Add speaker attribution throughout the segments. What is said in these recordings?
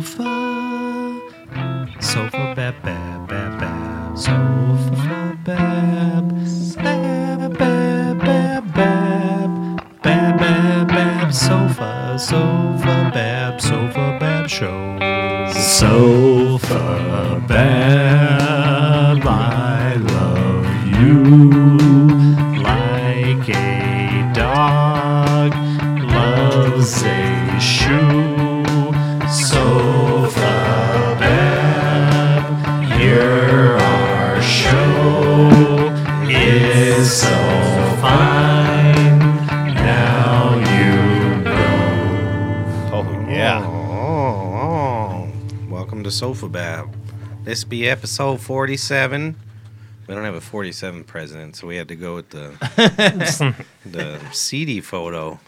Speaker 1: Sofa, sofa, bab, bab, bab, bab, sofa, bab, bab, bab, bab, bab, bab, bab, bab, sofa, sofa, bab, sofa, bab, show, sofa, bab, I love you like a dog loves a shoe. Sofa Bab, your our show is so fine. Now you know.
Speaker 2: Oh yeah.
Speaker 3: Oh, oh. Welcome to Sofa Bab. This be episode 47. We don't have a 47 president, so we had to go with the the seedy photo.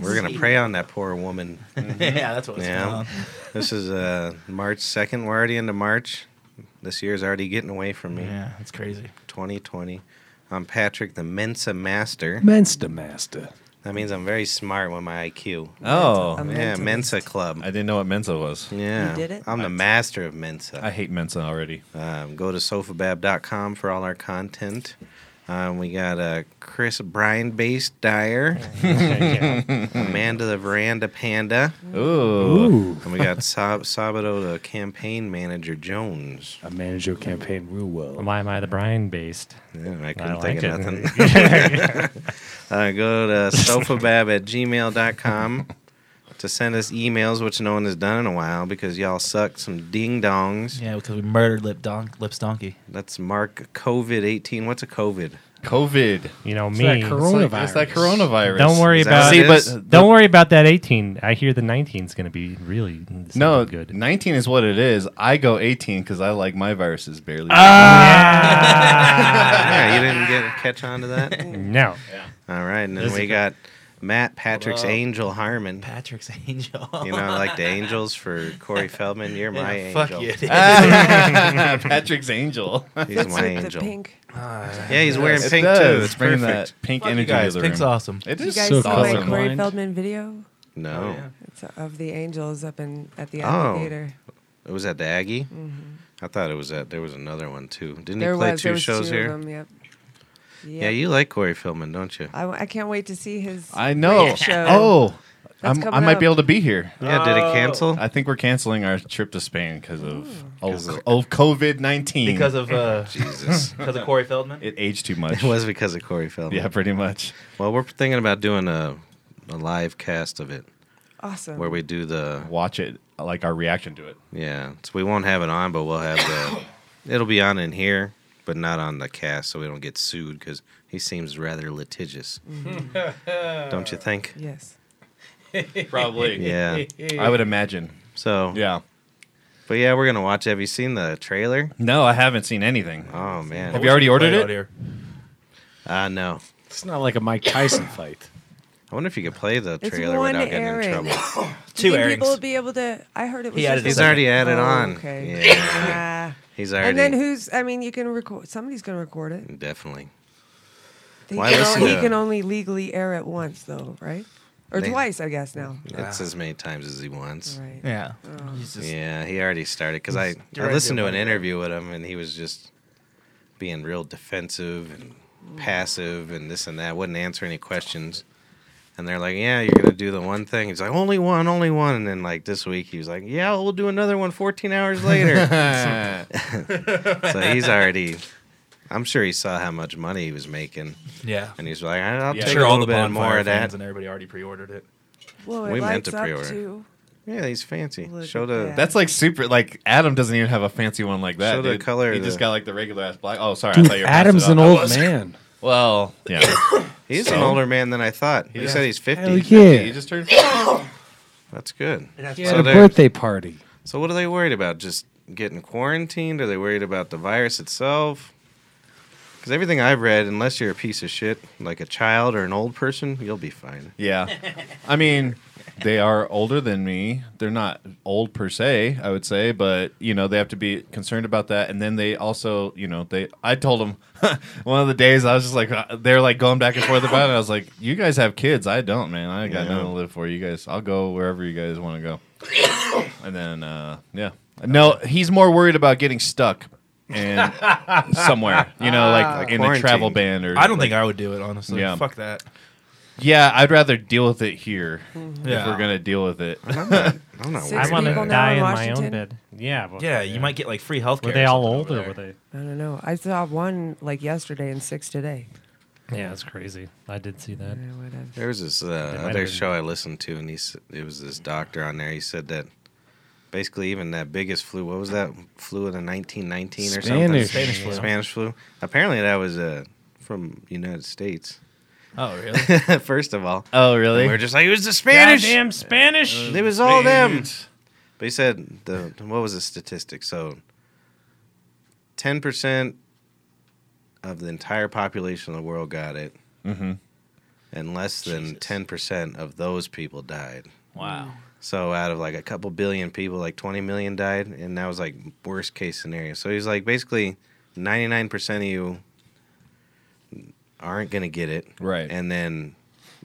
Speaker 3: We're gonna prey on that poor woman.
Speaker 2: yeah, that's what it's
Speaker 3: Yeah.
Speaker 2: called.
Speaker 3: This is uh, March 2nd. We're already into March. This year's already getting away from me.
Speaker 2: Yeah, it's crazy.
Speaker 3: 2020. I'm Patrick, the Mensa Master.
Speaker 4: Menster Master.
Speaker 3: That means I'm very smart with my IQ.
Speaker 4: Oh,
Speaker 3: yeah,
Speaker 5: Mentalist.
Speaker 3: Mensa Club.
Speaker 4: I didn't know what Mensa was.
Speaker 3: yeah,
Speaker 5: You did it?
Speaker 3: I'm the master of Mensa.
Speaker 4: I hate Mensa already.
Speaker 3: Um, go to sofabab.com for all our content. Um, we got uh, Chris Bryan based Dyer, Amanda the Veranda Panda,
Speaker 4: Ooh. Ooh.
Speaker 3: and we got Sab- Sabato the Campaign Manager Jones.
Speaker 4: I manage your campaign real well.
Speaker 6: Why am I the Brian based?
Speaker 3: Yeah, I couldn't
Speaker 6: I
Speaker 3: think
Speaker 6: like
Speaker 3: of
Speaker 6: it.
Speaker 3: nothing. uh, go to sofabab at gmail.com to send us emails, which no one has done in a while because y'all suck some ding dongs.
Speaker 2: Yeah, because we murdered Lip Don- Lips Donkey.
Speaker 3: Let's mark COVID 18. What's a COVID?
Speaker 4: COVID.
Speaker 6: You know
Speaker 5: that
Speaker 6: me.
Speaker 5: corona-
Speaker 4: It's, like, it's that coronavirus.
Speaker 6: Don't worry
Speaker 3: Is that
Speaker 6: about
Speaker 3: what
Speaker 4: See,
Speaker 3: it
Speaker 4: but
Speaker 3: is?
Speaker 6: Don't worry about that 18. I hear the 19 is going to be really it's
Speaker 4: No,
Speaker 6: gonna be good.
Speaker 4: 19 is what it is. I go 18 because I like my viruses barely.
Speaker 1: Ah!
Speaker 3: yeah, you didn't get catch on to that.
Speaker 6: No.
Speaker 3: All right, and then we got Matt Patrick's Angel Harmon.
Speaker 2: Patrick's Angel.
Speaker 3: You know, I like the angels for Corey Feldman. You're my
Speaker 2: Yeah,
Speaker 3: angel.
Speaker 2: fuck you. dude.
Speaker 4: Patrick's angel.
Speaker 3: He's my
Speaker 5: With
Speaker 3: angel.
Speaker 5: The pink.
Speaker 3: Yeah, he's wearing
Speaker 4: It
Speaker 3: pink
Speaker 4: does.
Speaker 3: too. It's
Speaker 4: It's bringing
Speaker 3: perfect.
Speaker 4: that pink
Speaker 2: Fuck you
Speaker 4: energy
Speaker 2: guys.
Speaker 4: to the
Speaker 2: Pink's
Speaker 4: room.
Speaker 2: awesome.
Speaker 4: It
Speaker 5: You
Speaker 4: is
Speaker 5: guys
Speaker 4: so
Speaker 5: see my
Speaker 4: awesome.
Speaker 5: Corey Feldman video?
Speaker 4: Oh,
Speaker 3: No,
Speaker 5: It's uh, of the angels up in at the
Speaker 3: Oh.
Speaker 5: theater.
Speaker 3: it was at the Aggie. I thought it was at. There was another one too. Didn't
Speaker 5: Mm-hmm. There
Speaker 3: he play
Speaker 5: was
Speaker 3: two
Speaker 5: there was
Speaker 3: shows
Speaker 5: two
Speaker 3: here?
Speaker 5: of them. Yep.
Speaker 3: Yeah, you like Corey Feldman, don't
Speaker 4: Uh,
Speaker 3: you?
Speaker 5: I, I can't wait to see his.
Speaker 4: I know.
Speaker 5: show.
Speaker 4: Oh,
Speaker 5: That's
Speaker 4: I'm, I
Speaker 5: coming
Speaker 4: might
Speaker 5: up.
Speaker 4: be able to be here.
Speaker 3: yeah. Did it cancel?
Speaker 4: I think we're canceling our trip to Spain because of of,
Speaker 3: 'Cause of-
Speaker 4: COVID nineteen.
Speaker 2: Because of uh,
Speaker 3: Jesus.
Speaker 2: because of Corey Feldman.
Speaker 4: it aged too much.
Speaker 3: It was because of Corey Feldman.
Speaker 4: Yeah, pretty much.
Speaker 3: Well, we're thinking about doing a, a live cast of it
Speaker 5: awesome.
Speaker 3: where we do the
Speaker 4: Watch it, like our reaction to it.
Speaker 3: Yeah, so we won't have it on, but we'll have the. it'll be on in here, but not on the cast, so we don't get sued because he seems rather litigious.
Speaker 4: Mm-hmm.
Speaker 3: don't you think?
Speaker 5: Yes.
Speaker 4: Probably.
Speaker 3: Yeah.
Speaker 4: I would imagine.
Speaker 3: So.
Speaker 4: Yeah.
Speaker 3: But yeah, we're gonna watch. it. Have you seen the trailer?
Speaker 4: No, I haven't seen anything.
Speaker 3: Oh man.
Speaker 4: Have you already ordered
Speaker 2: Play out
Speaker 4: it?
Speaker 2: here.
Speaker 3: Uh no.
Speaker 7: It's not like a Mike Tyson fight.
Speaker 3: I wonder if you could play the
Speaker 5: It's
Speaker 3: trailer
Speaker 5: one
Speaker 3: without getting in
Speaker 5: airing.
Speaker 3: trouble.
Speaker 5: Do
Speaker 2: Two
Speaker 5: you think
Speaker 2: airings.
Speaker 5: people will be able to. I heard it was.
Speaker 2: He added
Speaker 5: just
Speaker 3: He's
Speaker 2: a-
Speaker 3: already added
Speaker 5: Oh,
Speaker 3: on.
Speaker 5: okay.
Speaker 3: Yeah.
Speaker 5: Ah.
Speaker 3: He's already.
Speaker 5: and then who's? I mean, you can record. Somebody's going to record it.
Speaker 3: Definitely.
Speaker 5: He,
Speaker 3: Why
Speaker 5: can,
Speaker 3: listen
Speaker 5: only, he
Speaker 3: to-
Speaker 5: can only legally air it once, though, right? Or
Speaker 3: They-
Speaker 5: twice, I guess now.
Speaker 3: It's as many times as he wants.
Speaker 5: Right.
Speaker 2: Yeah. He's just-
Speaker 3: Oh. Yeah, he already started because I, I
Speaker 2: directed
Speaker 3: listened to
Speaker 2: by
Speaker 3: an
Speaker 2: the-
Speaker 3: interview with him and he was just being real defensive and passive and this and that. Wouldn't answer any questions. And they're like, "Yeah, you're gonna do the one thing." He's like, "Only one, only one." And then like this week, he was like, "Yeah, we'll do another one 14 hours later." so he's already. I'm sure he saw how much money he was making,
Speaker 2: Yeah.
Speaker 3: and he's like, "I'll
Speaker 2: I'm
Speaker 3: take
Speaker 2: sure
Speaker 3: a
Speaker 2: all
Speaker 3: little
Speaker 2: the
Speaker 3: bit
Speaker 2: bonfire
Speaker 3: more of that."
Speaker 2: fans and everybody already pre-ordered it.
Speaker 5: Well, it
Speaker 3: We meant
Speaker 5: lights
Speaker 3: to
Speaker 5: up
Speaker 3: pre-order.
Speaker 5: to.
Speaker 3: Yeah, he's fancy.
Speaker 5: Look
Speaker 3: Show
Speaker 5: at
Speaker 3: the
Speaker 5: that.
Speaker 4: That's like super. Like Adam doesn't even have a fancy one like that.
Speaker 3: Show the
Speaker 4: dude.
Speaker 3: color
Speaker 4: He
Speaker 3: of
Speaker 4: just
Speaker 3: the-
Speaker 4: got like the regular ass black. Oh, sorry. I
Speaker 7: Dude,
Speaker 4: thought you were passing
Speaker 7: Adam's
Speaker 4: it
Speaker 7: an
Speaker 4: on. I
Speaker 7: old
Speaker 4: was-
Speaker 7: man.
Speaker 4: Well, yeah.
Speaker 3: he's an
Speaker 4: So?
Speaker 3: older man than I thought. He said he's 50.
Speaker 7: Hell yeah.
Speaker 4: he
Speaker 7: He
Speaker 4: just turned.
Speaker 3: That's good.
Speaker 7: had a
Speaker 3: there-
Speaker 7: birthday party.
Speaker 3: So what are they worried about? Just getting quarantined? Are they worried about the virus itself? Because everything I've read, unless you're a piece of shit, like a child or an old person, you'll be fine.
Speaker 4: Yeah. I mean, they are older than me. They're not old per se, I would say, but you know, they have to be concerned about that. And then they also, you know, they I told them one of the days I was just like uh, they're like going back and forth about it. I was like, "You guys have kids. I don't, man. I got
Speaker 3: Yeah.
Speaker 4: nothing to live for. You guys, I'll go wherever you guys want to go." and then uh yeah. No, he's more worried about getting stuck and somewhere, you know, like, in a
Speaker 3: quarantine.
Speaker 4: travel ban or
Speaker 2: I don't think I would do it honestly.
Speaker 4: Yeah.
Speaker 2: Fuck that.
Speaker 4: Yeah, I'd rather deal with it here
Speaker 2: Yeah.
Speaker 4: if we're gonna deal with it.
Speaker 3: I'm not
Speaker 5: Six
Speaker 1: I
Speaker 3: worried
Speaker 1: want to
Speaker 5: people
Speaker 3: about
Speaker 5: now
Speaker 1: die
Speaker 5: in
Speaker 1: in my
Speaker 5: Washington?
Speaker 1: own bed. Yeah. well,
Speaker 2: Yeah, you might get like free health care.
Speaker 1: Were they all old or were they?
Speaker 5: I don't know. I saw one like yesterday and six today.
Speaker 1: Yeah, it's crazy. I did see that.
Speaker 5: I would have-
Speaker 3: There was this uh,
Speaker 1: might have
Speaker 3: other
Speaker 1: been-
Speaker 3: show I listened to, and he s- it was this doctor on there. He said that basically even that biggest flu, what was that flu in the 1919 or something?
Speaker 7: Spanish. Spanish
Speaker 2: flu.
Speaker 3: Spanish flu. Apparently that was uh, from United States.
Speaker 2: Oh, really?
Speaker 3: First of all,
Speaker 4: Oh,
Speaker 3: we
Speaker 4: really?
Speaker 3: we're just like it was the Spanish.
Speaker 1: Goddamn Spanish.
Speaker 3: It was all them. But he said the what was the statistic? So ten percent of the entire population of the world got it. And less than ten percent of those people died.
Speaker 7: Wow.
Speaker 3: So out of like a couple billion people, like twenty million died, and that was like worst case scenario. So he's like basically ninety nine percent of you aren't gonna get it.
Speaker 4: Right.
Speaker 3: And then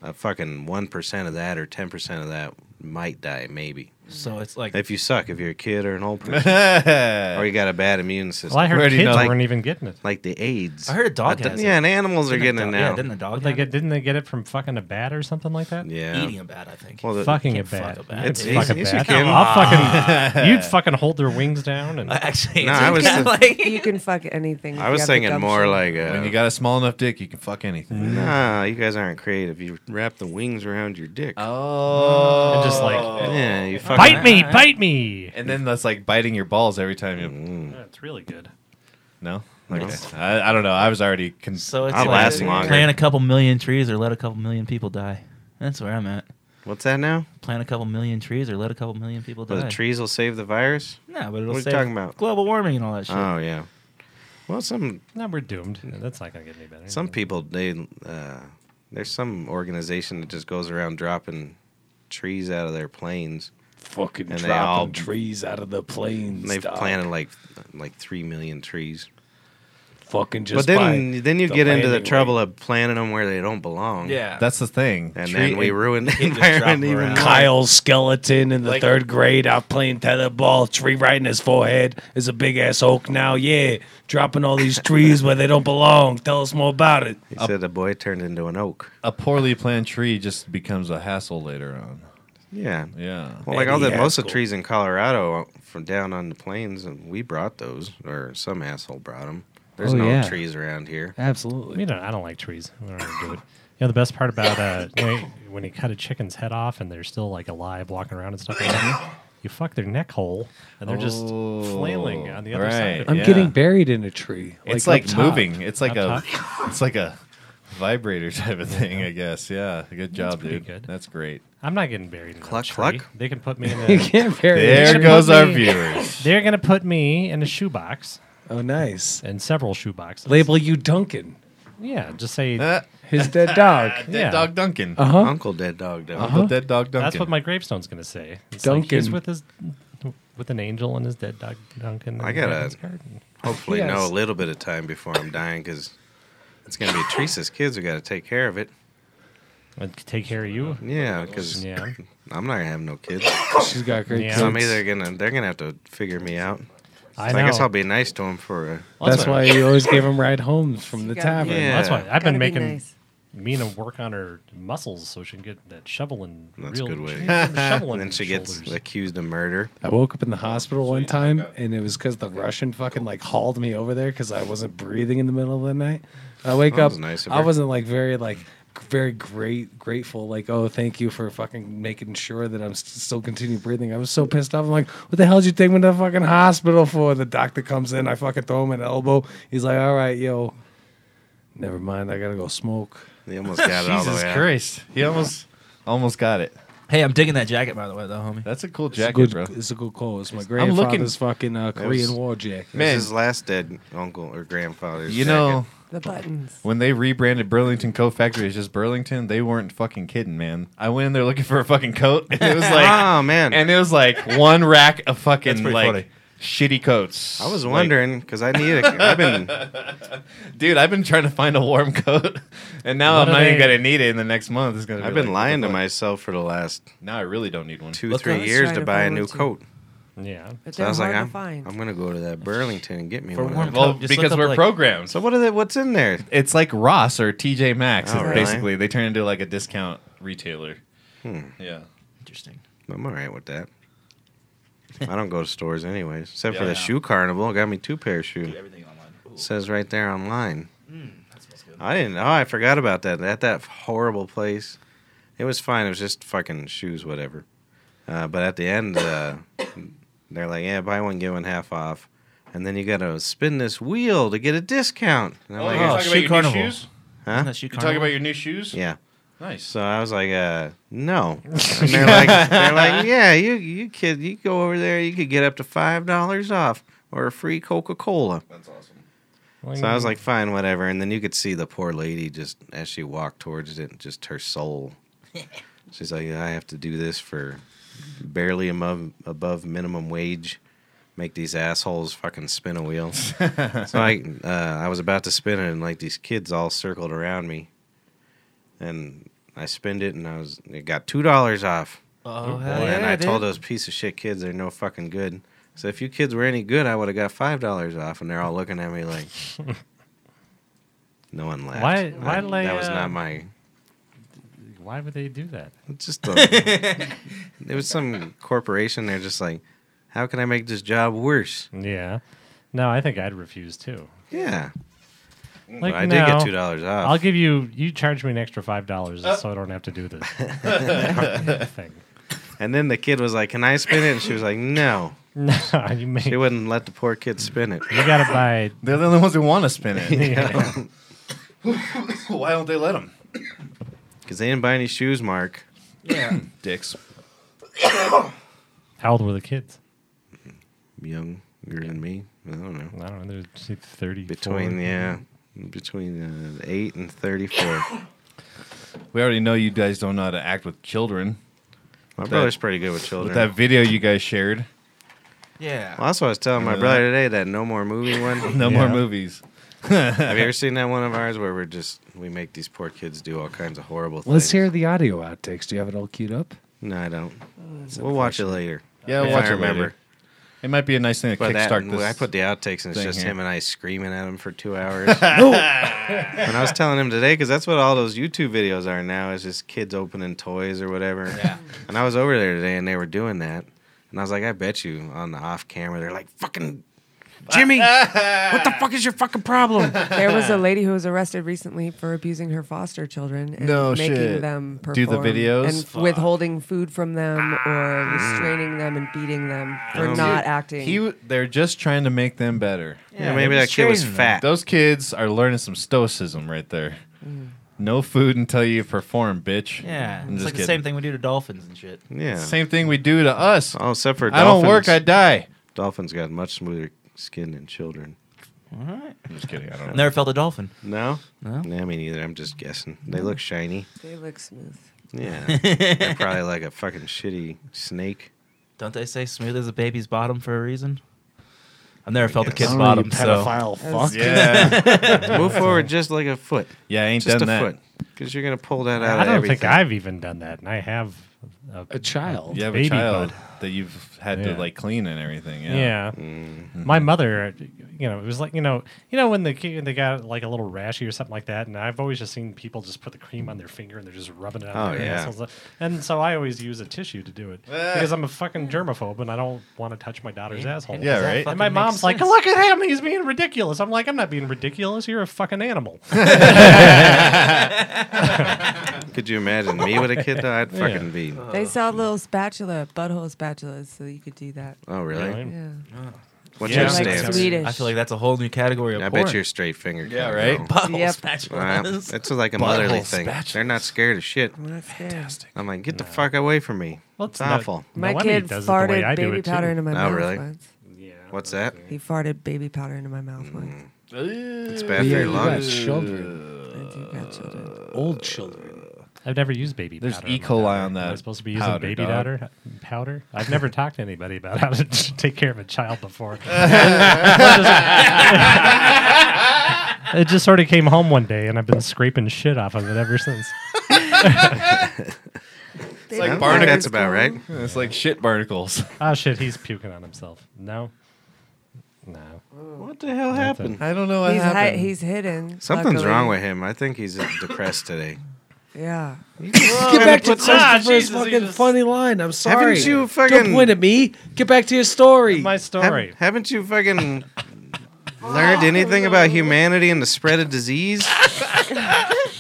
Speaker 3: a fucking one percent of that or ten percent of that might die, maybe.
Speaker 2: Mm. so it's like
Speaker 3: If you suck, if you're a kid or an old person, or
Speaker 4: yeah,
Speaker 3: you got a bad immune system,
Speaker 1: Well, I heard
Speaker 4: Already
Speaker 1: kids
Speaker 4: know.
Speaker 1: weren't even getting it.
Speaker 3: like the AIDS.
Speaker 2: I heard a dog
Speaker 3: do-
Speaker 2: has
Speaker 3: yeah,
Speaker 2: it.
Speaker 3: and animals are
Speaker 2: Didn't a
Speaker 3: getting
Speaker 2: dog-
Speaker 3: it
Speaker 2: Yeah,
Speaker 3: now.
Speaker 2: didn't the dog
Speaker 1: They
Speaker 2: have
Speaker 1: get, didn't they get it from fucking a bat or something like that?
Speaker 3: Yeah,
Speaker 2: it? eating a bat? I think.
Speaker 3: Well, the,
Speaker 1: Fucking a
Speaker 2: Can't fuck
Speaker 1: bat.
Speaker 2: a bat.
Speaker 3: It's
Speaker 1: It's
Speaker 3: easy.
Speaker 1: fucking
Speaker 3: Yes, you
Speaker 1: bat.
Speaker 3: can.
Speaker 1: I'll fucking. You'd fucking hold their wings down and.
Speaker 2: Actually,
Speaker 3: No,
Speaker 2: it's
Speaker 3: I was
Speaker 2: kinda
Speaker 5: You can fuck anything. if
Speaker 3: I
Speaker 5: you
Speaker 3: was
Speaker 5: have the
Speaker 3: thinking more
Speaker 5: gumption.
Speaker 3: like uh,
Speaker 4: when you got a small enough dick, you can fuck anything.
Speaker 3: Nah, you guys aren't creative. You wrap the wings around your dick.
Speaker 4: Oh,
Speaker 1: And just like
Speaker 3: yeah, you fucking
Speaker 1: bite me, bite me.
Speaker 4: and then that's like biting your balls every time you.
Speaker 1: That's really good.
Speaker 4: No, okay. I, I don't know. I was already. Con-
Speaker 2: So it's
Speaker 3: I'll
Speaker 2: like
Speaker 3: last longer.
Speaker 2: plant a couple million trees or let a couple million people die. That's where I'm at.
Speaker 3: What's that now?
Speaker 2: Plant a couple million trees or let a couple million people die.
Speaker 3: Well, the trees will save the virus.
Speaker 2: No, but it'll
Speaker 3: What are you
Speaker 2: save
Speaker 3: talking about?
Speaker 2: global warming and all that shit.
Speaker 3: Oh yeah. Well, some
Speaker 1: No, we're doomed. That's not gonna get any better.
Speaker 3: some people they uh, there's some organization that just goes around dropping trees out of their planes.
Speaker 7: Fucking
Speaker 3: And they
Speaker 7: dropping
Speaker 3: all-
Speaker 7: trees out of the
Speaker 3: And
Speaker 7: planes.
Speaker 3: they've
Speaker 7: dog.
Speaker 3: planted like like three million trees.
Speaker 7: Fucking just.
Speaker 3: but then
Speaker 7: by
Speaker 3: then you
Speaker 7: the
Speaker 3: get into the
Speaker 7: landing
Speaker 3: trouble
Speaker 7: rate.
Speaker 3: of planting them where they don't belong.
Speaker 2: yeah.
Speaker 4: that's the thing.
Speaker 3: And
Speaker 4: Tree-
Speaker 3: then we ruin the
Speaker 2: You just drop
Speaker 3: environment
Speaker 2: 'em
Speaker 3: even
Speaker 2: around.
Speaker 3: more.
Speaker 7: Kyle's skeleton in the
Speaker 4: Like-
Speaker 7: third grade out playing tetherball, tree right in his forehead is a big ass oak now. Yeah, dropping all these trees where they don't belong. Tell us more about it.
Speaker 3: He said the boy turned into an oak.
Speaker 4: a poorly planned tree just becomes a hassle later on.
Speaker 3: Yeah.
Speaker 4: Yeah.
Speaker 3: Well, like all the
Speaker 7: Any
Speaker 3: most of the
Speaker 7: asshole.
Speaker 3: trees in Colorado from down on the plains, and we brought those, or some asshole brought them. There's
Speaker 7: Oh,
Speaker 3: no
Speaker 7: yeah.
Speaker 3: trees around here.
Speaker 7: Absolutely.
Speaker 1: You know, I don't like trees. I don't even do it. You know, the best part about uh, when, when you cut a chicken's head off and they're still like alive, walking around and stuff like that, you fuck their neck hole and they're just flailing on the other side. Of
Speaker 4: right.
Speaker 1: it.
Speaker 4: I'm getting
Speaker 7: buried in a tree.
Speaker 4: it's like,
Speaker 7: up top.
Speaker 4: moving. It's like a. It's like a vibrator type of thing. I guess. Yeah. Good job,
Speaker 1: pretty
Speaker 4: dude.
Speaker 1: good.
Speaker 4: That's great.
Speaker 1: I'm not getting buried in a
Speaker 3: Cluck,
Speaker 1: tree.
Speaker 3: cluck.
Speaker 1: They can put me in
Speaker 7: You
Speaker 1: a.
Speaker 7: can't bury it.
Speaker 4: There
Speaker 1: should
Speaker 4: goes
Speaker 1: put
Speaker 4: our
Speaker 1: me-
Speaker 4: viewers.
Speaker 1: they're gonna put me in a shoebox
Speaker 7: Oh, nice.
Speaker 1: and several shoeboxes.
Speaker 7: Label you Duncan,
Speaker 1: Yeah, just say
Speaker 4: Uh,
Speaker 7: his dead dog.
Speaker 4: dead
Speaker 1: Yeah.
Speaker 4: dog Duncan.
Speaker 7: Uh huh.
Speaker 3: Uncle Dead Dog Dog.
Speaker 4: Uncle Dead Dog Duncan.
Speaker 1: that's what my gravestone's gonna say. It's
Speaker 7: Duncan.
Speaker 1: like he's with his with an angel and his dead dog Duncan. in
Speaker 3: I gotta-
Speaker 1: Duncan's garden.
Speaker 3: Hopefully,
Speaker 7: Yes.
Speaker 3: know a little bit of time before I'm dying because it's going to be Teresa's kids who got to take care of it.
Speaker 1: I'd take care of you.
Speaker 3: Yeah, because
Speaker 1: Yeah.
Speaker 3: I'm not going to have no kids.
Speaker 7: She's got great.
Speaker 1: Yeah.
Speaker 3: So I'm
Speaker 7: kids.
Speaker 3: either going to, they're going to have to figure me out.
Speaker 1: I
Speaker 3: I,
Speaker 1: know.
Speaker 3: guess I'll be nice to them for a.
Speaker 7: That's why you always gave him ride homes from the
Speaker 5: You gotta be-
Speaker 7: tavern.
Speaker 3: Yeah.
Speaker 1: That's why I've been
Speaker 5: Gotta be
Speaker 1: making
Speaker 5: nice.
Speaker 1: Mina work on her muscles so she can get that shovel and
Speaker 3: That's a
Speaker 1: real
Speaker 3: good way.
Speaker 1: she needs a shovel
Speaker 3: And
Speaker 1: in
Speaker 3: then
Speaker 1: her
Speaker 3: she gets
Speaker 1: shoulders.
Speaker 3: accused of murder.
Speaker 7: I woke up in the hospital one time, and it was because the Russian fucking like hauled me over there because I wasn't breathing in the middle of the night. I wake
Speaker 3: That
Speaker 7: up,
Speaker 3: was nice of
Speaker 7: I
Speaker 3: her.
Speaker 7: wasn't like very like very great grateful like oh thank you for fucking making sure that I'm s- still continue breathing. I was so pissed off. I'm like, what the hell did you take me to the fucking hospital for? The doctor comes in, I fucking throw him an elbow. He's like, all right, yo, never mind, I gotta go smoke.
Speaker 3: They almost got it all the
Speaker 4: Jesus
Speaker 3: way out.
Speaker 4: Christ. He almost almost got it.
Speaker 2: Hey, I'm digging that jacket by the way, though, homie.
Speaker 4: That's a cool
Speaker 7: It's a
Speaker 4: jacket,
Speaker 7: good,
Speaker 4: bro.
Speaker 7: It's a good call. It's my
Speaker 4: I'm looking-
Speaker 7: grandfather's fucking uh, Korean War jacket.
Speaker 3: This is his last dead uncle or grandfather's.
Speaker 4: You know,
Speaker 5: The buttons.
Speaker 4: when they rebranded Burlington Coat Factory as just Burlington, they weren't fucking kidding, man. I went in there looking for a fucking coat, and it was
Speaker 3: jacket.
Speaker 4: like,
Speaker 3: oh man,
Speaker 4: and it was like one rack of fucking
Speaker 2: That's pretty
Speaker 4: like
Speaker 2: funny.
Speaker 4: shitty coats.
Speaker 3: I was
Speaker 4: Like,
Speaker 3: wondering because I need a. I've been
Speaker 4: dude, I've been trying to find a warm coat, and now I'm
Speaker 6: What are
Speaker 4: not even
Speaker 6: they-
Speaker 4: gonna need it in the next month. It's gonna.
Speaker 3: I've
Speaker 4: be
Speaker 3: been
Speaker 4: like,
Speaker 3: lying to
Speaker 4: what the fuck?
Speaker 3: myself for the last
Speaker 4: Now I really don't need one.
Speaker 3: two
Speaker 2: Look, I
Speaker 3: three
Speaker 2: was
Speaker 3: years
Speaker 5: trying
Speaker 3: to
Speaker 5: to
Speaker 3: buy a
Speaker 5: find
Speaker 3: new
Speaker 5: one, too.
Speaker 3: coat.
Speaker 6: Yeah.
Speaker 5: But
Speaker 3: So
Speaker 5: they're
Speaker 3: I was
Speaker 5: hard
Speaker 3: like,
Speaker 5: to
Speaker 3: I'm,
Speaker 5: find.
Speaker 3: I'm gonna go to that Burlington and get me
Speaker 2: For
Speaker 3: one. of
Speaker 2: warm
Speaker 3: them.
Speaker 4: Well,
Speaker 2: Just look
Speaker 4: because
Speaker 2: up,
Speaker 4: we're
Speaker 2: like-
Speaker 4: programmed.
Speaker 3: So what are they, what's in there?
Speaker 4: it's like Ross or TJ Maxx.
Speaker 3: Oh,
Speaker 4: is
Speaker 3: really?
Speaker 4: Basically, they turn into like a discount retailer. Yeah.
Speaker 2: Interesting.
Speaker 3: I'm all right with that. I don't go to stores anyways, except for
Speaker 4: Yeah.
Speaker 3: the shoe carnival. Got me two pair of shoes.
Speaker 2: Everything online. Hmm,
Speaker 3: says right there online.
Speaker 2: that smells good.
Speaker 3: I didn't. Oh, I forgot about that. At that horrible place, it was fine. It was just fucking shoes, whatever. Uh, but at the end, uh, they're like, "Yeah, buy one, get one half off," and then you got to spin this wheel to get a discount. And I'm like,
Speaker 4: you're
Speaker 2: oh,
Speaker 3: "Oh,
Speaker 4: talking
Speaker 2: shoe
Speaker 4: about your new
Speaker 2: carnival.
Speaker 4: shoes?
Speaker 3: huh?
Speaker 2: Isn't that shoe
Speaker 4: You're talking about
Speaker 2: carnival?
Speaker 4: your new shoes?
Speaker 3: Yeah.
Speaker 4: Nice.
Speaker 3: So I was like, uh, "No," and they're like, "They're like, yeah, you you kid, you go over there, you could get up to five dollars off or a free Coca Cola."
Speaker 4: That's awesome.
Speaker 3: So I was like, fine, whatever. And then you could see the poor lady just as she walked towards it, just her soul. She's like, I have to do this for barely above, above minimum wage. Make these assholes fucking spin a wheel. so I, uh, I was about to spin it, and like these kids all circled around me, and I spinned it, and I was it got two dollars off.
Speaker 2: Oh, hell
Speaker 3: And
Speaker 2: yeah,
Speaker 3: I
Speaker 2: dude.
Speaker 3: told those piece of shit kids they're no fucking good. So if you kids were any good, I would have got five dollars off, and they're all looking at me like, no one laughed.
Speaker 6: Why-
Speaker 3: I-
Speaker 6: why lay,
Speaker 3: that was
Speaker 6: uh,
Speaker 3: not my.
Speaker 6: why would they do that?
Speaker 3: it's Just a, it was some corporation. They're just like, how can I make this job worse?
Speaker 6: Yeah. No, I think I'd refuse too.
Speaker 3: Yeah,
Speaker 6: Like,
Speaker 3: I did get
Speaker 6: no.
Speaker 3: two dollars Oh. off.
Speaker 6: I'll give you. You charge me an extra five dollars, so I don't have to do this thing.
Speaker 3: and then the kid was like, "Can I spin it?" And she was like, "No."
Speaker 6: No, you may.
Speaker 3: She
Speaker 6: You
Speaker 3: wouldn't let the poor kid spin it.
Speaker 6: gotta buy.
Speaker 4: They're the only ones who want to spin it.
Speaker 6: Yeah.
Speaker 4: Why don't they let them?
Speaker 3: Because they didn't buy any shoes, Mark.
Speaker 4: Dicks.
Speaker 6: How old were the kids?
Speaker 3: Younger than me. I don't know.
Speaker 6: I don't know. They're thirty.
Speaker 3: Between yeah, between uh, eight and thirty-four.
Speaker 4: We already know you guys don't know how to act with children.
Speaker 3: my brother's pretty good with children.
Speaker 4: With that video you guys shared,
Speaker 2: Yeah.
Speaker 3: well, that's what I was telling my
Speaker 4: Remember
Speaker 3: brother today. That no more movie one.
Speaker 4: no more
Speaker 6: Yeah.
Speaker 4: movies.
Speaker 3: Have you ever seen that one of ours where we're just we make these poor kids do all kinds of horrible things?
Speaker 7: Let's hear the audio outtakes. Do you have it all queued up?
Speaker 3: No, I don't. We'll watch it later.
Speaker 4: Yeah,
Speaker 3: If
Speaker 4: watch
Speaker 3: I
Speaker 4: it
Speaker 3: remember.
Speaker 4: later. It might be a nice thing to
Speaker 3: But that,
Speaker 4: kickstart this.
Speaker 3: I put the outtakes, and it's
Speaker 4: thing
Speaker 3: just
Speaker 4: here.
Speaker 3: him and I screaming at him for two hours. and I was telling him today because that's what all those YouTube videos are now. Is just kids opening toys or whatever. Yeah. And I was over there today, and they were doing that, and I was like, I bet you on the off camera, they're like, "Fucking Jimmy, what the fuck is your fucking problem?"
Speaker 5: There was a lady who was arrested recently for abusing her foster children and
Speaker 4: No
Speaker 5: making
Speaker 4: shit.
Speaker 5: them perform
Speaker 4: Do the videos?
Speaker 5: and
Speaker 4: Fuck.
Speaker 5: withholding food from them or restraining them and beating them for not acting.
Speaker 4: He, w- they're just trying to make them better.
Speaker 3: Yeah, maybe that kid was fat.
Speaker 4: Those kids are learning some stoicism right there. No food until you perform, bitch.
Speaker 2: Mm. Yeah.
Speaker 4: I'm
Speaker 2: it's
Speaker 4: just
Speaker 2: like
Speaker 4: kidding.
Speaker 2: the same thing we do to dolphins and shit.
Speaker 3: yeah.
Speaker 4: Same thing we do to us.
Speaker 3: Oh, except for
Speaker 4: I
Speaker 3: dolphins.
Speaker 4: don't work, I die.
Speaker 3: dolphins got much smoother skin than children.
Speaker 2: All right.
Speaker 4: I'm just kidding. I don't know.
Speaker 2: Never felt a dolphin.
Speaker 3: No,
Speaker 2: No?
Speaker 3: Nah, me neither. I'm just guessing. They look shiny.
Speaker 5: they look smooth.
Speaker 3: Yeah, they're probably like a fucking shitty snake.
Speaker 2: Don't they say smooth as a baby's bottom for a reason? I've never felt a
Speaker 3: guess.
Speaker 2: kid's
Speaker 7: I don't know, you
Speaker 2: bottom, so
Speaker 7: pedophile
Speaker 5: That's-
Speaker 7: fuck.
Speaker 4: Yeah,
Speaker 3: Move forward just like a foot,
Speaker 4: yeah, I ain't
Speaker 3: just a
Speaker 4: done that.
Speaker 3: foot, because you're gonna pull that out.
Speaker 6: I
Speaker 3: of
Speaker 6: don't
Speaker 3: everything.
Speaker 6: think I've even done that, and I have. A,
Speaker 7: A child.
Speaker 4: You have
Speaker 6: Baby
Speaker 4: a child
Speaker 6: bud.
Speaker 4: that you've had
Speaker 6: Yeah.
Speaker 4: to like clean and everything. Yeah.
Speaker 6: yeah.
Speaker 3: Mm-hmm.
Speaker 6: My mother, you know, it was like you know, you know when the kid, they got like a little rashy or something like that, and I've always just seen people just put the cream on their finger and they're just rubbing it on
Speaker 3: Oh,
Speaker 6: their
Speaker 3: yeah.
Speaker 6: assholes. And so I always use a tissue to do it
Speaker 2: Eh.
Speaker 6: because I'm a fucking germaphobe and I don't want to touch my daughter's asshole.
Speaker 4: Yeah, right.
Speaker 6: And my
Speaker 2: Fucking
Speaker 6: mom's
Speaker 2: makes
Speaker 6: like,
Speaker 2: sense.
Speaker 6: "Look at him! He's being ridiculous." I'm like, "I'm not being ridiculous. You're a fucking animal."
Speaker 3: Could you imagine me with a kid though? I'd fucking be.
Speaker 5: They sell little spatula, butthole spatulas, so you could do that.
Speaker 3: Oh really?
Speaker 6: Really?
Speaker 5: Yeah.
Speaker 3: What's
Speaker 6: Yeah.
Speaker 3: your
Speaker 5: like
Speaker 3: stance?
Speaker 5: Swedish.
Speaker 2: I feel like that's a whole new category of
Speaker 3: I
Speaker 2: porn.
Speaker 3: bet you're a straight finger.
Speaker 4: Yeah,
Speaker 3: kinda
Speaker 4: right?
Speaker 3: girl.
Speaker 2: butthole
Speaker 5: Yep.
Speaker 3: Wow.
Speaker 2: spatulas.
Speaker 3: It's like a motherly
Speaker 4: Butthole
Speaker 3: thing.
Speaker 4: spatulas.
Speaker 3: They're not scared of shit. Fantastic. I'm like, get the fuck away from me.
Speaker 6: Well,
Speaker 3: it's awful.
Speaker 5: My
Speaker 6: Noemi
Speaker 5: kid
Speaker 6: does it the way I
Speaker 5: farted
Speaker 6: do
Speaker 5: baby
Speaker 6: it, too.
Speaker 5: powder into my
Speaker 3: Oh,
Speaker 5: mouth
Speaker 3: really?
Speaker 5: once.
Speaker 3: What's that?
Speaker 5: He farted baby powder into my mouth once.
Speaker 3: It's
Speaker 4: It's
Speaker 3: bad for
Speaker 7: yeah,
Speaker 3: your
Speaker 7: you got
Speaker 3: lungs.
Speaker 7: children,
Speaker 5: I do got children.
Speaker 7: old children.
Speaker 6: I've never used baby
Speaker 4: There's
Speaker 6: powder.
Speaker 4: E.
Speaker 6: my
Speaker 4: coli
Speaker 6: daughter.
Speaker 4: on
Speaker 6: Am I
Speaker 4: that
Speaker 6: supposed to be using
Speaker 4: powder,
Speaker 6: baby
Speaker 4: dog.
Speaker 6: powder? Powder? I've never talked to anybody about how to take care of a child before. it just sort of came home one day, and I've been scraping shit off of it ever since.
Speaker 5: It's
Speaker 3: I don't think that's about right.
Speaker 4: It's like shit barnacles.
Speaker 6: Oh shit, he's puking on himself. No, no.
Speaker 3: What the hell happened?
Speaker 4: I don't know what
Speaker 5: He's, hi-
Speaker 4: happened.
Speaker 5: he's hidden.
Speaker 3: Something's
Speaker 5: luckily.
Speaker 3: wrong with him. I think he's depressed today.
Speaker 5: Yeah.
Speaker 7: Get back to
Speaker 2: Ah,
Speaker 7: Christopher's
Speaker 2: Jesus, he
Speaker 7: fucking
Speaker 2: just-
Speaker 7: funny line. I'm sorry.
Speaker 3: you
Speaker 7: Don't
Speaker 3: fucking-
Speaker 7: point at me. Get back to your story.
Speaker 6: My
Speaker 3: Hav-
Speaker 6: story.
Speaker 3: haven't you fucking learned anything about humanity and the spread of disease?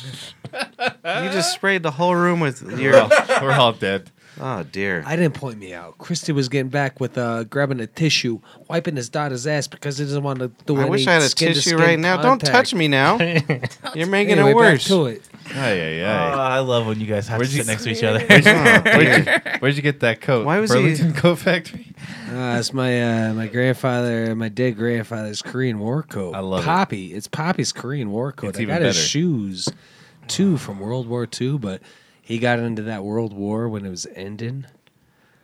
Speaker 3: you just sprayed the whole room with
Speaker 4: We're
Speaker 3: your.
Speaker 4: all, we're all dead.
Speaker 3: Oh dear.
Speaker 7: I didn't point me out. Christy was getting back with uh, grabbing a tissue, wiping his daughter's ass because he doesn't want to do
Speaker 3: I
Speaker 7: any
Speaker 3: wish I had a
Speaker 7: skin to
Speaker 3: tissue
Speaker 7: skin
Speaker 3: right now. Don't
Speaker 7: contact.
Speaker 3: touch me now. You're making
Speaker 7: Anyway,
Speaker 3: it worse.
Speaker 7: Back to it.
Speaker 4: Ay, ay,
Speaker 2: Oh,
Speaker 4: ay.
Speaker 2: I love when you guys have
Speaker 4: Where'd
Speaker 2: to
Speaker 4: you-
Speaker 2: sit next to each other.
Speaker 3: Oh,
Speaker 4: Where'd
Speaker 3: dear.
Speaker 4: you, where'd you get that coat?
Speaker 3: Why was he-
Speaker 4: Burlington Coat Factory?
Speaker 7: Uh, it's my uh, my grandfather, my dead grandfather's Korean War coat.
Speaker 4: I love it.
Speaker 7: Poppy. It's Poppy's Korean War coat.
Speaker 4: It's
Speaker 7: I
Speaker 4: even
Speaker 7: got his
Speaker 4: better.
Speaker 7: shoes too from World War II, but he got into that World War when it was ending.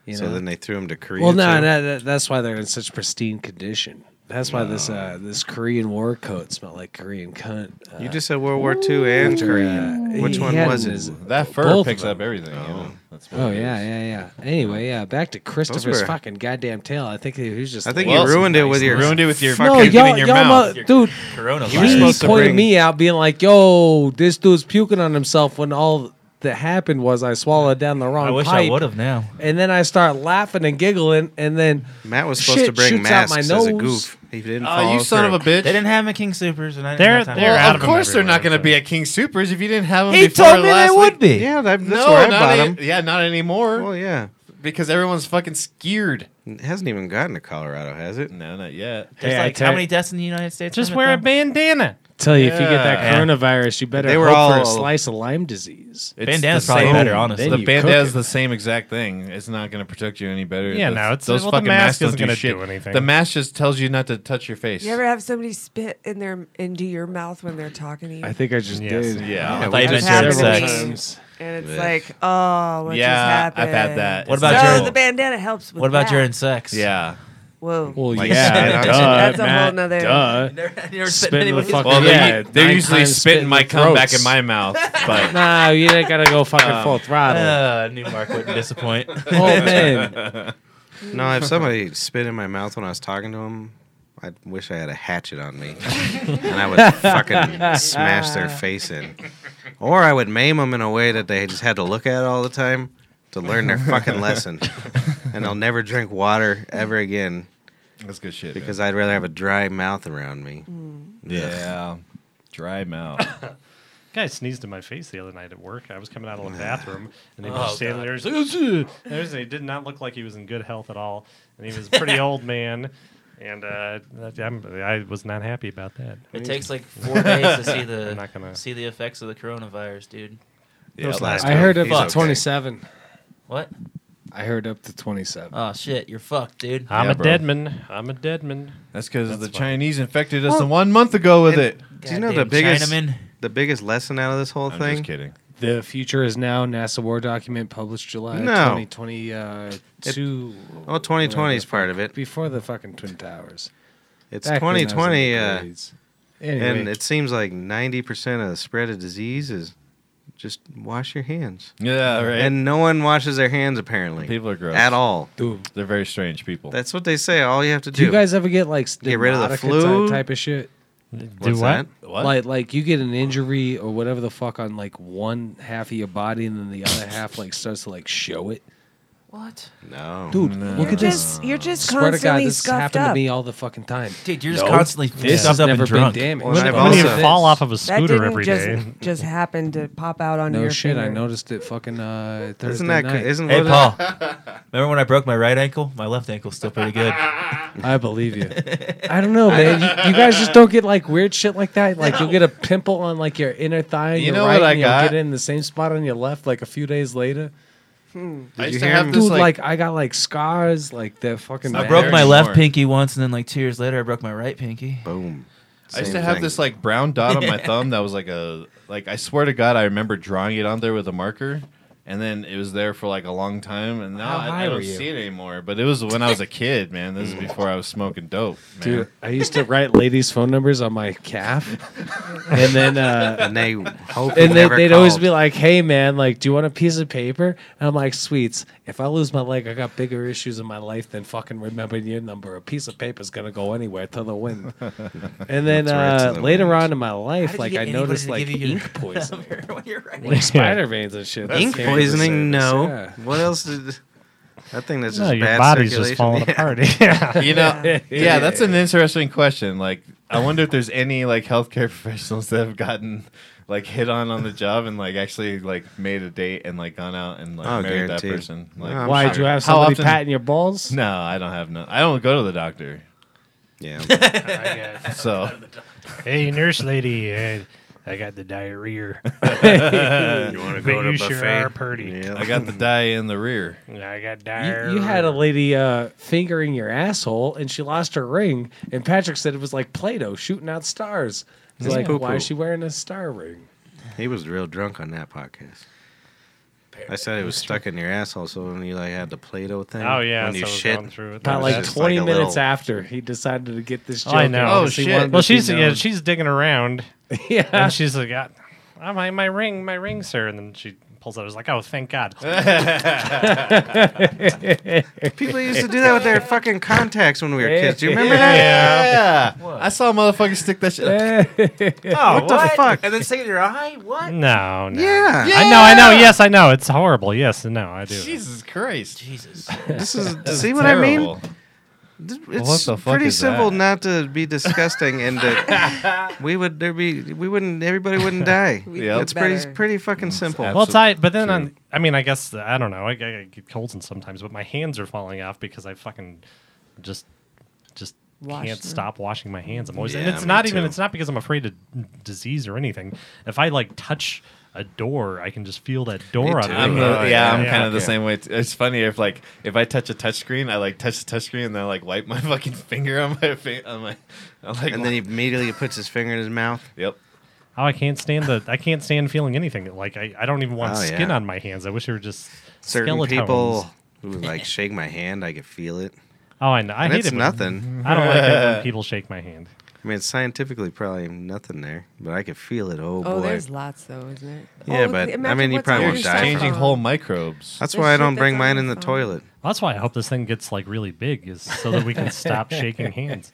Speaker 7: You
Speaker 3: so
Speaker 7: know?
Speaker 3: then they threw him to Korea.
Speaker 7: well, no,
Speaker 3: too?
Speaker 7: no, that, that's why they're in such pristine condition. That's why this uh, this Korean War coat smelled like Korean cunt. Uh,
Speaker 3: You just said World War II and Korean.
Speaker 7: he-
Speaker 3: Which
Speaker 7: he
Speaker 3: one
Speaker 7: had
Speaker 3: was
Speaker 7: in
Speaker 3: it?
Speaker 7: his-
Speaker 4: That fur
Speaker 7: Both of
Speaker 4: picks
Speaker 7: them.
Speaker 4: up everything. you know. That's what
Speaker 7: Oh
Speaker 4: it
Speaker 7: yeah,
Speaker 4: is.
Speaker 7: yeah, yeah. Anyway, yeah, back to Christopher's
Speaker 3: were-
Speaker 7: fucking goddamn tail. I think he was just.
Speaker 3: I think
Speaker 4: Well,
Speaker 3: you ruined it with
Speaker 4: You
Speaker 3: your
Speaker 4: ruined it with your
Speaker 7: no,
Speaker 4: fucking
Speaker 7: y'all,
Speaker 4: in your
Speaker 7: y'all,
Speaker 4: mouth.
Speaker 7: mo- dude.
Speaker 2: Corona.
Speaker 3: You were
Speaker 7: he
Speaker 3: supposed to
Speaker 7: pointed
Speaker 3: bring-
Speaker 7: me out, being like, "Yo, this dude's puking on himself." When all that happened was I swallowed down the wrong
Speaker 2: I wish
Speaker 7: pipe,
Speaker 2: I would have now.
Speaker 7: and then I start laughing and giggling, and then
Speaker 3: Matt was supposed
Speaker 7: shit
Speaker 3: to bring
Speaker 7: shoots out my
Speaker 3: masks as a
Speaker 7: nose.
Speaker 3: goof. He didn't.
Speaker 4: Oh,
Speaker 3: follow
Speaker 4: you son
Speaker 3: through.
Speaker 4: of a bitch.
Speaker 2: They didn't have me King Supers, and I
Speaker 6: They're-
Speaker 2: didn't have
Speaker 6: they're
Speaker 2: time.
Speaker 6: out
Speaker 4: well, of
Speaker 6: of 'em
Speaker 4: course they're not
Speaker 6: everywhere,
Speaker 4: going to be
Speaker 6: so.
Speaker 4: at King Supers if you didn't have them
Speaker 2: He
Speaker 4: before
Speaker 2: told me they
Speaker 4: last
Speaker 2: would
Speaker 4: week.
Speaker 2: be.
Speaker 3: Yeah, that, that's
Speaker 4: No,
Speaker 3: where I
Speaker 4: not
Speaker 3: bought
Speaker 4: any-
Speaker 3: him.
Speaker 4: yeah, not anymore
Speaker 3: Well, yeah,
Speaker 4: because everyone's fucking scared.
Speaker 3: it hasn't even gotten to Colorado, has it?
Speaker 4: No, not yet.
Speaker 2: There's
Speaker 7: Hey, I
Speaker 2: like
Speaker 7: tell-
Speaker 2: how many deaths in the United States?
Speaker 6: Just
Speaker 2: from it,
Speaker 6: wear a
Speaker 2: though?
Speaker 6: bandana.
Speaker 7: tell you if you get that
Speaker 4: Yeah.
Speaker 7: coronavirus, you better
Speaker 3: They were
Speaker 7: hope for
Speaker 3: all-
Speaker 7: a slice of Lyme disease.
Speaker 4: It's
Speaker 2: Bandana's
Speaker 4: the
Speaker 2: probably
Speaker 4: same-
Speaker 2: better, honestly.
Speaker 4: The
Speaker 7: Then you cook
Speaker 4: bandana's
Speaker 7: it.
Speaker 4: the same exact thing. It's not going to protect you any better.
Speaker 6: Yeah,
Speaker 4: Those-
Speaker 6: no, it's-
Speaker 4: those
Speaker 6: well, the
Speaker 4: fucking
Speaker 6: mask
Speaker 4: masks don't
Speaker 6: isn't
Speaker 4: do
Speaker 6: gonna
Speaker 4: shit.
Speaker 6: do anything.
Speaker 4: The mask just tells you not to touch your face.
Speaker 5: You ever have somebody spit in their into your mouth when they're talking to you?
Speaker 7: I think I just
Speaker 6: Yes.
Speaker 7: did.
Speaker 4: yeah,
Speaker 2: I thought you meant
Speaker 5: just had
Speaker 2: during
Speaker 5: to be-
Speaker 2: sex.
Speaker 5: and it's
Speaker 3: Ugh.
Speaker 5: like, oh, what just
Speaker 4: yeah.
Speaker 5: happened?
Speaker 4: I've had that.
Speaker 2: What
Speaker 4: It's
Speaker 2: about
Speaker 4: terrible.
Speaker 5: So
Speaker 2: your-
Speaker 5: the bandana helps with
Speaker 2: What about
Speaker 5: that.
Speaker 2: during sex?
Speaker 4: Yeah.
Speaker 5: Whoa.
Speaker 7: Well,
Speaker 3: Like,
Speaker 7: yeah,
Speaker 3: spit
Speaker 7: duh,
Speaker 3: on
Speaker 5: That's a whole
Speaker 7: Matt,
Speaker 5: nother-
Speaker 7: Duh.
Speaker 2: Never, never spit
Speaker 7: Spit in the
Speaker 2: anybody's
Speaker 7: fucking.
Speaker 4: Well,
Speaker 7: yeah,
Speaker 4: they're, they're
Speaker 7: nine
Speaker 4: usually
Speaker 7: times
Speaker 4: spitting
Speaker 7: in
Speaker 4: my
Speaker 7: their
Speaker 4: cum back in
Speaker 7: throats.
Speaker 4: my mouth, but
Speaker 7: Nah, you ain't gotta go fucking full throttle.
Speaker 2: Uh, New Mark wouldn't disappoint.
Speaker 7: oh man,
Speaker 3: No, if somebody spit in my mouth when I was talking to him, I wish I had a hatchet on me, and I would fucking smash their face in, or I would maim them in a way that they just had to look at all the time to learn their fucking lesson, and they'll never drink water ever again
Speaker 4: that's good shit.
Speaker 3: because I'd rather have a dry mouth around me.
Speaker 4: man. yeah, dry mouth.
Speaker 6: Guy sneezed in my face the other night at work. I was coming out of the bathroom, and he was just standing there. He's like, "Ugh." There's- he did not look like he was in good health at all, and he was a pretty old man. And uh, that- I'm, I was not happy about that.
Speaker 2: It takes like four days to see
Speaker 6: I'm
Speaker 2: the
Speaker 6: not gonna-
Speaker 2: see the effects of the coronavirus, dude.
Speaker 4: Yeah,
Speaker 3: Those
Speaker 4: last
Speaker 3: last
Speaker 7: I heard up
Speaker 3: He's
Speaker 7: to
Speaker 3: okay.
Speaker 7: twenty-seven.
Speaker 2: What?
Speaker 7: I heard up to twenty-seven.
Speaker 3: Uh,
Speaker 2: Oh shit, you're fucked, dude.
Speaker 6: I'm
Speaker 4: Yeah,
Speaker 6: a
Speaker 4: bro.
Speaker 6: dead man. I'm a dead man.
Speaker 4: That's because the
Speaker 6: fine.
Speaker 4: Chinese infected us one month ago with it.
Speaker 3: Do you know the
Speaker 2: Goddamn
Speaker 3: biggest
Speaker 2: Chinaman.
Speaker 3: the biggest lesson out of this whole
Speaker 4: I'm
Speaker 3: thing?
Speaker 4: just kidding.
Speaker 7: The future is now. NASA war document published July
Speaker 3: No.
Speaker 7: 2022.
Speaker 3: Oh, 2020 is part of it.
Speaker 7: Before the fucking Twin Towers.
Speaker 3: It's
Speaker 7: Back when I was in
Speaker 3: 2020,
Speaker 7: the
Speaker 3: uh,
Speaker 7: grades.
Speaker 3: and
Speaker 7: anyway,
Speaker 3: it seems like 90% of the spread of disease is just wash your hands.
Speaker 4: Yeah, right.
Speaker 3: And no one washes their hands apparently.
Speaker 4: People are gross.
Speaker 3: at all.
Speaker 7: dude,
Speaker 4: They're very strange people.
Speaker 3: That's what they say. All you have to
Speaker 7: do
Speaker 3: do.
Speaker 7: you guys ever get like
Speaker 3: Get rid of the
Speaker 7: Stenotica
Speaker 3: flu?
Speaker 7: type, type of shit?
Speaker 3: What's that?
Speaker 4: what?
Speaker 7: Like, like you get an injury or whatever the fuck on like one half of your body, and then the other half like starts to like show it.
Speaker 2: What?
Speaker 3: No.
Speaker 7: Dude, look
Speaker 5: You're
Speaker 7: at this.
Speaker 5: just you're just
Speaker 7: Swear to God,
Speaker 5: constantly
Speaker 7: this has
Speaker 5: scuffed
Speaker 7: happened
Speaker 5: up.
Speaker 7: to me all the fucking time.
Speaker 2: Dude, you're just constantly
Speaker 7: This
Speaker 2: stuffed
Speaker 7: has
Speaker 2: up
Speaker 7: never
Speaker 2: and drunk.
Speaker 7: been damaged.
Speaker 3: Well, I've
Speaker 6: When do you
Speaker 3: also-
Speaker 6: fall off of a
Speaker 5: that
Speaker 6: scooter
Speaker 5: didn't
Speaker 6: every
Speaker 5: just
Speaker 6: day.
Speaker 5: just happen to pop out onto
Speaker 7: No
Speaker 5: your
Speaker 7: shit, I
Speaker 5: finger.
Speaker 7: noticed it fucking uh, Thursday
Speaker 3: Isn't that?
Speaker 7: night.
Speaker 3: Isn't
Speaker 2: Hey,
Speaker 3: what it-
Speaker 2: Paul. Remember when I broke my right ankle? My left ankle's still pretty good.
Speaker 7: I believe you. I don't know, man. You, you guys just don't get like weird shit like that. Like you'll get a pimple on like your inner thigh, and
Speaker 4: You
Speaker 7: your
Speaker 4: know
Speaker 7: right,
Speaker 4: what I
Speaker 7: and you'll
Speaker 4: got?
Speaker 7: get it in the same spot on your left. Like a few days later,
Speaker 4: I
Speaker 3: you
Speaker 4: used to
Speaker 3: hear
Speaker 4: have
Speaker 3: him?
Speaker 4: this,
Speaker 7: dude. Like, I got like scars, like that fucking.
Speaker 4: I
Speaker 2: I broke
Speaker 4: There
Speaker 2: my
Speaker 4: anymore.
Speaker 2: left pinky once, and then like two years later, I broke my right pinky.
Speaker 3: Boom.
Speaker 4: I used
Speaker 3: Same
Speaker 4: to have
Speaker 3: thing.
Speaker 4: this like brown dot on my thumb that was like a like I swear to God I remember drawing it on there with a marker, and then it was there for like a long time, and now
Speaker 7: How
Speaker 4: I,
Speaker 7: high
Speaker 4: I don't
Speaker 7: were you?
Speaker 4: see it anymore. But it was when I was a kid, man. This is before I was smoking dope, man.
Speaker 7: Dude, I used to write ladies' phone numbers on my calf, and then uh,
Speaker 3: And they hope
Speaker 7: and they,
Speaker 3: never
Speaker 7: they'd always
Speaker 3: called.
Speaker 7: be like, "Hey, man, like, do you want a piece of paper?" And I'm like, "Sweets, if I lose my leg, I got bigger issues in my life than fucking remembering your number. A piece of paper is gonna go anywhere to the wind." And then
Speaker 3: That's right, to
Speaker 7: uh,
Speaker 3: the
Speaker 7: later
Speaker 3: wind.
Speaker 7: on in my life, like I noticed like ink poisoning, like spider veins and shit.
Speaker 3: ink
Speaker 7: That's dangerous.
Speaker 3: poisoning. No.
Speaker 7: Yeah.
Speaker 3: What else? Did, that thing that's just
Speaker 6: No, Oh, your
Speaker 3: bad
Speaker 6: body's just
Speaker 3: circulation.
Speaker 6: falling
Speaker 3: Yeah.
Speaker 6: apart. Yeah.
Speaker 4: You know, yeah, that's an interesting question. Like, I wonder if there's any like healthcare professionals that have gotten like hit on on the job and like actually like made a date and like gone out and like
Speaker 3: Oh,
Speaker 4: married
Speaker 3: guaranteed.
Speaker 4: that person. Like,
Speaker 3: No, I'm
Speaker 7: Why
Speaker 3: sure.
Speaker 7: do you have
Speaker 4: How
Speaker 7: somebody
Speaker 4: often-
Speaker 7: patting your balls?
Speaker 4: no, I don't have no. I don't go to the doctor,
Speaker 3: Yeah.
Speaker 4: so
Speaker 6: hey, nurse lady, uh, I got the diarrhea.
Speaker 3: you want to
Speaker 6: But you sure are pretty.
Speaker 3: Yeah.
Speaker 4: I got the dye in the rear.
Speaker 6: I got
Speaker 7: You,
Speaker 6: diarrhea.
Speaker 7: you had a lady uh, fingering your asshole, and she lost her ring. And Patrick said it was like Play-Doh shooting out stars. He's
Speaker 3: It's
Speaker 7: like, why
Speaker 3: poo-poo.
Speaker 7: is she wearing a star ring?
Speaker 3: He was real drunk on that podcast. I said it was stuck in your asshole, so when you like had the Play-Doh thing.
Speaker 6: Oh yeah,
Speaker 3: when you
Speaker 6: so I was
Speaker 3: shit.
Speaker 6: going through it.
Speaker 7: Not
Speaker 3: was
Speaker 7: like
Speaker 3: just
Speaker 7: twenty
Speaker 3: like a
Speaker 7: minutes
Speaker 3: little-
Speaker 7: after he decided to get this joke.
Speaker 6: Oh, I
Speaker 7: in
Speaker 6: know.
Speaker 7: because
Speaker 4: Oh,
Speaker 7: he
Speaker 4: shit.
Speaker 7: wanted
Speaker 6: well,
Speaker 7: to be
Speaker 6: she's yeah,
Speaker 7: known.
Speaker 6: she's digging around,
Speaker 7: yeah.
Speaker 6: and she's like, "Ah, ah, my my ring, my ring, sir." And then she pulls out. I was like, "Oh, thank God."
Speaker 3: People used to do that with their fucking contacts when we were kids. Do you remember that?
Speaker 4: Yeah, I saw a motherfucker stick that shit.
Speaker 2: Oh,
Speaker 3: What the fuck?
Speaker 2: And then sticking your eye? What?
Speaker 6: No, no.
Speaker 3: Yeah.
Speaker 6: I know, I know. Yes, I know. It's horrible. Yes, no, I do.
Speaker 4: Jesus Christ!
Speaker 2: Jesus.
Speaker 3: This is see what I mean.
Speaker 4: Terrible.
Speaker 3: Th- It's
Speaker 4: the fuck
Speaker 3: pretty
Speaker 4: is
Speaker 3: simple
Speaker 4: that?
Speaker 3: not to be disgusting, and that we would there be we wouldn't everybody wouldn't die.
Speaker 5: We
Speaker 4: Yep. It's
Speaker 5: did
Speaker 3: It's pretty
Speaker 5: better.
Speaker 3: pretty fucking simple.
Speaker 4: abs-
Speaker 6: Well, it's
Speaker 4: Absol-
Speaker 6: I, but then on, I mean, I guess I don't know. I, I, I get colds and sometimes, but my hands are falling off because I fucking just just
Speaker 5: Wash
Speaker 6: can't
Speaker 5: them.
Speaker 6: stop washing my hands. I'm always, and
Speaker 3: Yeah,
Speaker 6: it's
Speaker 3: me
Speaker 6: not even.
Speaker 3: too.
Speaker 6: It's not because I'm afraid of disease or anything. If I like touch a door, I can just feel that door on
Speaker 3: too.
Speaker 6: me.
Speaker 4: I'm the,
Speaker 3: Oh,
Speaker 4: yeah,
Speaker 3: yeah.
Speaker 4: I'm kind of
Speaker 3: Yeah.
Speaker 4: the same way. t- It's funny if like if I touch a touchscreen, I like touch the touchscreen and then I, like wipe my fucking finger on my fa- on my I'm like
Speaker 3: And then he immediately puts his finger in his mouth.
Speaker 4: yep.
Speaker 6: Oh, I can't stand the. I can't stand feeling anything. Like I, I don't even want
Speaker 3: Oh,
Speaker 6: skin
Speaker 3: yeah.
Speaker 6: on my hands. I wish they were just
Speaker 3: Certain
Speaker 6: skeletons.
Speaker 3: people who like shake my hand, I could feel it.
Speaker 6: Oh, I know. I
Speaker 3: And
Speaker 6: hate
Speaker 3: it's
Speaker 6: it. when-
Speaker 3: nothing.
Speaker 6: I don't like it when people shake my hand.
Speaker 3: I mean, it's scientifically probably nothing there, but I could feel it. Oh,
Speaker 5: Oh,
Speaker 3: boy.
Speaker 5: there's lots though, isn't it?
Speaker 3: Yeah,
Speaker 5: oh,
Speaker 3: but, I
Speaker 5: imagine
Speaker 3: mean, you
Speaker 5: what's
Speaker 3: probably
Speaker 5: on
Speaker 3: won't
Speaker 5: your
Speaker 3: die
Speaker 5: cell
Speaker 3: from-
Speaker 4: Changing
Speaker 5: phone.
Speaker 4: whole microbes.
Speaker 3: That's
Speaker 5: the
Speaker 3: why I
Speaker 5: shit
Speaker 3: don't bring
Speaker 5: that's
Speaker 3: mine
Speaker 5: on
Speaker 3: in the
Speaker 5: the phone.
Speaker 3: toilet.
Speaker 6: That's why I hope this thing gets like really big, is so that we can stop shaking hands.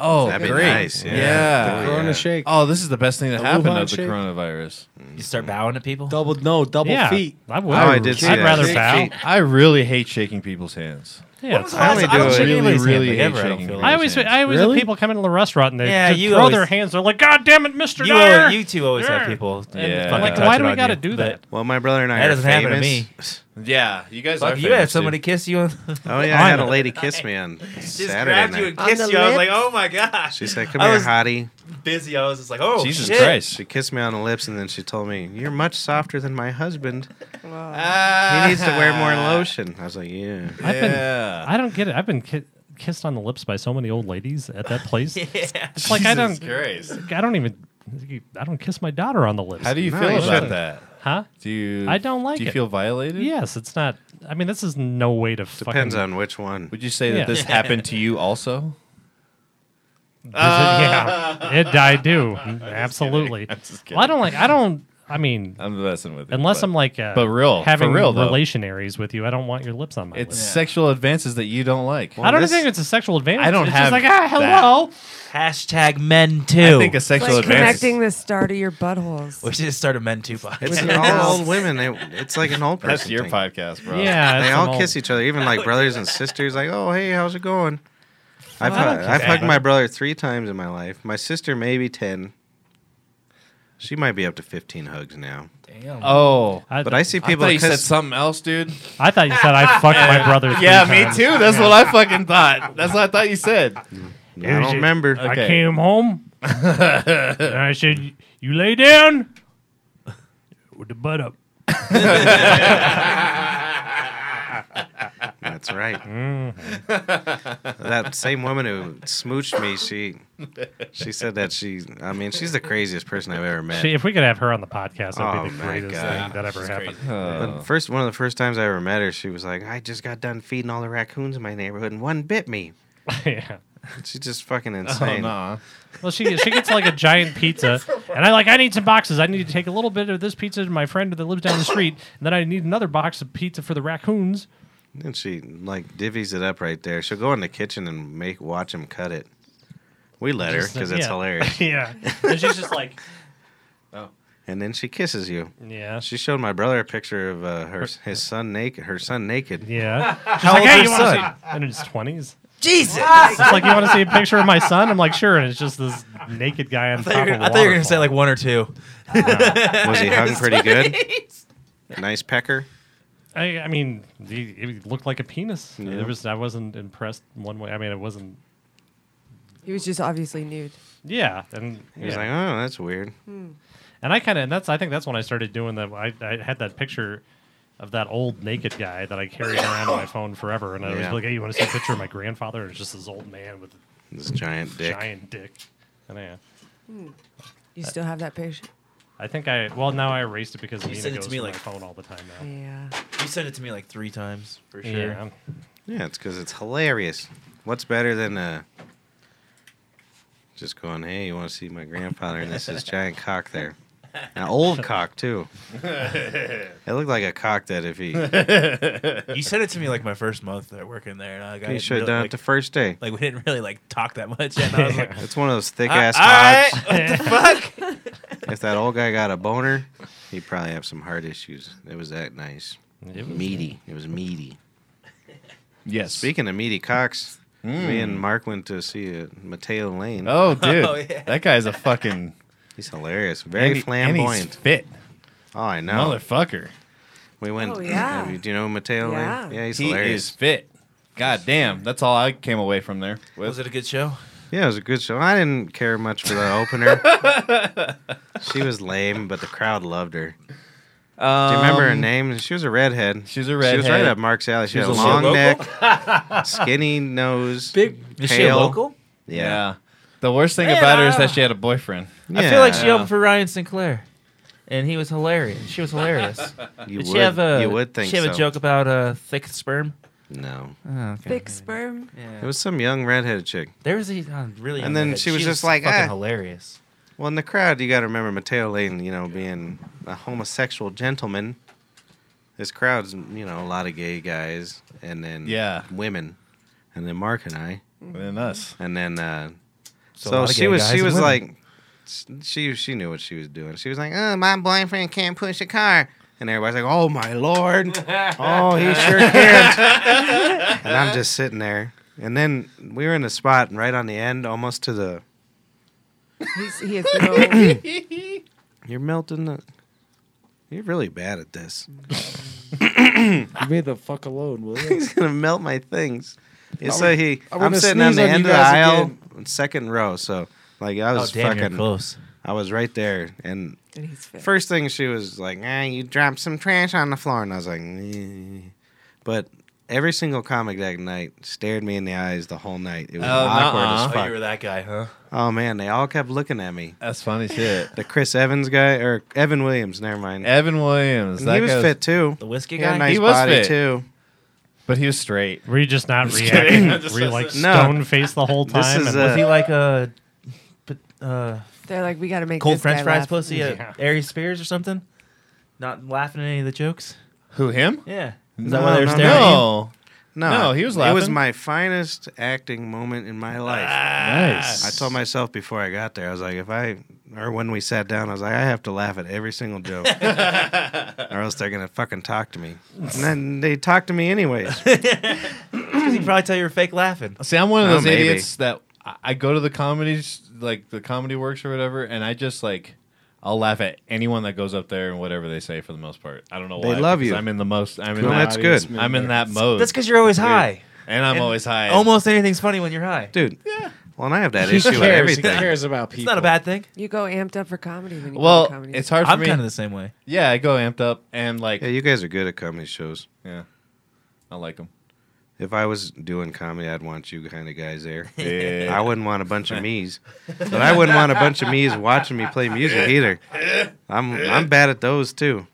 Speaker 4: Oh,
Speaker 3: That'd be
Speaker 4: great.
Speaker 3: nice. Yeah.
Speaker 4: Yeah.
Speaker 7: Corona
Speaker 3: yeah.
Speaker 7: shake.
Speaker 4: Oh, this is the best thing that
Speaker 7: The
Speaker 4: happened
Speaker 7: Wuhan
Speaker 4: of the
Speaker 7: shake.
Speaker 4: coronavirus.
Speaker 2: You start bowing at people?
Speaker 7: Double no, double
Speaker 6: yeah,
Speaker 7: feet.
Speaker 6: I would.
Speaker 3: Oh, I did see
Speaker 6: I'd
Speaker 3: that.
Speaker 6: rather
Speaker 3: Big
Speaker 6: bow.
Speaker 3: feet.
Speaker 4: I really hate shaking people's hands.
Speaker 6: Yeah,
Speaker 2: was
Speaker 6: it's-
Speaker 2: the last-
Speaker 3: I
Speaker 2: I don't
Speaker 3: do
Speaker 2: shake
Speaker 3: it.
Speaker 2: anybody's
Speaker 4: Really, really
Speaker 2: hand, but ever I
Speaker 4: hate
Speaker 2: don't
Speaker 4: shaking
Speaker 2: feel
Speaker 4: hands.
Speaker 6: I always, I always
Speaker 7: Really?
Speaker 6: have people come into the restaurant and they
Speaker 2: Yeah,
Speaker 6: just
Speaker 2: you
Speaker 6: throw
Speaker 2: always-
Speaker 6: their hands. They're like, "God damn it, Mister
Speaker 2: You,
Speaker 6: Dyer!"
Speaker 2: al- you two always have
Speaker 6: Yeah.
Speaker 2: people.
Speaker 4: Yeah.
Speaker 2: fucking
Speaker 4: Like,
Speaker 6: why
Speaker 2: touching
Speaker 6: do we
Speaker 2: on
Speaker 6: gotta
Speaker 2: you,
Speaker 6: do
Speaker 2: but
Speaker 6: that?
Speaker 3: Well, my brother and I
Speaker 2: That
Speaker 3: are
Speaker 2: doesn't happen to
Speaker 3: famous.
Speaker 2: me.
Speaker 4: Yeah, you guys
Speaker 2: Fuck,
Speaker 4: are.
Speaker 2: you had somebody kiss you on the
Speaker 3: Oh yeah, I had a
Speaker 6: know.
Speaker 3: lady kiss me on
Speaker 2: just
Speaker 3: Saturday
Speaker 2: grabbed you
Speaker 3: night.
Speaker 2: and kissed
Speaker 5: the
Speaker 2: you. I was
Speaker 5: lips?
Speaker 2: like, oh my gosh.
Speaker 3: She said, "Come
Speaker 2: I
Speaker 3: here,
Speaker 2: was-
Speaker 3: hottie."
Speaker 2: busy. I was just like, oh
Speaker 4: Jesus
Speaker 2: shit.
Speaker 4: Christ.
Speaker 3: She kissed me on the lips, and then she told me, "You're much softer than my husband.
Speaker 5: Wow.
Speaker 3: He needs to wear more lotion." I was like, "Yeah."
Speaker 6: I've been,
Speaker 4: Yeah.
Speaker 6: I don't get it. I've been ki- kissed on the lips by so many old ladies at that place.
Speaker 2: Yeah.
Speaker 6: It's like I
Speaker 4: Jesus
Speaker 6: don't,
Speaker 4: Christ.
Speaker 6: I don't even, I don't kiss my daughter on the lips.
Speaker 4: How do you
Speaker 3: No, you
Speaker 4: feel about
Speaker 3: shouldn't.
Speaker 4: that?
Speaker 6: Huh?
Speaker 4: Do you?
Speaker 6: I don't like
Speaker 4: Do you
Speaker 6: it.
Speaker 4: feel violated?
Speaker 6: Yes, it's not. I mean, this is no way to
Speaker 3: Depends
Speaker 6: fucking,
Speaker 3: on which one.
Speaker 4: Would you say
Speaker 6: Yeah.
Speaker 4: that this happened to you also? Uh.
Speaker 6: Is it- yeah, it, I do. Mm, Absolutely.
Speaker 4: I'm just
Speaker 6: Well, I don't like. I don't. I mean,
Speaker 4: I'm messing with you.
Speaker 6: unless
Speaker 4: but-
Speaker 6: I'm like uh,
Speaker 4: but real, for
Speaker 6: having
Speaker 4: real, though.
Speaker 6: relationaries with you, I don't want your lips on my
Speaker 4: It's
Speaker 6: lips.
Speaker 4: sexual advances that you don't like.
Speaker 6: I don't
Speaker 3: This-
Speaker 6: think it's a sexual advantage.
Speaker 4: I don't
Speaker 6: it's
Speaker 4: have
Speaker 6: just like ah,
Speaker 4: that.
Speaker 6: hello.
Speaker 2: Hashtag men
Speaker 4: I
Speaker 2: too.
Speaker 4: think a
Speaker 5: It's
Speaker 4: sexual
Speaker 5: like
Speaker 4: advance.
Speaker 5: connecting the star to your buttholes.
Speaker 2: we should just start a men too podcast.
Speaker 3: It's
Speaker 5: With
Speaker 3: an
Speaker 5: your
Speaker 3: all
Speaker 5: mouth.
Speaker 3: old women. It- It's like an old person.
Speaker 4: That's your
Speaker 3: thing.
Speaker 4: podcast, bro.
Speaker 6: Yeah,
Speaker 3: They
Speaker 6: it's
Speaker 3: all
Speaker 6: an
Speaker 3: kiss
Speaker 6: old-
Speaker 3: each other, even like brothers and sisters. Like, oh hey, how's it going? I've
Speaker 6: I don't
Speaker 3: hu-
Speaker 6: kiss
Speaker 3: I've hugged
Speaker 6: anybody.
Speaker 3: my brother three times in my life. My sister maybe ten. She might be up to fifteen hugs now.
Speaker 4: Oh.
Speaker 6: I,
Speaker 3: But I see people.
Speaker 4: I thought you said
Speaker 3: kiss-
Speaker 4: something else, dude.
Speaker 6: I thought you said I fucked my brother. three
Speaker 4: Yeah, me
Speaker 6: times.
Speaker 4: too. That's what I fucking thought. That's what I thought you said.
Speaker 3: I don't remember.
Speaker 6: I
Speaker 4: Okay.
Speaker 6: came home and I said, "You lay down with the butt up."
Speaker 3: That's right. that same woman who smooched me, she she said that she. I mean, she's the craziest person I've ever met.
Speaker 6: See, if we could have her on the podcast, that'd
Speaker 3: Oh,
Speaker 6: be the
Speaker 3: my
Speaker 6: greatest
Speaker 3: God.
Speaker 6: thing that ever happened.
Speaker 3: But Uh, first, one of the first times I ever met her, she was like, "I just got done feeding all the raccoons in my neighborhood, and one bit me."
Speaker 6: yeah.
Speaker 3: She's just fucking
Speaker 4: Oh,
Speaker 3: insane.
Speaker 4: nah.
Speaker 6: Well, she she gets like a giant pizza, and I like I need some boxes. I need to take a little bit of this pizza to my friend that lives down the street, and then I need another box of pizza for the raccoons.
Speaker 3: And she like divvies it up right there. She'll go in the kitchen and make watch him cut it. We let her
Speaker 6: Just, uh,
Speaker 3: because it's
Speaker 6: yeah.
Speaker 3: hilarious.
Speaker 6: yeah, and she's just like,
Speaker 3: And then she kisses you.
Speaker 6: yeah,
Speaker 3: She showed my brother a picture of uh, her his son naked. Her son naked.
Speaker 6: yeah. She's like, hey, you want to see? And it's twenties.
Speaker 2: Jesus!
Speaker 6: It's like you want to see a picture of my son? I'm like, sure. And it's just this naked guy on
Speaker 2: I thought you
Speaker 6: top
Speaker 2: were
Speaker 6: of
Speaker 2: gonna,
Speaker 6: a
Speaker 2: I thought you were gonna
Speaker 6: waterfall.
Speaker 2: say like one or two.
Speaker 3: Was he hung pretty good? Nice pecker.
Speaker 6: I, I mean, he, it looked like a penis. It was. I wasn't impressed one way. I mean, it wasn't.
Speaker 5: He was just obviously nude.
Speaker 6: Yeah, and
Speaker 3: He was
Speaker 6: yeah.
Speaker 3: like, "Oh, that's weird."
Speaker 6: and I kind of and that's I think that's when I started doing that. I, I had that picture of that old naked guy that I carried around on my phone forever, and I was
Speaker 3: Yeah.
Speaker 6: like, "Hey, you want to see a picture of my grandfather?" And it's just this old man with a
Speaker 3: This giant dick.
Speaker 6: giant dick. And I,
Speaker 5: You still have that picture?
Speaker 6: I think I well now I erased it because Nina
Speaker 2: sent it
Speaker 6: goes
Speaker 2: to me,
Speaker 6: to
Speaker 2: like-
Speaker 6: my phone all the time now.
Speaker 5: Yeah.
Speaker 2: You sent it to me like three times for sure.
Speaker 6: Yeah,
Speaker 3: Yeah, it's because it's hilarious. What's better than uh, just going, "Hey, you want to see my grandfather?" And this is giant cock there, an old cock too. it looked like a cock that if he
Speaker 2: You sent it to me like my first month that working there, and I got
Speaker 3: he should have done
Speaker 2: like,
Speaker 3: it the first day.
Speaker 2: like we didn't really like talk that much, yet, and I was like,
Speaker 3: It's one of those thick
Speaker 2: "Ah,
Speaker 3: ass
Speaker 2: all
Speaker 3: cocks.
Speaker 2: right, what the fuck?
Speaker 3: If that old guy got a boner, he'd probably have some heart issues. It was that nice,
Speaker 6: It was-
Speaker 3: meaty. It was meaty.
Speaker 4: Yes.
Speaker 3: Speaking of meaty cocks, me and Mark went to see uh, Mateo Lane.
Speaker 4: Oh, dude.
Speaker 2: Oh, yeah.
Speaker 4: That guy's a fucking.
Speaker 3: He's hilarious, very
Speaker 4: and he- and he's
Speaker 3: flamboyant.
Speaker 4: fit.
Speaker 3: Oh, I know.
Speaker 4: Motherfucker.
Speaker 3: We went.
Speaker 5: Oh, yeah.
Speaker 3: uh, Do you know Mateo?
Speaker 5: Yeah.
Speaker 3: Lane? yeah he's
Speaker 4: he
Speaker 3: hilarious.
Speaker 4: is fit. God damn. That's all I came away from there. With.
Speaker 2: Was it a good show?
Speaker 3: Yeah, it was a good show. I didn't care much for the opener. she was lame, but the crowd loved her. Do you remember her name? She was a redhead.
Speaker 4: She's a
Speaker 3: She was right
Speaker 4: redhead.
Speaker 3: up Mark's alley. She,
Speaker 4: She
Speaker 3: had a
Speaker 4: was a
Speaker 3: long
Speaker 4: local?
Speaker 3: neck, skinny nose.
Speaker 7: Big
Speaker 2: Is she a
Speaker 3: Pale.
Speaker 2: local?
Speaker 4: Yeah.
Speaker 3: Yeah.
Speaker 4: The worst thing
Speaker 2: Man,
Speaker 4: about her is
Speaker 2: I-
Speaker 4: that she had a boyfriend.
Speaker 2: I feel like she
Speaker 3: Yeah.
Speaker 2: opened for Ryan Sinclair, and he was hilarious. She was hilarious.
Speaker 3: You would,
Speaker 2: Did she have a?
Speaker 3: you would think
Speaker 2: she have
Speaker 3: so.
Speaker 2: a joke about uh, thick sperm?
Speaker 3: No.
Speaker 2: Oh, okay.
Speaker 5: Big sperm.
Speaker 2: Yeah.
Speaker 3: It was some young redheaded chick.
Speaker 2: There was a oh, really,
Speaker 3: And
Speaker 2: young
Speaker 3: then
Speaker 2: redhead.
Speaker 3: she was just like,
Speaker 2: fucking
Speaker 3: "Ah."
Speaker 2: hilarious.
Speaker 3: Well, in the crowd, you got to remember Mateo Lane, you know, being a homosexual gentleman. This crowd's, you know, a lot of gay guys and then
Speaker 4: Yeah.
Speaker 3: women. And then Mark and I.
Speaker 4: Than us.
Speaker 3: And then uh
Speaker 2: a lot
Speaker 3: so,
Speaker 2: of
Speaker 3: she
Speaker 2: gay
Speaker 3: was
Speaker 2: guys
Speaker 3: she
Speaker 2: and
Speaker 3: was
Speaker 2: women.
Speaker 3: like she she knew what she was doing. She was like, "Oh, my boyfriend can't push a car." And everybody's like, "Oh my lord. Oh, he sure can." and I'm just sitting there. And then we were in a spot right on the end almost to the
Speaker 5: He's, he has no.
Speaker 3: You're melting the You're really bad at this.
Speaker 7: You made the fuck alone, will you?
Speaker 3: He's gonna melt my things. And
Speaker 7: I
Speaker 3: so
Speaker 7: would-
Speaker 3: he,
Speaker 7: I wouldn't
Speaker 3: I'm
Speaker 7: have
Speaker 3: sitting on
Speaker 7: sneezed
Speaker 3: the
Speaker 7: on
Speaker 3: end
Speaker 7: you
Speaker 3: of the
Speaker 7: guys
Speaker 3: aisle,
Speaker 7: again.
Speaker 3: second row. So like I
Speaker 2: Oh
Speaker 3: was
Speaker 2: damn, you're
Speaker 3: fucking,
Speaker 2: close.
Speaker 3: I was right there, and
Speaker 5: and he's fit.
Speaker 3: First thing she was like, "Ah, you dropped some trash on the floor," and I was like, "Eh." "But every single comic that night stared me in the eyes the whole night. It was
Speaker 4: Oh,
Speaker 3: awkward
Speaker 4: nuh-uh.
Speaker 3: as
Speaker 2: Oh, you
Speaker 3: fuck.
Speaker 2: were that guy, huh?
Speaker 3: Oh man, they all kept looking at me.
Speaker 4: That's funny shit.
Speaker 3: The Chris Evans guy or Evan Williams, never mind.
Speaker 4: Evan Williams.
Speaker 3: And
Speaker 4: That
Speaker 3: he was
Speaker 4: guy
Speaker 3: fit too.
Speaker 2: The whiskey
Speaker 3: He had
Speaker 2: guy.
Speaker 3: a nice
Speaker 4: He was
Speaker 3: body
Speaker 4: fit.
Speaker 3: too.
Speaker 4: But he was straight.
Speaker 6: Were you just not
Speaker 4: kidding.
Speaker 6: reacting?
Speaker 4: I just
Speaker 6: Were you
Speaker 4: was
Speaker 6: like
Speaker 3: like- No.
Speaker 6: stone faced the whole
Speaker 3: This
Speaker 6: time?
Speaker 3: is
Speaker 6: and
Speaker 3: a-
Speaker 2: Was he like a, p- uh,
Speaker 5: They're like, we got to make
Speaker 2: Cold
Speaker 5: this
Speaker 2: French
Speaker 5: guy
Speaker 2: fries
Speaker 5: laugh.
Speaker 2: pussy at
Speaker 6: Yeah.
Speaker 2: Aries Spears or something? Not laughing at any of the jokes?
Speaker 4: Who him?
Speaker 2: Yeah. Is
Speaker 3: No,
Speaker 2: that why they were
Speaker 3: no,
Speaker 2: staring at you?
Speaker 4: No.
Speaker 3: No,
Speaker 4: No, he was
Speaker 3: It was
Speaker 4: laughing.
Speaker 3: my finest acting moment in my life.
Speaker 6: Nice.
Speaker 3: I told myself before I got there, I was like, if I, or when we sat down, I was like, I have to laugh at every single joke, or else they're gonna fucking talk to me. And then they talk to me anyways.
Speaker 2: You probably tell you were fake laughing.
Speaker 4: See, I'm one of
Speaker 3: Oh,
Speaker 4: those
Speaker 3: maybe.
Speaker 4: idiots that I- I go to the comedies, like the comedy works or whatever, and I just like I'll laugh at anyone that goes up there and whatever they say for the most part. I don't know
Speaker 3: They
Speaker 4: why.
Speaker 3: love
Speaker 4: because
Speaker 3: you.
Speaker 4: I'm in the most. I'm in
Speaker 3: Well,
Speaker 4: that.
Speaker 3: that's good.
Speaker 4: I'm in that mode.
Speaker 2: That's because you're always
Speaker 4: Weird.
Speaker 2: high.
Speaker 4: and I'm
Speaker 2: And
Speaker 4: always high.
Speaker 2: Almost anything's funny when you're high.
Speaker 3: dude. Yeah. Well, and I have that
Speaker 7: He
Speaker 3: issue
Speaker 7: cares.
Speaker 3: with
Speaker 7: He
Speaker 3: everything.
Speaker 7: cares about people.
Speaker 2: It's not a bad thing.
Speaker 5: You go amped up for comedy when you go to
Speaker 4: Well,
Speaker 5: comedy.
Speaker 4: it's hard for
Speaker 2: I'm
Speaker 4: me.
Speaker 2: kind of the same way.
Speaker 4: yeah, I go amped up and like
Speaker 3: Yeah,
Speaker 4: yeah,
Speaker 3: you guys are good at comedy shows.
Speaker 4: I like them.
Speaker 3: If I was doing comedy, I'd want you kind of guys there.
Speaker 4: Yeah.
Speaker 3: I wouldn't want a bunch of me's, but I wouldn't want a bunch of me's watching me play music either. I'm I'm bad at those too.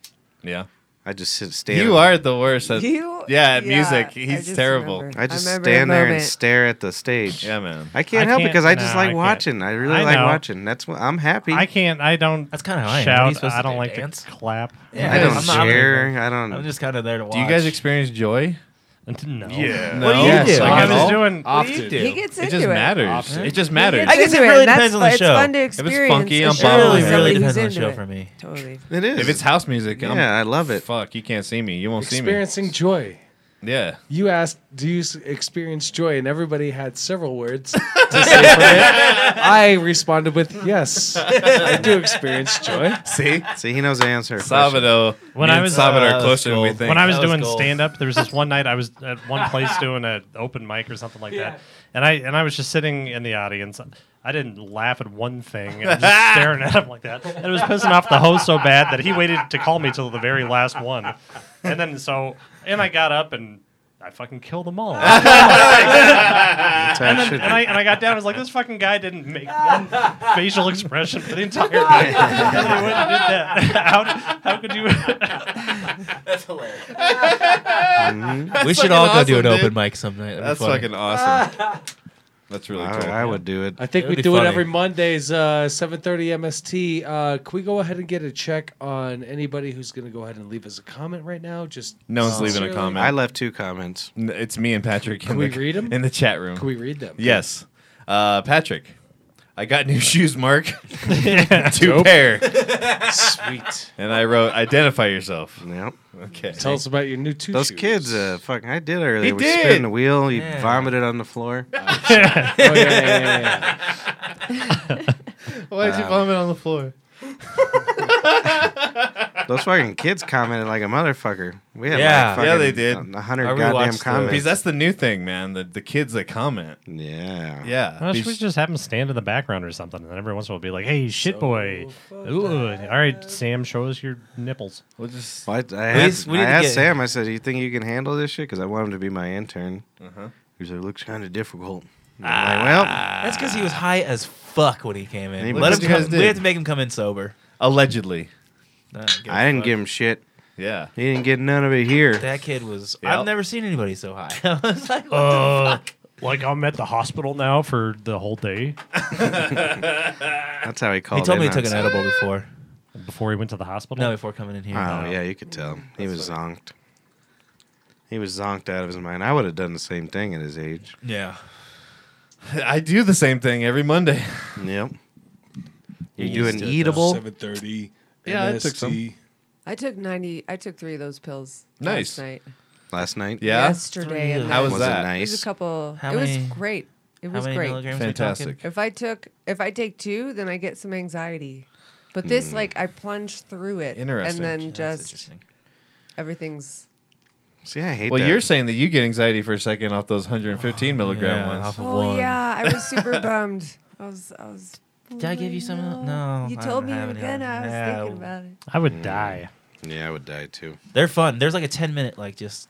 Speaker 4: yeah.
Speaker 3: I just sit stare.
Speaker 4: You are the worst. At,
Speaker 5: you,
Speaker 4: yeah, at music.
Speaker 5: I
Speaker 4: He's
Speaker 5: just
Speaker 4: terrible.
Speaker 5: remembered.
Speaker 3: I just
Speaker 5: remember a
Speaker 3: stand there and
Speaker 5: moment.
Speaker 3: stare at the stage.
Speaker 4: Yeah, man.
Speaker 3: I can't
Speaker 6: I
Speaker 3: help
Speaker 6: can't-
Speaker 3: because I just
Speaker 6: no, I
Speaker 3: like
Speaker 6: can't.
Speaker 3: watching. I really
Speaker 6: I
Speaker 3: like
Speaker 6: know.
Speaker 3: watching. That's what I'm happy.
Speaker 6: I
Speaker 3: I,
Speaker 6: can't. I don't.
Speaker 2: That's kinda how I am. What are you
Speaker 6: shout.
Speaker 2: supposed
Speaker 6: I
Speaker 2: to
Speaker 6: don't
Speaker 2: do,
Speaker 6: like
Speaker 2: dance?
Speaker 6: to clap.
Speaker 2: Yeah,
Speaker 3: don't
Speaker 2: I'm not-
Speaker 3: share. I don't.
Speaker 2: I'm just kind of there to watch.
Speaker 4: Do you guys experience joy?
Speaker 6: no.
Speaker 4: No.
Speaker 2: do you
Speaker 4: Yes,
Speaker 2: do?
Speaker 4: like
Speaker 6: I
Speaker 4: at
Speaker 6: was
Speaker 4: all?
Speaker 6: doing.
Speaker 7: Often.
Speaker 5: He gets
Speaker 4: It
Speaker 5: into
Speaker 4: just
Speaker 5: it.
Speaker 4: matters.
Speaker 5: Often.
Speaker 4: It just matters.
Speaker 2: I guess it
Speaker 5: Into
Speaker 2: really
Speaker 5: That's-
Speaker 2: depends on the
Speaker 5: it's
Speaker 2: show.
Speaker 5: fun to
Speaker 4: it's
Speaker 5: experience.
Speaker 4: funky, I'm
Speaker 5: especially
Speaker 4: bothered
Speaker 5: with
Speaker 4: by it.
Speaker 5: somebody
Speaker 2: Really
Speaker 5: who's
Speaker 2: depends on the
Speaker 5: into
Speaker 2: show
Speaker 5: it.
Speaker 2: for me.
Speaker 5: Totally.
Speaker 3: it is.
Speaker 4: If it's house music, I'm,
Speaker 3: yeah, I love it.
Speaker 4: fuck, you can't see me. You won't see me.
Speaker 7: Experiencing joy.
Speaker 4: Yeah.
Speaker 7: You asked, "Do you s- experience joy?" And everybody had several words to say for it. I responded with, "Yes, I do experience joy."
Speaker 4: See?
Speaker 3: See, he knows the answer.
Speaker 4: Salvador.
Speaker 6: When
Speaker 4: me
Speaker 6: I
Speaker 4: and
Speaker 6: was-
Speaker 4: Salvador
Speaker 6: uh,
Speaker 4: are
Speaker 6: that
Speaker 4: closer than we
Speaker 6: cool.
Speaker 4: think.
Speaker 6: When I was
Speaker 2: That was
Speaker 6: doing
Speaker 2: gold.
Speaker 6: stand up, there was this one night I was at one place doing an open mic or something like that, and I and I was just sitting in the audience. I didn't laugh at one thing, and I'm just staring at him like that, and it was pissing off the host so bad that he waited to call me till the very last one, and then so and I got up and. I fucking killed them all, and,
Speaker 3: And,
Speaker 6: then, and I and I got down. I was like, this fucking guy didn't make one facial expression for the entire night. And they went and did that. How, how could you?
Speaker 2: we should
Speaker 4: fucking
Speaker 2: all go do
Speaker 4: awesome,
Speaker 2: an open
Speaker 4: dude.
Speaker 2: mic some night. That'd be
Speaker 4: That's
Speaker 2: funny.
Speaker 4: fucking awesome. That's really cool.
Speaker 3: I, I would do it.
Speaker 7: I think
Speaker 2: That
Speaker 7: we
Speaker 2: would be
Speaker 7: do
Speaker 2: funny.
Speaker 7: it every Mondays, uh, seven thirty MST. Uh, can we go ahead and get a check on anybody who's going to go ahead and leave us a comment right now? Just
Speaker 4: No one's leaving a
Speaker 7: sincerely.
Speaker 4: comment.
Speaker 3: I left two comments.
Speaker 4: N- It's me and Patrick in,
Speaker 7: Can we
Speaker 4: the,
Speaker 7: read 'em?
Speaker 4: in the chat room.
Speaker 7: Can we read them?
Speaker 4: Yes. Uh, Patrick, I got new shoes, Mark. Two pair.
Speaker 7: Sweet.
Speaker 4: And I wrote, identify yourself.
Speaker 3: Yep.
Speaker 4: Okay.
Speaker 7: Tell us about your new Oh, two.
Speaker 3: Those
Speaker 7: shoes.
Speaker 3: kids, uh, fucking, I did earlier.
Speaker 4: He
Speaker 3: we
Speaker 4: did.
Speaker 3: spinning the wheel. You
Speaker 2: Yeah.
Speaker 3: vomited on the floor.
Speaker 7: Oh, yeah, yeah, yeah, yeah.
Speaker 4: Why'd you vomit on the floor?
Speaker 3: Those fucking kids commented like a motherfucker. We had
Speaker 2: Yeah.
Speaker 3: like
Speaker 4: Yeah, they
Speaker 3: fucking
Speaker 4: did.
Speaker 3: a hundred
Speaker 2: I rewatched
Speaker 3: goddamn
Speaker 2: those.
Speaker 4: Because
Speaker 3: comments.
Speaker 4: that's the new thing, man. The, the kids that comment.
Speaker 3: yeah.
Speaker 4: Yeah.
Speaker 6: Why don't
Speaker 4: These-
Speaker 6: we just have him stand in the background or something, and then every once in a while be like, "Hey, shit boy, ooh, all right, Sam, show us your nipples."
Speaker 4: we'll just-
Speaker 3: Well, I, I,
Speaker 2: We
Speaker 3: asked,
Speaker 2: just- we need
Speaker 3: I
Speaker 2: to
Speaker 3: asked
Speaker 2: get-
Speaker 3: Sam. I said, "Do you think you can handle this shit?" Because I want him to be my intern.
Speaker 2: Uh-huh.
Speaker 3: He was like, "Looks kind of difficult." And
Speaker 2: Ah,
Speaker 3: I'm like, well,
Speaker 2: That's because he was high as fuck when he came in.
Speaker 3: Anybody-
Speaker 2: Let
Speaker 4: Look what
Speaker 2: him
Speaker 4: you guys
Speaker 2: come, we
Speaker 4: did.
Speaker 2: had to make him come in sober.
Speaker 4: allegedly.
Speaker 2: I don't give a
Speaker 3: I didn't
Speaker 2: fuck.
Speaker 3: give him shit.
Speaker 4: Yeah.
Speaker 3: He didn't get none of it here.
Speaker 2: That kid was.
Speaker 4: Yeah.
Speaker 2: I've never seen anybody so high. I
Speaker 4: Oh,
Speaker 2: was like, what
Speaker 6: Uh, like I'm at the hospital now for the whole day
Speaker 3: That's how he
Speaker 2: the-
Speaker 3: called.
Speaker 2: he told
Speaker 3: in
Speaker 2: me he
Speaker 3: on
Speaker 2: took an
Speaker 3: Sam.
Speaker 2: edible before.
Speaker 6: before he went to the hospital.
Speaker 2: No, before coming in here.
Speaker 3: Oh yeah, you could tell. He was zonked. He was zonked out of his mind. I would have done the same thing at his age.
Speaker 2: Yeah.
Speaker 4: I do the same thing every Monday.
Speaker 3: Yep. You
Speaker 2: He
Speaker 3: do
Speaker 2: used
Speaker 3: an
Speaker 2: to it, though.
Speaker 3: eatable.
Speaker 8: Seven thirty.
Speaker 4: Yeah, I took some.
Speaker 5: I took ninety. I took three of those pills.
Speaker 4: Nice.
Speaker 5: Last night.
Speaker 3: Last night.
Speaker 4: Yeah.
Speaker 5: Yesterday.
Speaker 2: Three of
Speaker 5: and
Speaker 4: How
Speaker 5: then-
Speaker 4: was
Speaker 3: Was it
Speaker 4: that?
Speaker 5: It was
Speaker 3: nice?
Speaker 5: a couple.
Speaker 2: How
Speaker 5: it
Speaker 2: many-
Speaker 5: was great. It
Speaker 2: How
Speaker 5: was
Speaker 2: many
Speaker 5: great.
Speaker 2: milligrams? Are we
Speaker 4: Fantastic.
Speaker 2: talking?
Speaker 5: If I took, if I take two, then I get some anxiety. But this, like, I plunged through it,
Speaker 4: Hmm. Interesting.
Speaker 5: and then
Speaker 2: That's
Speaker 5: just
Speaker 2: interesting.
Speaker 5: everything's.
Speaker 3: See, I hate
Speaker 4: Well,
Speaker 3: that.
Speaker 4: you're saying that you get anxiety for a second off those 115 milligram
Speaker 2: Yeah,
Speaker 4: ones.
Speaker 2: off of
Speaker 5: Oh
Speaker 2: one.
Speaker 5: yeah, I was super bummed. I was, I was.
Speaker 2: Did I give you some? of that? No.
Speaker 5: You
Speaker 2: Oh, I don't
Speaker 5: told me you
Speaker 2: have
Speaker 5: were
Speaker 2: any
Speaker 5: gonna. I was
Speaker 2: Yeah.
Speaker 5: thinking about it.
Speaker 6: I would die.
Speaker 3: Yeah, I would die too.
Speaker 2: They're fun. There's like a 10 minute like just.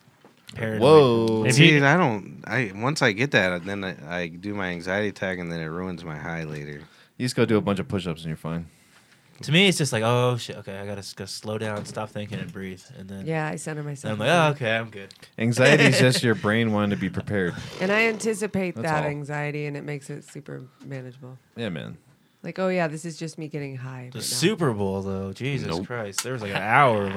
Speaker 2: Paranoid.
Speaker 4: Whoa.
Speaker 6: If
Speaker 3: See,
Speaker 6: you,
Speaker 3: I don't. I once I get that, then I, I do my anxiety attack, and then it ruins my high later.
Speaker 4: You just go do a bunch of push ups and you're fine.
Speaker 2: To me, it's just like, oh shit. Okay, I gotta, s- gotta slow down, stop thinking, and breathe, and then.
Speaker 5: Yeah, I sent her myself.
Speaker 2: Then I'm like, oh, okay, I'm good.
Speaker 4: Anxiety is just your brain wanting to be prepared.
Speaker 5: And I anticipate
Speaker 4: That's
Speaker 5: that
Speaker 4: all.
Speaker 5: anxiety, and it makes it super manageable.
Speaker 4: Yeah, man.
Speaker 5: Like, oh yeah, this is just me getting high. right
Speaker 2: The
Speaker 5: now.
Speaker 2: Super Bowl, though, Jesus
Speaker 3: Nope.
Speaker 2: Christ, there was like an hour of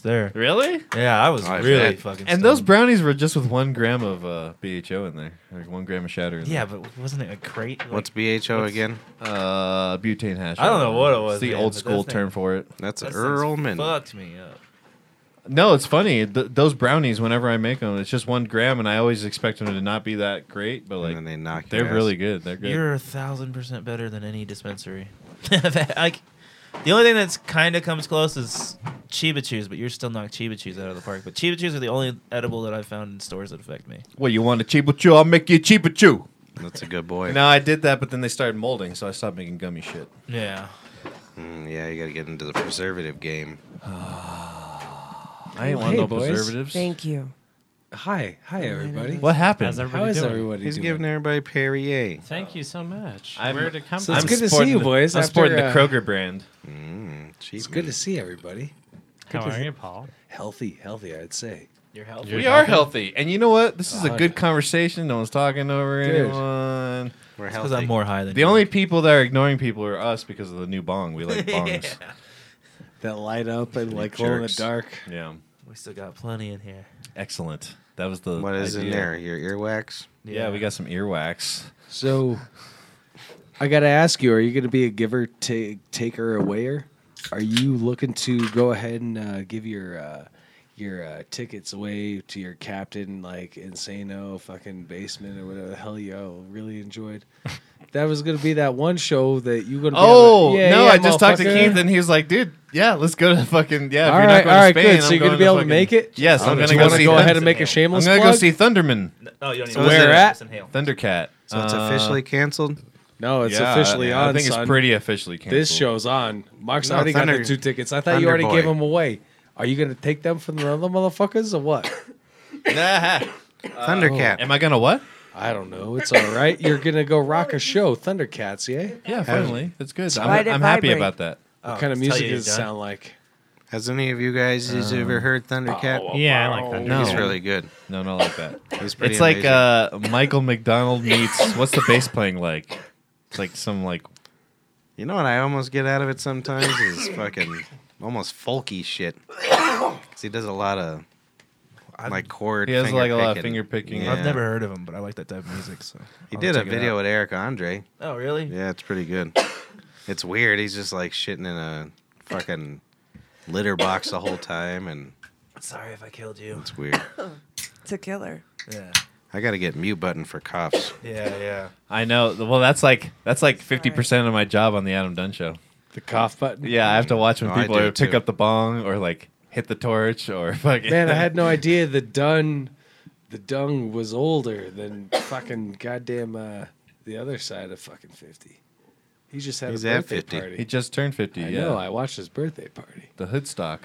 Speaker 2: there.
Speaker 4: Really?
Speaker 2: Yeah, I was
Speaker 3: Oh, I
Speaker 2: really
Speaker 3: bet.
Speaker 2: fucking.
Speaker 4: And those
Speaker 2: stoned.
Speaker 4: brownies were just with one gram of uh, BHO in there, like one gram of shatter. In
Speaker 2: yeah, but wasn't it a crate? Like,
Speaker 3: What's BHO again?
Speaker 4: there. uh, butane hash.
Speaker 2: I don't know what it was,
Speaker 4: It's the
Speaker 2: man,
Speaker 4: old
Speaker 2: but that
Speaker 4: school
Speaker 2: thing-
Speaker 4: term for it.
Speaker 3: That's
Speaker 2: that thing's
Speaker 3: Earlman.
Speaker 2: Fucked me up.
Speaker 4: No, it's funny. Th- those brownies, whenever I make them, it's just one gram, and I always expect them to not be that great, but
Speaker 3: and
Speaker 4: like
Speaker 3: then they knock your
Speaker 4: they're
Speaker 3: ass.
Speaker 4: really good. They're good.
Speaker 2: You're a thousand percent better than any dispensary. like, the only thing that's kind of comes close is Chiba Chews, but you're still not Chiba Chews out of the park. But Chiba Chews are the only edible that I've found in stores that affect me.
Speaker 4: well, you want a cheaper chew? I'll make you a cheaper chew.
Speaker 3: That's a good boy.
Speaker 4: No, I did that, but then they started molding, so I stopped making gummy shit.
Speaker 2: Yeah.
Speaker 3: Mm, yeah, you got to get into the preservative game.
Speaker 4: I ain't want
Speaker 7: Hey,
Speaker 4: no
Speaker 7: boys.
Speaker 4: preservatives.
Speaker 5: Thank you.
Speaker 7: Hi, hi everybody.
Speaker 4: What happened?
Speaker 6: How's everybody
Speaker 7: How is
Speaker 6: doing?
Speaker 7: everybody?
Speaker 3: He's
Speaker 7: doing?
Speaker 3: giving everybody Perrier.
Speaker 6: Thank you so much.
Speaker 4: I'm-
Speaker 6: Where did it come
Speaker 7: So
Speaker 6: from?
Speaker 7: it's good to see
Speaker 4: sporting
Speaker 7: you
Speaker 4: the-
Speaker 7: boys
Speaker 4: I'm
Speaker 7: after,
Speaker 4: sporting the
Speaker 7: uh,
Speaker 4: Kroger brand.
Speaker 3: Mm, cheap
Speaker 7: It's good
Speaker 3: man.
Speaker 7: to see everybody.
Speaker 6: How are you, Paul?
Speaker 7: Healthy, healthy, I'd say.
Speaker 2: Your health.
Speaker 6: You're
Speaker 4: we are healthy, and you know what? This is a
Speaker 7: God.
Speaker 4: good conversation. No one's talking over
Speaker 7: Dude.
Speaker 4: anyone.
Speaker 3: We're
Speaker 2: Because
Speaker 3: healthy.
Speaker 2: I'm more high than
Speaker 4: The
Speaker 2: you.
Speaker 4: only people that are ignoring people are us because of the new bong. We like bongs.
Speaker 7: That light up and like glow in the
Speaker 3: jerks.
Speaker 7: dark.
Speaker 4: yeah.
Speaker 2: We still got plenty in here.
Speaker 4: excellent. That was the
Speaker 3: What is in
Speaker 4: idea.
Speaker 3: there? Your earwax?
Speaker 4: Yeah, we got some earwax.
Speaker 7: So I got to ask you, are you going to be a giver, ta- taker, or wayer? Are you looking to go ahead and uh, give your uh, your uh, tickets away to your captain, like Insano, fucking basement, or whatever the hell you all really enjoyed? That was going to be that one show that you going to be.
Speaker 4: Oh
Speaker 7: able to- Yeah,
Speaker 4: no!
Speaker 7: yeah,
Speaker 4: I just talked to
Speaker 7: motherfucker.
Speaker 4: Keith, and he was like, "Dude, yeah, let's go to fucking yeah." If
Speaker 7: All
Speaker 4: you're
Speaker 7: right,
Speaker 4: not going
Speaker 7: all
Speaker 4: to
Speaker 7: right,
Speaker 4: Spain,
Speaker 7: good. So
Speaker 4: I'm
Speaker 7: you're gonna
Speaker 4: going
Speaker 7: be able to
Speaker 4: fucking-
Speaker 7: make it?
Speaker 4: Yes, I'm
Speaker 2: Do
Speaker 4: gonna
Speaker 2: you
Speaker 4: go
Speaker 2: wanna
Speaker 4: see.
Speaker 7: go
Speaker 4: Thun-
Speaker 7: ahead and make
Speaker 2: Thundercat.
Speaker 7: a
Speaker 4: I'm
Speaker 7: shameless
Speaker 4: gonna go
Speaker 7: plug?
Speaker 4: see Thunderman,
Speaker 2: No, you don't need
Speaker 7: So
Speaker 2: to-
Speaker 7: where
Speaker 2: Just
Speaker 7: at? Uh,
Speaker 2: inhale.
Speaker 4: Thundercat.
Speaker 3: So it's
Speaker 4: Uh,
Speaker 3: officially canceled?
Speaker 7: No, it's
Speaker 4: yeah,
Speaker 7: officially on.
Speaker 4: I think
Speaker 7: son.
Speaker 4: it's pretty officially canceled.
Speaker 7: This show's on. Mark's
Speaker 3: No,
Speaker 7: already got
Speaker 3: Thunder-
Speaker 7: the two tickets. I thought
Speaker 3: Thunder
Speaker 7: you already
Speaker 3: Boy.
Speaker 7: gave them away. Are you gonna take them from the other motherfuckers or what?
Speaker 4: Nah.
Speaker 3: Thundercat.
Speaker 4: Am I gonna what?
Speaker 7: I don't know. It's all right. You're gonna go rock a show, Thundercats, yeah?
Speaker 4: Yeah, finally, it's good. I'm,
Speaker 5: Why'd it
Speaker 4: I'm happy
Speaker 5: vibrate?
Speaker 4: about that.
Speaker 7: what kind of
Speaker 2: tell
Speaker 7: music
Speaker 2: you,
Speaker 7: does it
Speaker 2: John.
Speaker 7: sound like?
Speaker 3: Has any of you guys has ever heard Thundercat?
Speaker 1: oh,
Speaker 6: Yeah, I like that.
Speaker 4: No.
Speaker 3: He's really good.
Speaker 4: No, not like that.
Speaker 3: He's pretty
Speaker 4: It's like
Speaker 3: amazing.
Speaker 4: uh, Michael McDonald meets what's the bass playing like? It's like some like
Speaker 3: You know what I almost get out of it sometimes is fucking almost folky shit. 'Cause he does a lot of like chord.
Speaker 4: he has
Speaker 3: finger
Speaker 4: like a lot of
Speaker 3: picking.
Speaker 4: finger picking.
Speaker 3: Yeah.
Speaker 2: I've never heard of him, but I like that type of music. So
Speaker 3: He
Speaker 2: I'll
Speaker 3: did a
Speaker 2: check it
Speaker 3: video
Speaker 2: out.
Speaker 3: with Eric Andre.
Speaker 2: Oh, really?
Speaker 3: Yeah, it's pretty good. It's weird. He's just like shitting in a fucking litter box the whole time, and
Speaker 2: Sorry if I killed you.
Speaker 3: it's weird.
Speaker 5: It's a killer.
Speaker 2: Yeah.
Speaker 3: I gotta get mute button for coughs.
Speaker 2: Yeah, yeah.
Speaker 4: I know. Well, that's like that's like fifty percent of my job on the Adam Dunn show.
Speaker 7: The cough button?
Speaker 4: Yeah, I have to watch when
Speaker 3: No, I
Speaker 4: people
Speaker 3: do,
Speaker 4: pick
Speaker 3: too.
Speaker 4: up the bong or like hit the torch or fucking.
Speaker 7: Man, I had no idea the Dun the Dung was older than fucking goddamn uh, the other side of fucking fifty. He just had
Speaker 3: He's
Speaker 7: a
Speaker 3: at
Speaker 7: birthday
Speaker 3: 50.
Speaker 7: party.
Speaker 4: He just turned fifty.
Speaker 7: I
Speaker 4: yeah,
Speaker 7: know, I watched his birthday party.
Speaker 4: the hoodstock.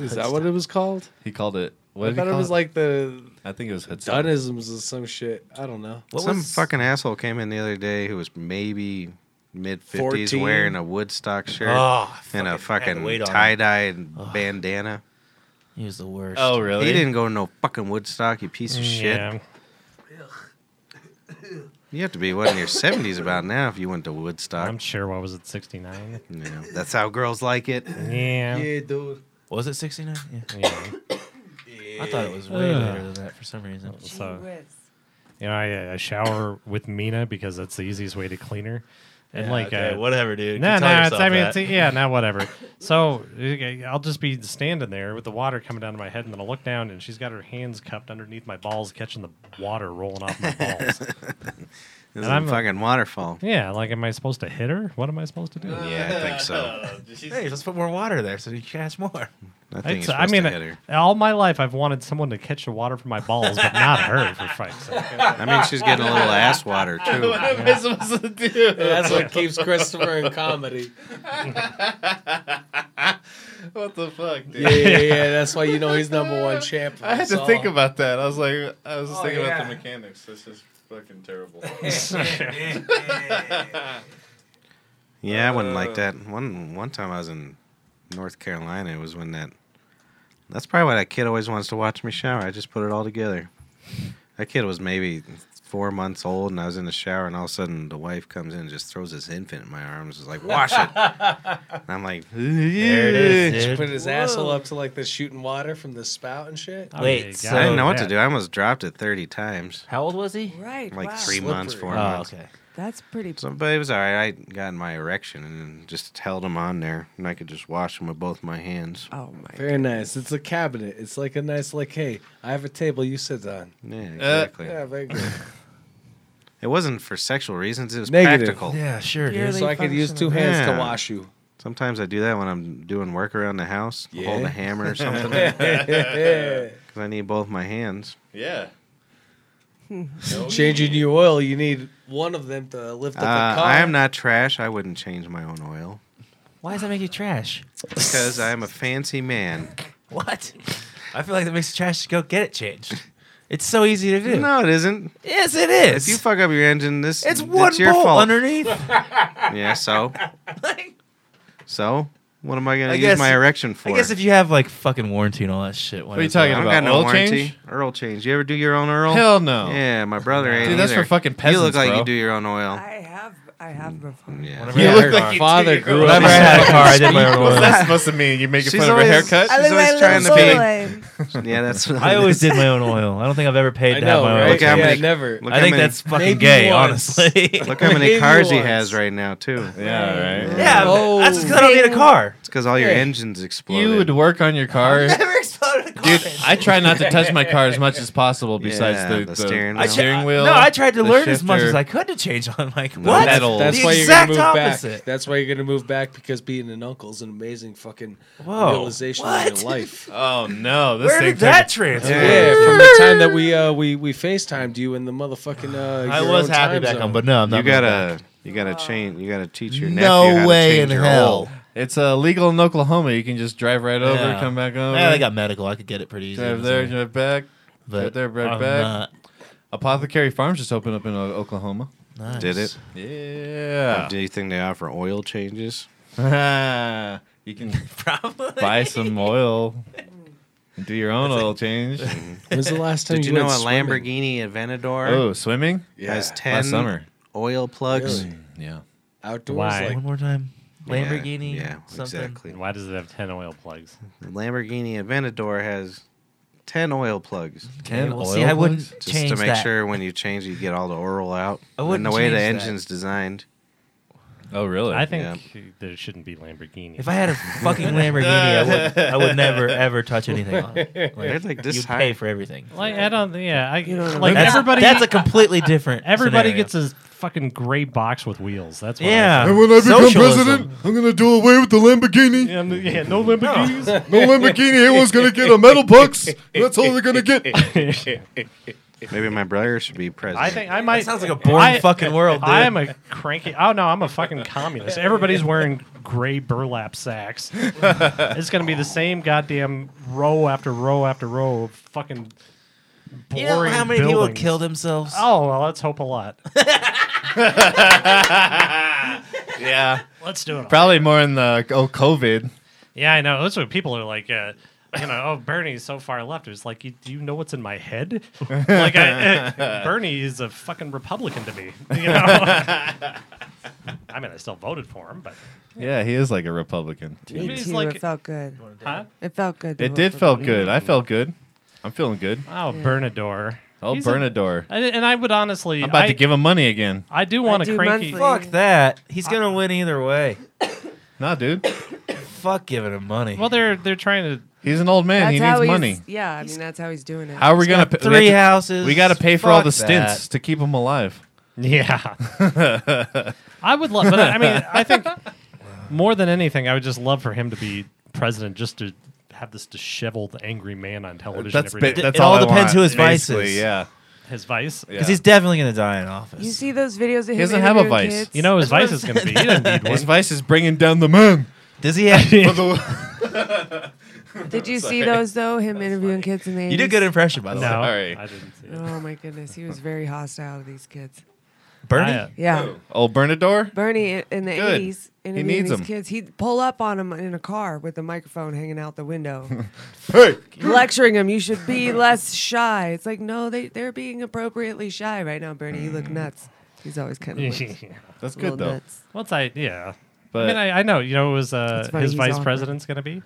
Speaker 7: Is that what it was called?
Speaker 4: He called it. What
Speaker 7: I
Speaker 4: did he
Speaker 7: thought it
Speaker 4: call
Speaker 7: was like the
Speaker 4: I think it was hoodstock.
Speaker 7: Dunisms or some shit. I don't know.
Speaker 2: What
Speaker 3: Some
Speaker 2: was-
Speaker 3: fucking asshole came in the other day who was maybe mid fifties
Speaker 7: 14.
Speaker 3: wearing a Woodstock shirt
Speaker 2: Oh,
Speaker 3: and a
Speaker 2: fucking- I had to
Speaker 3: fucking
Speaker 2: wait on
Speaker 3: tie dye bandana.
Speaker 2: He was the worst.
Speaker 4: Oh really?
Speaker 3: He didn't go to no fucking Woodstock, you piece of shit.
Speaker 6: Yeah.
Speaker 3: You have to be what in your seventies about now if you went to Woodstock.
Speaker 6: I'm sure. What was it? Sixty nine.
Speaker 3: Yeah, that's how girls like it.
Speaker 6: Yeah.
Speaker 7: dude.
Speaker 2: Was it 69? Yeah.
Speaker 6: yeah.
Speaker 2: I thought it was way later than that for some reason.
Speaker 6: So- You know, I, I shower with Mina because that's the easiest way to clean her. And like, uh,
Speaker 2: whatever, dude.
Speaker 6: No, no, it's, I mean, it's, yeah, now whatever. So okay, I'll just be standing there with the water coming down to my head, and then I'll look down, and she's got her hands cupped underneath my balls, catching the water rolling off my balls.
Speaker 3: This is
Speaker 6: I'm
Speaker 3: a
Speaker 6: a-
Speaker 3: fucking waterfall.
Speaker 6: yeah, like, am I supposed to hit her? What am I supposed to do?
Speaker 2: Uh,
Speaker 3: Yeah, I think so.
Speaker 2: hey, let's put more water there so you catch more.
Speaker 3: I think
Speaker 6: It's-
Speaker 3: you're
Speaker 6: I
Speaker 3: supposed
Speaker 6: mean,
Speaker 3: to hit her.
Speaker 6: all my life I've wanted someone to catch the water from my balls, but not her, for fuck's sake.
Speaker 3: I mean, she's getting a little ass water too.
Speaker 4: am I supposed to do?
Speaker 7: That's what keeps Christopher in comedy.
Speaker 4: What the fuck, dude?
Speaker 7: Yeah, yeah, yeah. That's why you know he's number one champ.
Speaker 4: I had to think about that. I was like, I was just
Speaker 2: Oh,
Speaker 4: thinking about
Speaker 2: yeah.
Speaker 4: the mechanics. This is fucking terrible.
Speaker 3: Yeah, I wouldn't like that. One one time I was in North Carolina. It was when that. That's probably why that kid always wants to watch me shower. I just put it all together. That kid was maybe four months old, and I was in the shower, and all of a sudden the wife comes in and just throws this infant in my arms, is like, wash it. and I'm like,
Speaker 2: There it is,
Speaker 7: She
Speaker 2: dude.
Speaker 7: put his asshole up to like the shooting water from the spout and shit.
Speaker 6: Oh,
Speaker 2: Wait,
Speaker 6: yeah,
Speaker 2: so-
Speaker 6: got
Speaker 3: I didn't know what
Speaker 6: that.
Speaker 3: to do. I almost dropped it 30 times,
Speaker 2: How old was he?
Speaker 5: Right.
Speaker 3: like
Speaker 5: wow.
Speaker 3: three months, four
Speaker 2: Oh,
Speaker 3: months.
Speaker 2: okay.
Speaker 5: That's pretty.
Speaker 3: So, but it was all right. I got my erection and then just held him on there, and I could just wash him with both my hands.
Speaker 5: Oh my.
Speaker 7: Very nice. It's a cabinet. It's like a nice like, hey, I have a table you sit on.
Speaker 3: Yeah, exactly.
Speaker 7: Yeah, very good.
Speaker 3: It wasn't for sexual reasons. It was
Speaker 7: Negative.
Speaker 3: practical.
Speaker 2: Yeah, sure,
Speaker 5: dude. Purely
Speaker 7: so I could use two
Speaker 5: functional.
Speaker 7: hands
Speaker 3: Yeah.
Speaker 7: to wash you.
Speaker 3: Sometimes I do that when I'm doing work around the house. I'll Hold
Speaker 7: Yeah.
Speaker 3: a hammer or something because
Speaker 7: Yeah.
Speaker 3: I need both my hands.
Speaker 4: Yeah.
Speaker 7: Changing your oil, you need one of them to lift up
Speaker 3: Uh,
Speaker 7: the car.
Speaker 3: I am not trash. I wouldn't change my own oil
Speaker 2: Why does that make you trash?
Speaker 3: because I am a fancy man.
Speaker 2: What? I feel like that makes you trash to go get it changed. It's so easy to do.
Speaker 3: No, it isn't.
Speaker 2: Yes, it is.
Speaker 3: If you fuck up your engine, this
Speaker 2: it's one
Speaker 3: your
Speaker 2: bolt
Speaker 3: fault.
Speaker 2: underneath.
Speaker 3: Yeah. So,
Speaker 2: Like,
Speaker 3: so what am I gonna
Speaker 2: I
Speaker 3: use
Speaker 2: guess-
Speaker 3: my erection for?
Speaker 2: I guess if you have like fucking warranty and all that shit. What
Speaker 4: are you talking
Speaker 3: I don't
Speaker 4: about
Speaker 3: got no
Speaker 4: oil
Speaker 3: warranty.
Speaker 4: change?
Speaker 3: Earl change. You ever do your own Earl?
Speaker 4: Hell no.
Speaker 3: Yeah, my brother ain't.
Speaker 4: Dude, that's
Speaker 3: either.
Speaker 4: for fucking
Speaker 3: You look
Speaker 4: peasants,
Speaker 3: like
Speaker 4: bro.
Speaker 3: you do your own oil.
Speaker 5: I have. I have before.
Speaker 3: Mm, yeah.
Speaker 2: Whenever I-
Speaker 7: look like your father grew up.
Speaker 2: Whenever I had a car, I did my own
Speaker 4: What's
Speaker 2: oil.
Speaker 4: that supposed to mean? You making
Speaker 3: She's
Speaker 4: fun of her
Speaker 3: always-
Speaker 4: haircut?
Speaker 3: I
Speaker 5: I
Speaker 3: She's
Speaker 5: live
Speaker 3: always
Speaker 5: my
Speaker 3: trying
Speaker 5: life
Speaker 3: to be-
Speaker 5: lame.
Speaker 3: Yeah, that's. What
Speaker 2: I always did my own oil. I don't think I've ever paid
Speaker 7: I
Speaker 2: to have
Speaker 7: know,
Speaker 2: my
Speaker 7: right?
Speaker 2: oil.
Speaker 3: Look how
Speaker 7: yeah,
Speaker 3: many-
Speaker 7: never.
Speaker 3: Look
Speaker 2: I
Speaker 3: how
Speaker 2: think
Speaker 3: many-
Speaker 2: that's fucking
Speaker 7: Maybe
Speaker 2: gay,
Speaker 7: once.
Speaker 2: honestly.
Speaker 3: Look how many
Speaker 7: Maybe
Speaker 3: cars he
Speaker 7: once.
Speaker 3: has right now too.
Speaker 4: Yeah, right.
Speaker 2: yeah,
Speaker 7: Oh.
Speaker 2: but that's because I don't need a car.
Speaker 3: It's because all your
Speaker 7: Hey.
Speaker 3: engines exploded.
Speaker 4: You would work on your car.
Speaker 2: Never exploded a car.
Speaker 4: Dude, I try not to touch my car as much as possible besides
Speaker 3: Yeah,
Speaker 4: the,
Speaker 3: the steering wheel.
Speaker 4: the
Speaker 3: I
Speaker 2: tr-
Speaker 4: steering wheel.
Speaker 2: No, I tried to
Speaker 4: the
Speaker 2: learn as much
Speaker 4: shifter.
Speaker 2: as I could to change on like what?
Speaker 4: that old.
Speaker 7: That's
Speaker 2: the
Speaker 7: why you're
Speaker 2: exact
Speaker 7: gonna move
Speaker 2: opposite.
Speaker 7: back. That's why you're gonna move back because being an uncle is an amazing fucking
Speaker 2: Whoa.
Speaker 7: realization of
Speaker 2: What?
Speaker 7: your life.
Speaker 4: Oh no! This
Speaker 2: Where
Speaker 4: thing
Speaker 2: did that
Speaker 4: took-
Speaker 2: transfer?
Speaker 7: Yeah, from the time that we uh we we FaceTimed you in the motherfucking uh
Speaker 2: I
Speaker 7: your
Speaker 2: was
Speaker 7: own
Speaker 2: happy
Speaker 7: time
Speaker 2: back
Speaker 7: zone.
Speaker 2: home, but no, I'm not.
Speaker 3: You
Speaker 2: moving
Speaker 3: gotta, you gotta
Speaker 2: Oh.
Speaker 3: change. You gotta teach your
Speaker 2: back.
Speaker 3: nephew how to change your oil.
Speaker 4: It's uh, legal in Oklahoma. You can just drive right over,
Speaker 2: Yeah.
Speaker 4: come back over.
Speaker 2: Yeah, they got medical. I could get it pretty easy.
Speaker 4: drive there, drive back.
Speaker 2: but
Speaker 4: right there, right
Speaker 2: I'm
Speaker 4: back.
Speaker 2: not.
Speaker 4: Apothecary Farms just opened up in uh, Oklahoma.
Speaker 2: Nice.
Speaker 3: Did it?
Speaker 4: Yeah.
Speaker 3: Do you think they offer oil changes?
Speaker 4: you can
Speaker 2: Probably.
Speaker 4: buy some oil. and Do your own oil change.
Speaker 7: When's the last time
Speaker 3: Did you
Speaker 7: went
Speaker 3: know a
Speaker 7: swimming?
Speaker 3: Lamborghini Aventador
Speaker 4: Oh, swimming
Speaker 3: has
Speaker 7: Yeah.
Speaker 3: ten
Speaker 4: last summer.
Speaker 3: oil plugs?
Speaker 7: Really?
Speaker 4: Yeah.
Speaker 7: outdoors?
Speaker 6: Why?
Speaker 7: Like,
Speaker 2: One more time.
Speaker 3: Yeah,
Speaker 2: Lamborghini.
Speaker 3: Yeah,
Speaker 2: something.
Speaker 3: exactly.
Speaker 6: Why does it have 10 oil plugs?
Speaker 3: The Lamborghini Aventador has ten oil plugs.
Speaker 2: Okay,
Speaker 4: Ten
Speaker 2: well,
Speaker 4: oil
Speaker 2: see, I wouldn't
Speaker 4: plugs?
Speaker 3: Just
Speaker 2: change
Speaker 3: to make
Speaker 2: that.
Speaker 3: sure when you change, you get all the oil out.
Speaker 2: I
Speaker 3: and the
Speaker 2: wouldn't
Speaker 3: way the
Speaker 2: change that.
Speaker 3: engine's designed.
Speaker 4: Oh, really?
Speaker 6: I think there shouldn't be Lamborghini.
Speaker 2: If I had a fucking Lamborghini, I would, I would never ever touch anything on it.
Speaker 3: They're like this
Speaker 2: you
Speaker 3: high.
Speaker 2: pay for everything.
Speaker 6: like, I don't, yeah, I,
Speaker 5: know,
Speaker 6: like
Speaker 2: that's,
Speaker 6: everybody,
Speaker 2: That's a completely different.
Speaker 6: everybody
Speaker 2: scenario.
Speaker 6: gets a fucking gray box with wheels. That's what I
Speaker 2: Yeah.
Speaker 6: think.
Speaker 2: when I become president,
Speaker 4: I'm gonna do away with the Lamborghini.
Speaker 6: Yeah, no- yeah, no Lamborghinis.
Speaker 4: No Lamborghini. Everyone's gonna get a metal box. That's all they're gonna get.
Speaker 3: Maybe my brother should be president.
Speaker 6: I think I might.
Speaker 2: Sounds like a boring
Speaker 6: I-
Speaker 2: fucking world. Dude.
Speaker 6: I am a cranky. Oh no, I'm a fucking communist. Everybody's wearing gray burlap sacks. it's gonna be the same goddamn row after row after row of fucking boring.
Speaker 2: You know how many people
Speaker 6: buildings.
Speaker 2: kill themselves?
Speaker 6: Oh well, let's hope a lot.
Speaker 4: Yeah,
Speaker 6: Let's do it. All.
Speaker 4: probably more in the oh COVID.
Speaker 6: Yeah, I know. That's what people are like. Uh, you know, oh Bernie's so far left. It's like, you, do you know what's in my head? like, I, uh, Bernie is a fucking Republican to me. You know. I mean, I still voted for him, but
Speaker 4: Yeah, he is like a Republican.
Speaker 6: Maybe
Speaker 5: Me
Speaker 6: it's
Speaker 5: too.
Speaker 6: like-
Speaker 5: it felt good.
Speaker 6: huh?
Speaker 5: It felt good. to
Speaker 4: It
Speaker 5: vote
Speaker 4: did
Speaker 5: for
Speaker 4: felt
Speaker 5: Biden.
Speaker 4: good. I felt good. I'm feeling good.
Speaker 6: Oh, Bernador.
Speaker 4: Oh,
Speaker 6: He's a-
Speaker 4: Bernador.
Speaker 6: And, and I would honestly,
Speaker 4: I'm about
Speaker 6: I,
Speaker 4: to give him money again.
Speaker 6: I do want
Speaker 5: I
Speaker 6: a
Speaker 5: do
Speaker 6: cranky.
Speaker 5: monthly.
Speaker 2: Oh, Fuck that. He's gonna win either way.
Speaker 4: Nah, dude.
Speaker 2: Fuck giving him money.
Speaker 6: Well, they're they're trying to.
Speaker 4: He's an old man.
Speaker 5: That's
Speaker 4: he
Speaker 5: how
Speaker 4: needs
Speaker 5: he's,
Speaker 4: money.
Speaker 5: Yeah, I mean that's how he's doing it.
Speaker 4: How are we gonna
Speaker 2: got
Speaker 4: pa- we
Speaker 2: three
Speaker 4: have to-
Speaker 2: houses.
Speaker 4: We got to pay for all the
Speaker 2: Fuck that.
Speaker 4: stints to keep him alive.
Speaker 6: Yeah. I would love, but I I mean, I think more than anything, I would just love for him to be president, just to have this disheveled, angry man on television
Speaker 4: That's
Speaker 6: every day.
Speaker 4: ba- that's
Speaker 2: It all
Speaker 4: I
Speaker 2: depends
Speaker 4: want,
Speaker 2: who his vice
Speaker 4: basically,
Speaker 2: is.
Speaker 4: Yeah.
Speaker 6: His vice.
Speaker 4: Yeah.
Speaker 2: Because he's definitely gonna die in office.
Speaker 5: You see those videos of him
Speaker 4: doesn't have a
Speaker 5: interviewing
Speaker 4: vice.
Speaker 5: kids?
Speaker 6: You know, his
Speaker 2: That's
Speaker 6: vice is
Speaker 2: what
Speaker 6: going to be. He doesn't need
Speaker 4: His
Speaker 6: one.
Speaker 4: vice is bringing down the man.
Speaker 2: Does he have? you
Speaker 5: Did you see those though? Him interviewing kids in the 80s?
Speaker 2: did a good impression by the
Speaker 6: No,
Speaker 2: way.
Speaker 4: Sorry.
Speaker 6: I didn't see it.
Speaker 5: Oh my goodness, he was very hostile to these kids.
Speaker 2: Bernie?
Speaker 6: I, uh,
Speaker 5: Yeah.
Speaker 4: Old Bernador?
Speaker 5: Bernie i- in the
Speaker 4: Good.
Speaker 5: 80s
Speaker 4: He
Speaker 5: interviewing
Speaker 4: needs
Speaker 5: these
Speaker 4: 'em.
Speaker 5: kids. He'd pull up on them in a car with the microphone hanging out the window,
Speaker 4: Hey,
Speaker 5: lecturing them. You should be less shy. It's like, no, they, they're being appropriately shy right now, Bernie. You look nuts. He's always kind of
Speaker 6: yeah.
Speaker 4: that's
Speaker 5: a little
Speaker 4: Mm. good though.
Speaker 5: nuts.
Speaker 6: Once I, yeah.
Speaker 4: But
Speaker 6: I mean, I, I know, you know, it was uh,
Speaker 5: It's funny,
Speaker 6: his
Speaker 5: he's
Speaker 6: vice
Speaker 5: awkward.
Speaker 6: president's going to be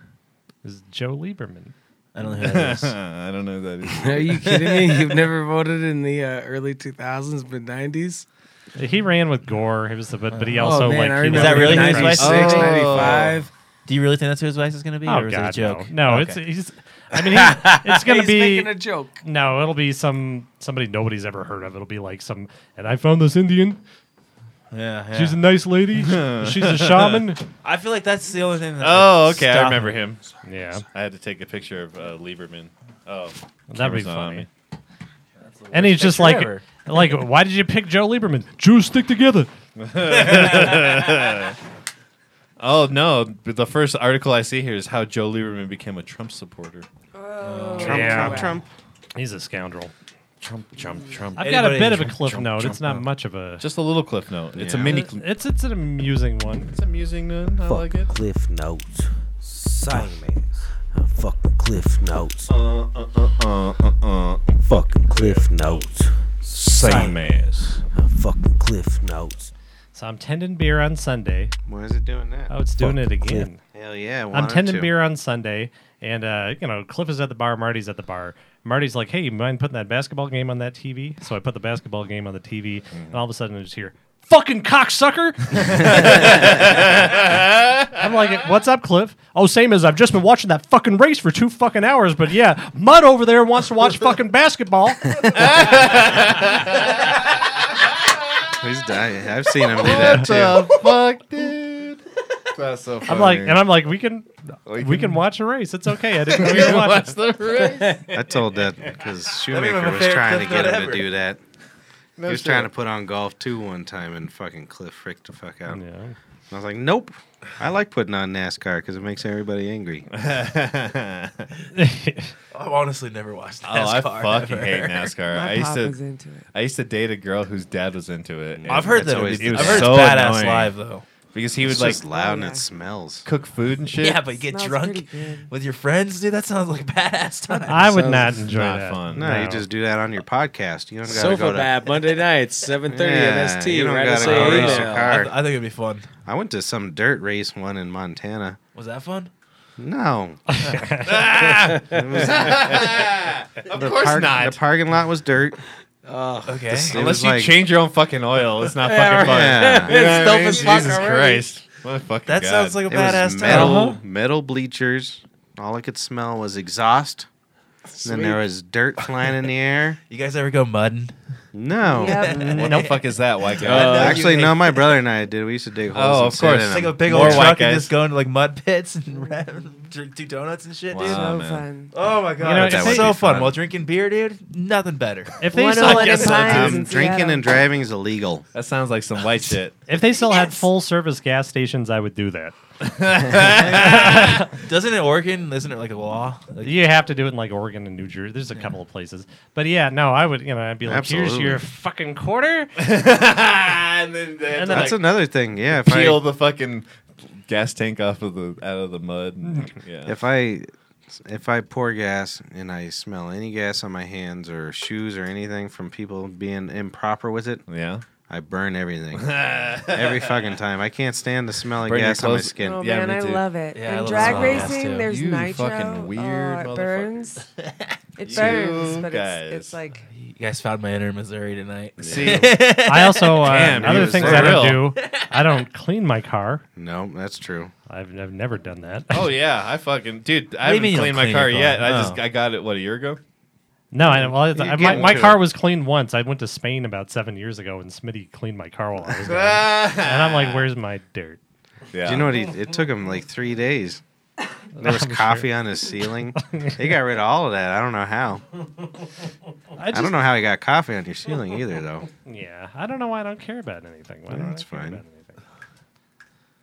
Speaker 6: is Joe Lieberman.
Speaker 2: I don't know who that is.
Speaker 4: I don't know who that is.
Speaker 7: Are you kidding me? You've never voted in the uh, early 2000s, mid 90s?
Speaker 6: He ran with Gore. He was the, but, but he also
Speaker 7: oh, man,
Speaker 6: like
Speaker 7: I
Speaker 6: he
Speaker 7: remember
Speaker 6: was-
Speaker 2: Is that really who his wife
Speaker 7: 96,
Speaker 2: is?
Speaker 4: Oh.
Speaker 7: 95.
Speaker 2: Do you really think that's who his wife is going to be? or
Speaker 6: Oh
Speaker 2: is
Speaker 6: God,
Speaker 2: it a joke?
Speaker 6: no! No,
Speaker 2: Okay.
Speaker 6: it's he's. I mean, he, it's gonna
Speaker 7: He's
Speaker 6: be
Speaker 7: making a joke.
Speaker 6: no. It'll be some somebody nobody's ever heard of. It'll be like some. And I found this Indian.
Speaker 2: yeah, yeah.
Speaker 6: She's a nice lady. She's a shaman.
Speaker 2: I feel like that's the only thing. That's
Speaker 4: Oh, okay. I
Speaker 2: Stop.
Speaker 4: remember him.
Speaker 6: Yeah,
Speaker 4: I had to take a picture of uh, Lieberman. Oh,
Speaker 6: that'd be
Speaker 4: Camera's not on me.
Speaker 6: funny. And he's just like,
Speaker 2: picture
Speaker 6: like, why did you pick Joe Lieberman? Jews stick together.
Speaker 4: oh no! But the first article I see here is how Joe Lieberman became a Trump supporter.
Speaker 3: Trump,
Speaker 6: Yeah.
Speaker 3: Trump, Trump.
Speaker 6: He's a scoundrel.
Speaker 4: Trump, Trump, Trump.
Speaker 6: I've got a
Speaker 2: Anybody-
Speaker 6: bit of a
Speaker 2: Trump,
Speaker 6: cliff note.
Speaker 4: Trump,
Speaker 6: it's not
Speaker 4: Trump.
Speaker 6: much of a.
Speaker 4: Just a little cliff note. It's a
Speaker 3: Yeah.
Speaker 6: Uh,
Speaker 4: mini. Cl-
Speaker 6: it's it's an amusing one.
Speaker 4: it's amusing. Nun. I like it.
Speaker 8: Cliff Notes. Simon. Fucking Cliff Notes.
Speaker 4: Uh, uh, uh, uh, uh, uh.
Speaker 8: Fucking Cliff Notes.
Speaker 4: Same as.
Speaker 8: Fucking Cliff Notes.
Speaker 6: So I'm tending beer on Sunday.
Speaker 3: Why is it doing that?
Speaker 6: Oh, it's doing
Speaker 8: Fuck
Speaker 6: it again.
Speaker 3: Hell yeah.
Speaker 6: I'm
Speaker 3: wanted
Speaker 6: tending
Speaker 3: to.
Speaker 6: beer on Sunday, and uh, you know Cliff is at the bar, Marty's at the bar. Marty's like, "Hey, you mind putting that basketball game on that TV?" So I put the basketball game on the TV, and all of a sudden I just hear, "Fucking cocksucker!" I'm like, "What's up, Cliff?" Oh, same as I've just been watching that fucking race for two fucking hours, but yeah, Mud over there wants to watch fucking basketball.
Speaker 3: He's dying. I've seen him do that
Speaker 4: What
Speaker 3: too.
Speaker 4: the fuck, dude? That's so funny.
Speaker 6: I'm like, and I'm like, "We can, we can, watch a race. It's okay. I didn't know you were watching."
Speaker 4: That's the race.
Speaker 3: I told that because
Speaker 2: be
Speaker 3: Shoemaker
Speaker 2: my
Speaker 3: was
Speaker 2: favorite
Speaker 3: trying to get
Speaker 2: clip note
Speaker 3: him to
Speaker 2: ever.
Speaker 3: do that.
Speaker 4: No
Speaker 3: he was
Speaker 4: shit.
Speaker 3: trying to put on golf too one time, and fucking Cliff freaked the fuck out. And
Speaker 6: Yeah.
Speaker 3: I was like, nope. I like putting on NASCAR because it makes everybody angry.
Speaker 2: I've honestly never watched
Speaker 4: Oh, I
Speaker 2: NASCAR.
Speaker 4: fucking
Speaker 2: ever.
Speaker 4: hate NASCAR.
Speaker 5: My
Speaker 4: I used
Speaker 5: pop
Speaker 4: to
Speaker 5: was into it.
Speaker 4: I used to date a girl whose dad was into it. and
Speaker 2: I've heard
Speaker 3: That's
Speaker 2: that.
Speaker 3: always- it
Speaker 2: Always, I've
Speaker 3: was
Speaker 2: heard
Speaker 4: so
Speaker 2: it's badass
Speaker 4: annoying.
Speaker 2: live
Speaker 1: Oh.
Speaker 2: though.
Speaker 4: because he would
Speaker 3: It's
Speaker 4: like
Speaker 3: just loud and
Speaker 5: yeah.
Speaker 3: it smells.
Speaker 4: cook food and shit.
Speaker 2: Yeah, but you get
Speaker 5: Smells pretty
Speaker 2: drunk
Speaker 5: good.
Speaker 2: with your friends, dude. That sounds like badass time.
Speaker 6: I would
Speaker 7: Sounds
Speaker 6: not enjoy
Speaker 4: not
Speaker 6: that.
Speaker 4: fun.
Speaker 3: No, you
Speaker 6: No.
Speaker 3: just do that on your podcast. You don't gotta
Speaker 7: Sofa
Speaker 3: go to.
Speaker 7: Bab, Monday nights, 7.30
Speaker 3: Yeah,
Speaker 7: at
Speaker 3: you
Speaker 7: ST.
Speaker 3: don't
Speaker 7: Right
Speaker 3: gotta
Speaker 7: us
Speaker 3: go
Speaker 7: an
Speaker 3: race your
Speaker 7: email.
Speaker 3: car.
Speaker 2: I, I think it'd be fun.
Speaker 3: I went to some dirt race one in Montana.
Speaker 2: Was that fun?
Speaker 3: No,
Speaker 4: of course
Speaker 3: Park-
Speaker 4: not.
Speaker 3: The parking lot was dirt.
Speaker 2: Okay.
Speaker 3: it
Speaker 4: Unless
Speaker 3: was
Speaker 4: you
Speaker 3: like-
Speaker 4: change your own fucking oil, it's not fucking fun.
Speaker 3: Yeah.
Speaker 4: You know what I
Speaker 7: It's
Speaker 4: mean?
Speaker 7: dope as fuck
Speaker 4: Jesus
Speaker 7: already.
Speaker 4: Christ. Motherfucking
Speaker 2: That
Speaker 4: God.
Speaker 2: sounds like a
Speaker 3: It
Speaker 2: badass
Speaker 3: was
Speaker 2: time.
Speaker 3: metal,
Speaker 7: Uh-huh.
Speaker 3: metal bleachers. All I could smell was exhaust. And then there was dirt flying in the air.
Speaker 2: You guys ever go mudding?
Speaker 4: Oh.
Speaker 3: No.
Speaker 5: Yep.
Speaker 4: What the fuck is that, white guy?
Speaker 2: Uh,
Speaker 3: Actually,
Speaker 2: you-
Speaker 3: no, my brother and I did. We used to dig holes.
Speaker 4: Oh,
Speaker 3: and
Speaker 4: of
Speaker 3: sit
Speaker 4: course.
Speaker 3: in Um,
Speaker 2: Take
Speaker 3: them.
Speaker 2: a big
Speaker 4: More
Speaker 2: old
Speaker 4: white
Speaker 2: truck and
Speaker 4: guys.
Speaker 2: just go into like mud pits and rap- drink two donuts and shit, dude.
Speaker 4: Wow.
Speaker 5: So
Speaker 4: man.
Speaker 5: fun.
Speaker 2: Oh my god,
Speaker 6: know,
Speaker 2: it's
Speaker 6: if they-
Speaker 2: so
Speaker 3: That would be
Speaker 2: fun.
Speaker 3: fun.
Speaker 2: While drinking beer, dude, nothing better.
Speaker 6: If they
Speaker 5: One
Speaker 6: still,
Speaker 5: oh
Speaker 6: I
Speaker 5: at a
Speaker 6: guess
Speaker 5: time.
Speaker 6: I do.
Speaker 3: um,
Speaker 5: in
Speaker 3: drinking
Speaker 5: Seattle.
Speaker 3: and driving is illegal.
Speaker 4: That sounds like some white shit.
Speaker 6: If they still had full service gas stations, I would do that.
Speaker 2: Doesn't it Oregon? Isn't it like a law? Like,
Speaker 6: You have to do it in like Oregon and New Jersey. There's a couple of places, but yeah, no, I would. You know, I'd be like, "Here's
Speaker 3: Absolutely.
Speaker 6: your fucking quarter."
Speaker 4: and then,
Speaker 6: And then
Speaker 3: That's
Speaker 6: like,
Speaker 3: another thing. Yeah. If
Speaker 4: peel
Speaker 3: I,
Speaker 4: the fucking gas tank off of the out of the mud. and- yeah.
Speaker 3: if I if I pour gas and I smell any gas on my hands or shoes or anything from people being improper with it,
Speaker 4: Yeah.
Speaker 3: I burn everything. Every fucking time. I can't stand the smell of
Speaker 4: Burn your
Speaker 3: gas on my
Speaker 4: clothes.
Speaker 3: skin.
Speaker 5: Oh
Speaker 4: Yeah,
Speaker 5: man,
Speaker 4: me
Speaker 5: I
Speaker 4: too.
Speaker 5: love it.
Speaker 2: Yeah, I
Speaker 5: and
Speaker 2: love
Speaker 5: drag
Speaker 2: smoking gas,
Speaker 5: racing,
Speaker 2: too.
Speaker 5: there's
Speaker 4: You
Speaker 5: nitro.
Speaker 4: fucking weird
Speaker 5: oh,
Speaker 4: motherfucker.
Speaker 5: it burns. It
Speaker 4: You
Speaker 5: burns, but
Speaker 4: guys.
Speaker 5: it's, it's like
Speaker 2: you guys found my inner Missouri tonight.
Speaker 4: See,
Speaker 6: I also uh,
Speaker 4: Damn, he
Speaker 6: other
Speaker 4: was
Speaker 6: things
Speaker 4: so
Speaker 6: I
Speaker 4: real.
Speaker 6: don't do. I don't clean my car.
Speaker 3: No, that's true.
Speaker 6: I've, I've never done that.
Speaker 4: Oh yeah, I fucking dude. I
Speaker 2: do you
Speaker 4: haven't
Speaker 2: mean you don't
Speaker 4: cleaned my
Speaker 2: clean
Speaker 4: car Oh.
Speaker 2: your car?
Speaker 4: yet. I
Speaker 2: No.
Speaker 4: just I got it what a year ago.
Speaker 6: no, I, well, I, I- my,
Speaker 3: getting
Speaker 6: my
Speaker 3: to
Speaker 6: car
Speaker 3: it.
Speaker 6: was cleaned once. I went to Spain about seven years ago, and Smitty cleaned my car while I was gone. and I'm like, "Where's my dirt?"
Speaker 4: Yeah.
Speaker 3: Do you know what he? It took him like three days. There was coffee on his ceiling. They got rid of all of that. I don't know how.
Speaker 6: I, just,
Speaker 3: I don't know how he got coffee on your ceiling either, though.
Speaker 6: Yeah, I don't know why I don't care about anything. Why
Speaker 3: Yeah,
Speaker 6: don't
Speaker 3: that's
Speaker 6: I care
Speaker 3: fine.
Speaker 6: about anything?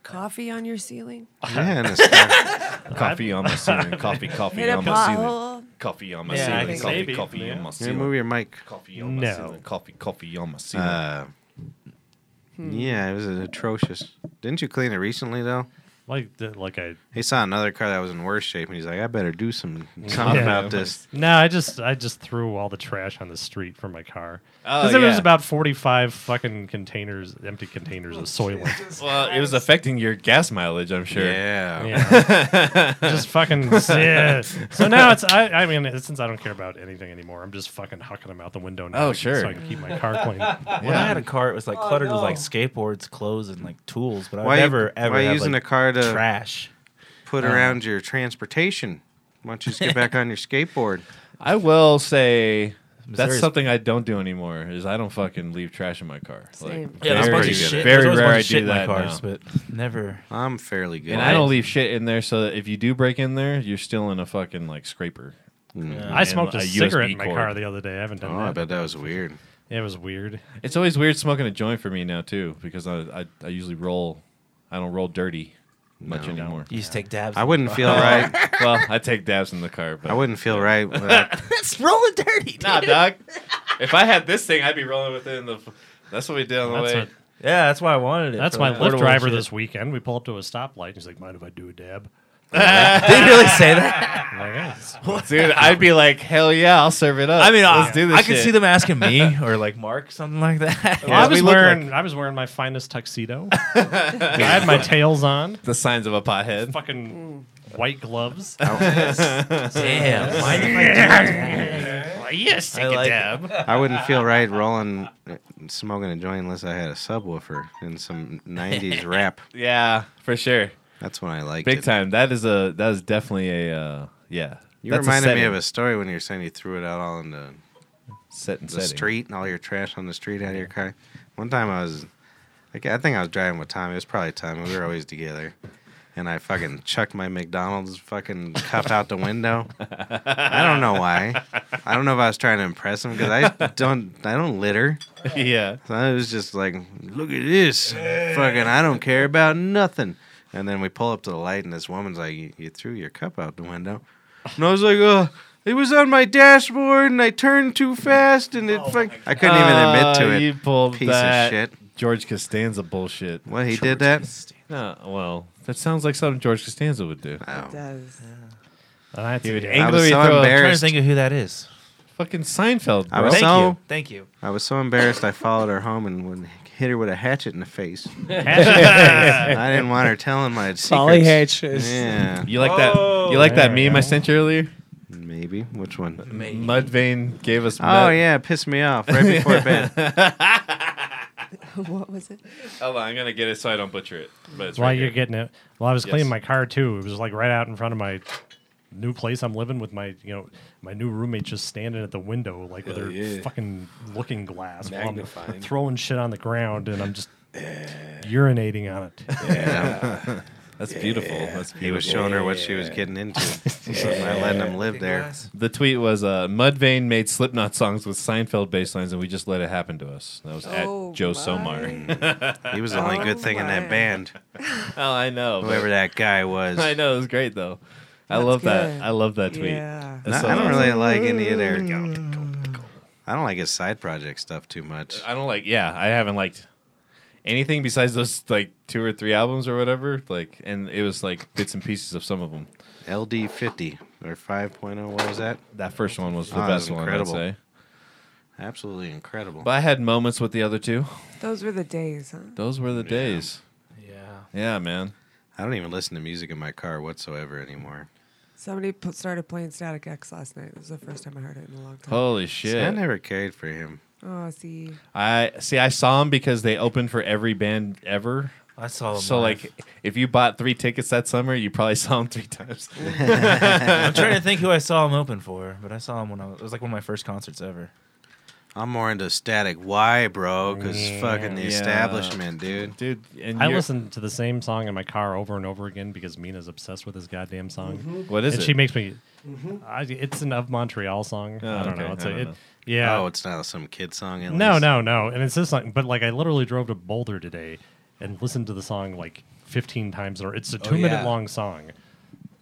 Speaker 5: coffee on your ceiling.
Speaker 3: Yeah, and it's-
Speaker 4: coffee on my ceiling? Coffee, coffee
Speaker 5: Hit a
Speaker 4: on my ceiling.
Speaker 5: pothole.
Speaker 4: Coffee on my
Speaker 2: Yeah, I
Speaker 4: ceiling.
Speaker 2: think
Speaker 4: Coffee,
Speaker 6: maybe,
Speaker 4: coffee
Speaker 6: yeah.
Speaker 4: on my
Speaker 3: Can you
Speaker 4: ceiling.
Speaker 3: move your mic?
Speaker 4: Coffee on my
Speaker 6: No.
Speaker 4: Uh, ceiling. Coffee, coffee on my ceiling.
Speaker 3: Uh, Yeah, it was atrocious. Didn't you clean it recently though?
Speaker 6: Like, the, like I
Speaker 3: He saw another car that was in worse shape, and he's like, "I better do some something
Speaker 6: Yeah.
Speaker 3: about this."
Speaker 6: No, I just I just threw all the trash on the street from my car.
Speaker 4: Oh,
Speaker 6: Because there was
Speaker 4: yeah.
Speaker 6: about forty five fucking containers, empty containers of Soylent.
Speaker 4: Well, it was affecting your gas mileage, I'm sure.
Speaker 3: Yeah.
Speaker 6: Yeah. just fucking yeah. So now it's I I mean since I don't care about anything anymore, I'm just fucking hucking them out the window now.
Speaker 4: Oh, sure.
Speaker 6: So I can keep my car clean.
Speaker 2: When I had a car, it was
Speaker 5: Oh,
Speaker 2: like cluttered with like skateboards, clothes, and like tools. But I
Speaker 3: Why
Speaker 2: never
Speaker 3: you,
Speaker 2: ever
Speaker 3: why
Speaker 2: had,
Speaker 3: using
Speaker 2: like,
Speaker 3: a car to
Speaker 2: trash.
Speaker 3: put around your transportation? Why don't you just get back on your skateboard?
Speaker 4: I will say that's
Speaker 2: Missouri's-
Speaker 4: something I don't do anymore. Is I don't fucking leave trash in my car.
Speaker 5: Same.
Speaker 2: Yeah, there's a bunch
Speaker 4: very,
Speaker 2: of
Speaker 4: very
Speaker 2: shit. there's always a
Speaker 4: rare
Speaker 2: bunch
Speaker 4: I
Speaker 2: of
Speaker 4: do
Speaker 2: shit in my
Speaker 4: that
Speaker 2: cars,
Speaker 4: now.
Speaker 2: but never.
Speaker 3: I'm fairly good.
Speaker 4: And I don't leave shit in there, so that if you do break in there, you're still in a fucking like scraper.
Speaker 6: I smoked a,
Speaker 4: a USB
Speaker 6: cigarette in my car
Speaker 4: cord.
Speaker 6: the other day. I haven't done
Speaker 3: Oh, I
Speaker 6: that.
Speaker 3: bet that was weird.
Speaker 6: It was weird.
Speaker 4: It's always weird smoking a joint for me now too, because I I, I usually roll. I don't roll dirty much
Speaker 3: No.
Speaker 4: anymore.
Speaker 2: You just take dabs.
Speaker 3: I wouldn't feel right.
Speaker 4: well, I take dabs in the car, but
Speaker 3: I wouldn't feel right. uh, Without,
Speaker 2: It's rolling dirty. Dude.
Speaker 4: Nah, dog. if I had this thing, I'd be rolling within the. That's what we did on the
Speaker 6: That's
Speaker 4: way.
Speaker 6: what-
Speaker 2: Yeah, that's why I wanted it.
Speaker 6: That's
Speaker 2: for
Speaker 6: my
Speaker 2: that.
Speaker 6: Lyft driver this weekend. We pull up to a stoplight. and He's like, "Mind if I do a dab?"
Speaker 2: Did he really say that?
Speaker 6: I'm like, "Yeah, it's-
Speaker 4: Dude, I'd be like, hell yeah, I'll serve it up.
Speaker 2: I mean,
Speaker 4: let's
Speaker 2: I,
Speaker 4: do this.
Speaker 2: I could
Speaker 4: shit.
Speaker 2: see them asking me or like Mark something like that.
Speaker 6: Well, I
Speaker 4: we
Speaker 6: was
Speaker 4: look
Speaker 6: wearing I was wearing my finest tuxedo. I had my tails on,
Speaker 4: the signs of a pothead.
Speaker 6: fucking white gloves.
Speaker 4: Oh,
Speaker 2: Damn. Mind if I
Speaker 6: yes,
Speaker 2: take a like it.
Speaker 6: dab.
Speaker 3: I wouldn't feel right rolling, uh, smoking a joint unless I had a subwoofer and some '90s rap.
Speaker 4: Yeah, for sure,
Speaker 3: That's when I liked
Speaker 4: big
Speaker 3: it.
Speaker 4: time. That is a that is definitely a uh, yeah.
Speaker 3: You
Speaker 4: That's
Speaker 3: reminded me
Speaker 4: setting.
Speaker 3: of a story when you were saying you threw it out all in the
Speaker 4: set and
Speaker 3: the
Speaker 4: setting.
Speaker 3: street and all your trash on the street out of your car. One time I was, like, I think I was driving with Tommy. It was probably Tommy. We were always together. And I fucking chucked my McDonald's fucking cup out the window. I don't know why. I don't know if I was trying to impress him because I don't. I don't litter.
Speaker 4: yeah,
Speaker 3: So I was just like, look at this, fucking. I don't care about nothing. And then we pull up to the light, and this woman's like, you, you threw your cup out the window. And I was like, oh, it was on my dashboard, and I turned too fast, and it fuck. I couldn't even
Speaker 4: Uh,
Speaker 3: admit to
Speaker 4: Oh You
Speaker 3: it.
Speaker 4: pulled
Speaker 3: Piece of
Speaker 4: that
Speaker 3: shit.
Speaker 4: George Costanza bullshit.
Speaker 3: What he did that?
Speaker 4: Uh, well, that sounds like something George Costanza would do.
Speaker 3: Oh.
Speaker 5: It does.
Speaker 4: He
Speaker 3: I was
Speaker 4: would
Speaker 3: so
Speaker 4: angrily throw a
Speaker 2: trying to
Speaker 3: embarrassed.
Speaker 2: think of who that is.
Speaker 4: fucking Seinfeld.
Speaker 3: I
Speaker 4: bro.
Speaker 3: was
Speaker 2: Thank
Speaker 3: So-
Speaker 2: you. Thank you.
Speaker 3: I was so embarrassed. I followed her home and would hit her with a hatchet in the face. I didn't want her telling my secrets.
Speaker 7: Polly Hatch. is-
Speaker 3: Yeah,
Speaker 4: You like that? You like
Speaker 2: Oh.
Speaker 4: that meme I sent you earlier?
Speaker 3: maybe. Which one?
Speaker 4: Mudvayne gave us.
Speaker 3: Oh yeah, it pissed me off right before bed.
Speaker 5: what was it?
Speaker 4: Hold on, I'm gonna get it so I don't butcher it. But it's
Speaker 6: While
Speaker 4: right
Speaker 6: you're
Speaker 4: here.
Speaker 6: getting it, well, I was
Speaker 4: Yes.
Speaker 6: cleaning my car too. It was like right out in front of my new place I'm living with my, you know, my new roommate just standing at the window like with her fucking looking glass, while I'm
Speaker 7: Magnifying.
Speaker 6: throwing shit on the ground, and I'm just urinating on it.
Speaker 4: That's beautiful. That's beautiful.
Speaker 3: He was showing her what she was getting into. Something I letting him live there.
Speaker 4: The tweet was uh, Mudvayne made Slipknot songs with Seinfeld bass lines, and we just let it happen to us. That was
Speaker 5: Oh,
Speaker 4: at Joe
Speaker 5: my.
Speaker 4: Somar.
Speaker 3: He was the only good
Speaker 5: Oh
Speaker 3: thing in
Speaker 5: my.
Speaker 3: that band,
Speaker 4: oh, I know. but-
Speaker 3: whoever that guy was.
Speaker 4: I know. It was great though. I
Speaker 5: That's
Speaker 4: love that.
Speaker 5: good.
Speaker 4: I love that tweet.
Speaker 5: Yeah.
Speaker 4: That's
Speaker 3: No, I
Speaker 4: so
Speaker 3: don't
Speaker 4: awesome.
Speaker 3: really like any of their. I don't like his side project stuff too much.
Speaker 4: I don't like. Yeah, I haven't liked anything besides those like two or three albums or whatever. Like, and it was like bits and pieces of some of them.
Speaker 3: LD50 or 5.0, what was that?
Speaker 4: That first one was the
Speaker 3: Oh, it
Speaker 4: best
Speaker 3: was
Speaker 4: one, I'd
Speaker 3: incredible.
Speaker 4: say.
Speaker 3: Absolutely incredible.
Speaker 4: But I had moments with the other two.
Speaker 5: Those were the days, huh?
Speaker 4: Those were the days.
Speaker 2: Yeah.
Speaker 4: Yeah, man.
Speaker 3: I don't even listen to music in my car whatsoever anymore.
Speaker 5: Somebody put, started playing Static X last night. It was the first time I heard it in a long time.
Speaker 4: Holy
Speaker 3: See, I
Speaker 4: shit!
Speaker 3: never cared for him.
Speaker 5: Oh, see.
Speaker 4: I see. I saw them because they opened for every band ever.
Speaker 2: I saw him.
Speaker 4: So
Speaker 2: live.
Speaker 4: like, if you bought three tickets that summer, you probably saw them three times.
Speaker 2: I'm trying to think who I saw him open for, but I saw him when I was, it was like one of my first concerts ever.
Speaker 3: I'm more into static Y, bro, because fucking the
Speaker 4: Yeah.
Speaker 3: establishment, dude.
Speaker 4: Dude, and
Speaker 6: I
Speaker 4: you're-
Speaker 6: listen to the same song in my car over and over again because Mina's obsessed with this goddamn song.
Speaker 4: What is
Speaker 6: and
Speaker 4: it?
Speaker 6: she makes me. I, it's an of Montreal song.
Speaker 4: Oh,
Speaker 6: I don't
Speaker 4: okay.
Speaker 6: know. It's
Speaker 4: I
Speaker 6: a,
Speaker 4: don't
Speaker 6: it,
Speaker 4: know.
Speaker 6: yeah.
Speaker 3: Oh, it's not some kid song. at
Speaker 6: no,
Speaker 3: least.
Speaker 6: no, no. And it's this song, but like I literally drove to Boulder today and listened to the song like 15 times. Or
Speaker 4: Oh,
Speaker 6: it's a two minute
Speaker 3: yeah.
Speaker 6: long song.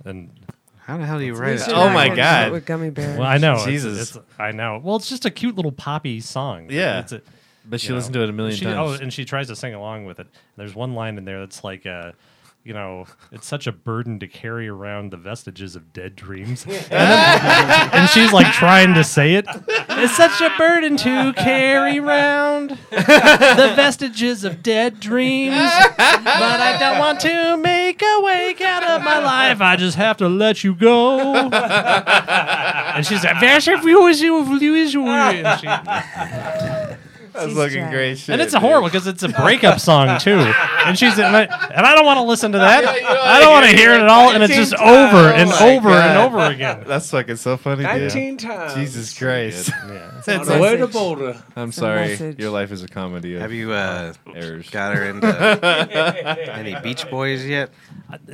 Speaker 6: And
Speaker 3: How the hell do you write
Speaker 5: We
Speaker 3: it?
Speaker 5: should
Speaker 4: Oh
Speaker 5: have
Speaker 4: my
Speaker 5: one
Speaker 4: God.
Speaker 5: With gummy bears.
Speaker 6: well, I know. it's-
Speaker 4: Jesus.
Speaker 6: it's- I know. Well, it's just a cute little poppy song.
Speaker 4: Yeah.
Speaker 6: It's a,
Speaker 4: But she
Speaker 6: you know.
Speaker 4: listened to it a million
Speaker 6: she,
Speaker 4: times.
Speaker 6: Oh, and she tries to sing along with it. There's one line in there that's like, uh, you know, it's such a burden to carry around the vestiges of dead dreams. and, then- and she's like trying to say it. It's such a burden to carry around the vestiges of dead dreams. But I don't want to make a wake out of my life. I just have to let you go. and she's like, "Vash, if you wish, you will lose your way." And she-
Speaker 4: That's
Speaker 5: She's
Speaker 4: looking
Speaker 5: trying.
Speaker 4: great shit.
Speaker 6: and it's a horrible because it's a breakup song too. And she's and I, and I don't want to listen to that. I don't want to hear it at all. And it's just over and
Speaker 4: Oh my
Speaker 6: over and
Speaker 4: God.
Speaker 6: over again.
Speaker 4: That's fucking so funny, dude.
Speaker 7: 19 times.
Speaker 6: Oh,
Speaker 4: Jesus Christ.
Speaker 5: It's
Speaker 7: The way to
Speaker 5: message.
Speaker 7: Boulder.
Speaker 4: I'm
Speaker 5: It's a
Speaker 4: sorry.
Speaker 5: message.
Speaker 4: Your life is a comedy of
Speaker 3: Have you uh,
Speaker 4: errors.
Speaker 3: got her into any Beach Boys yet?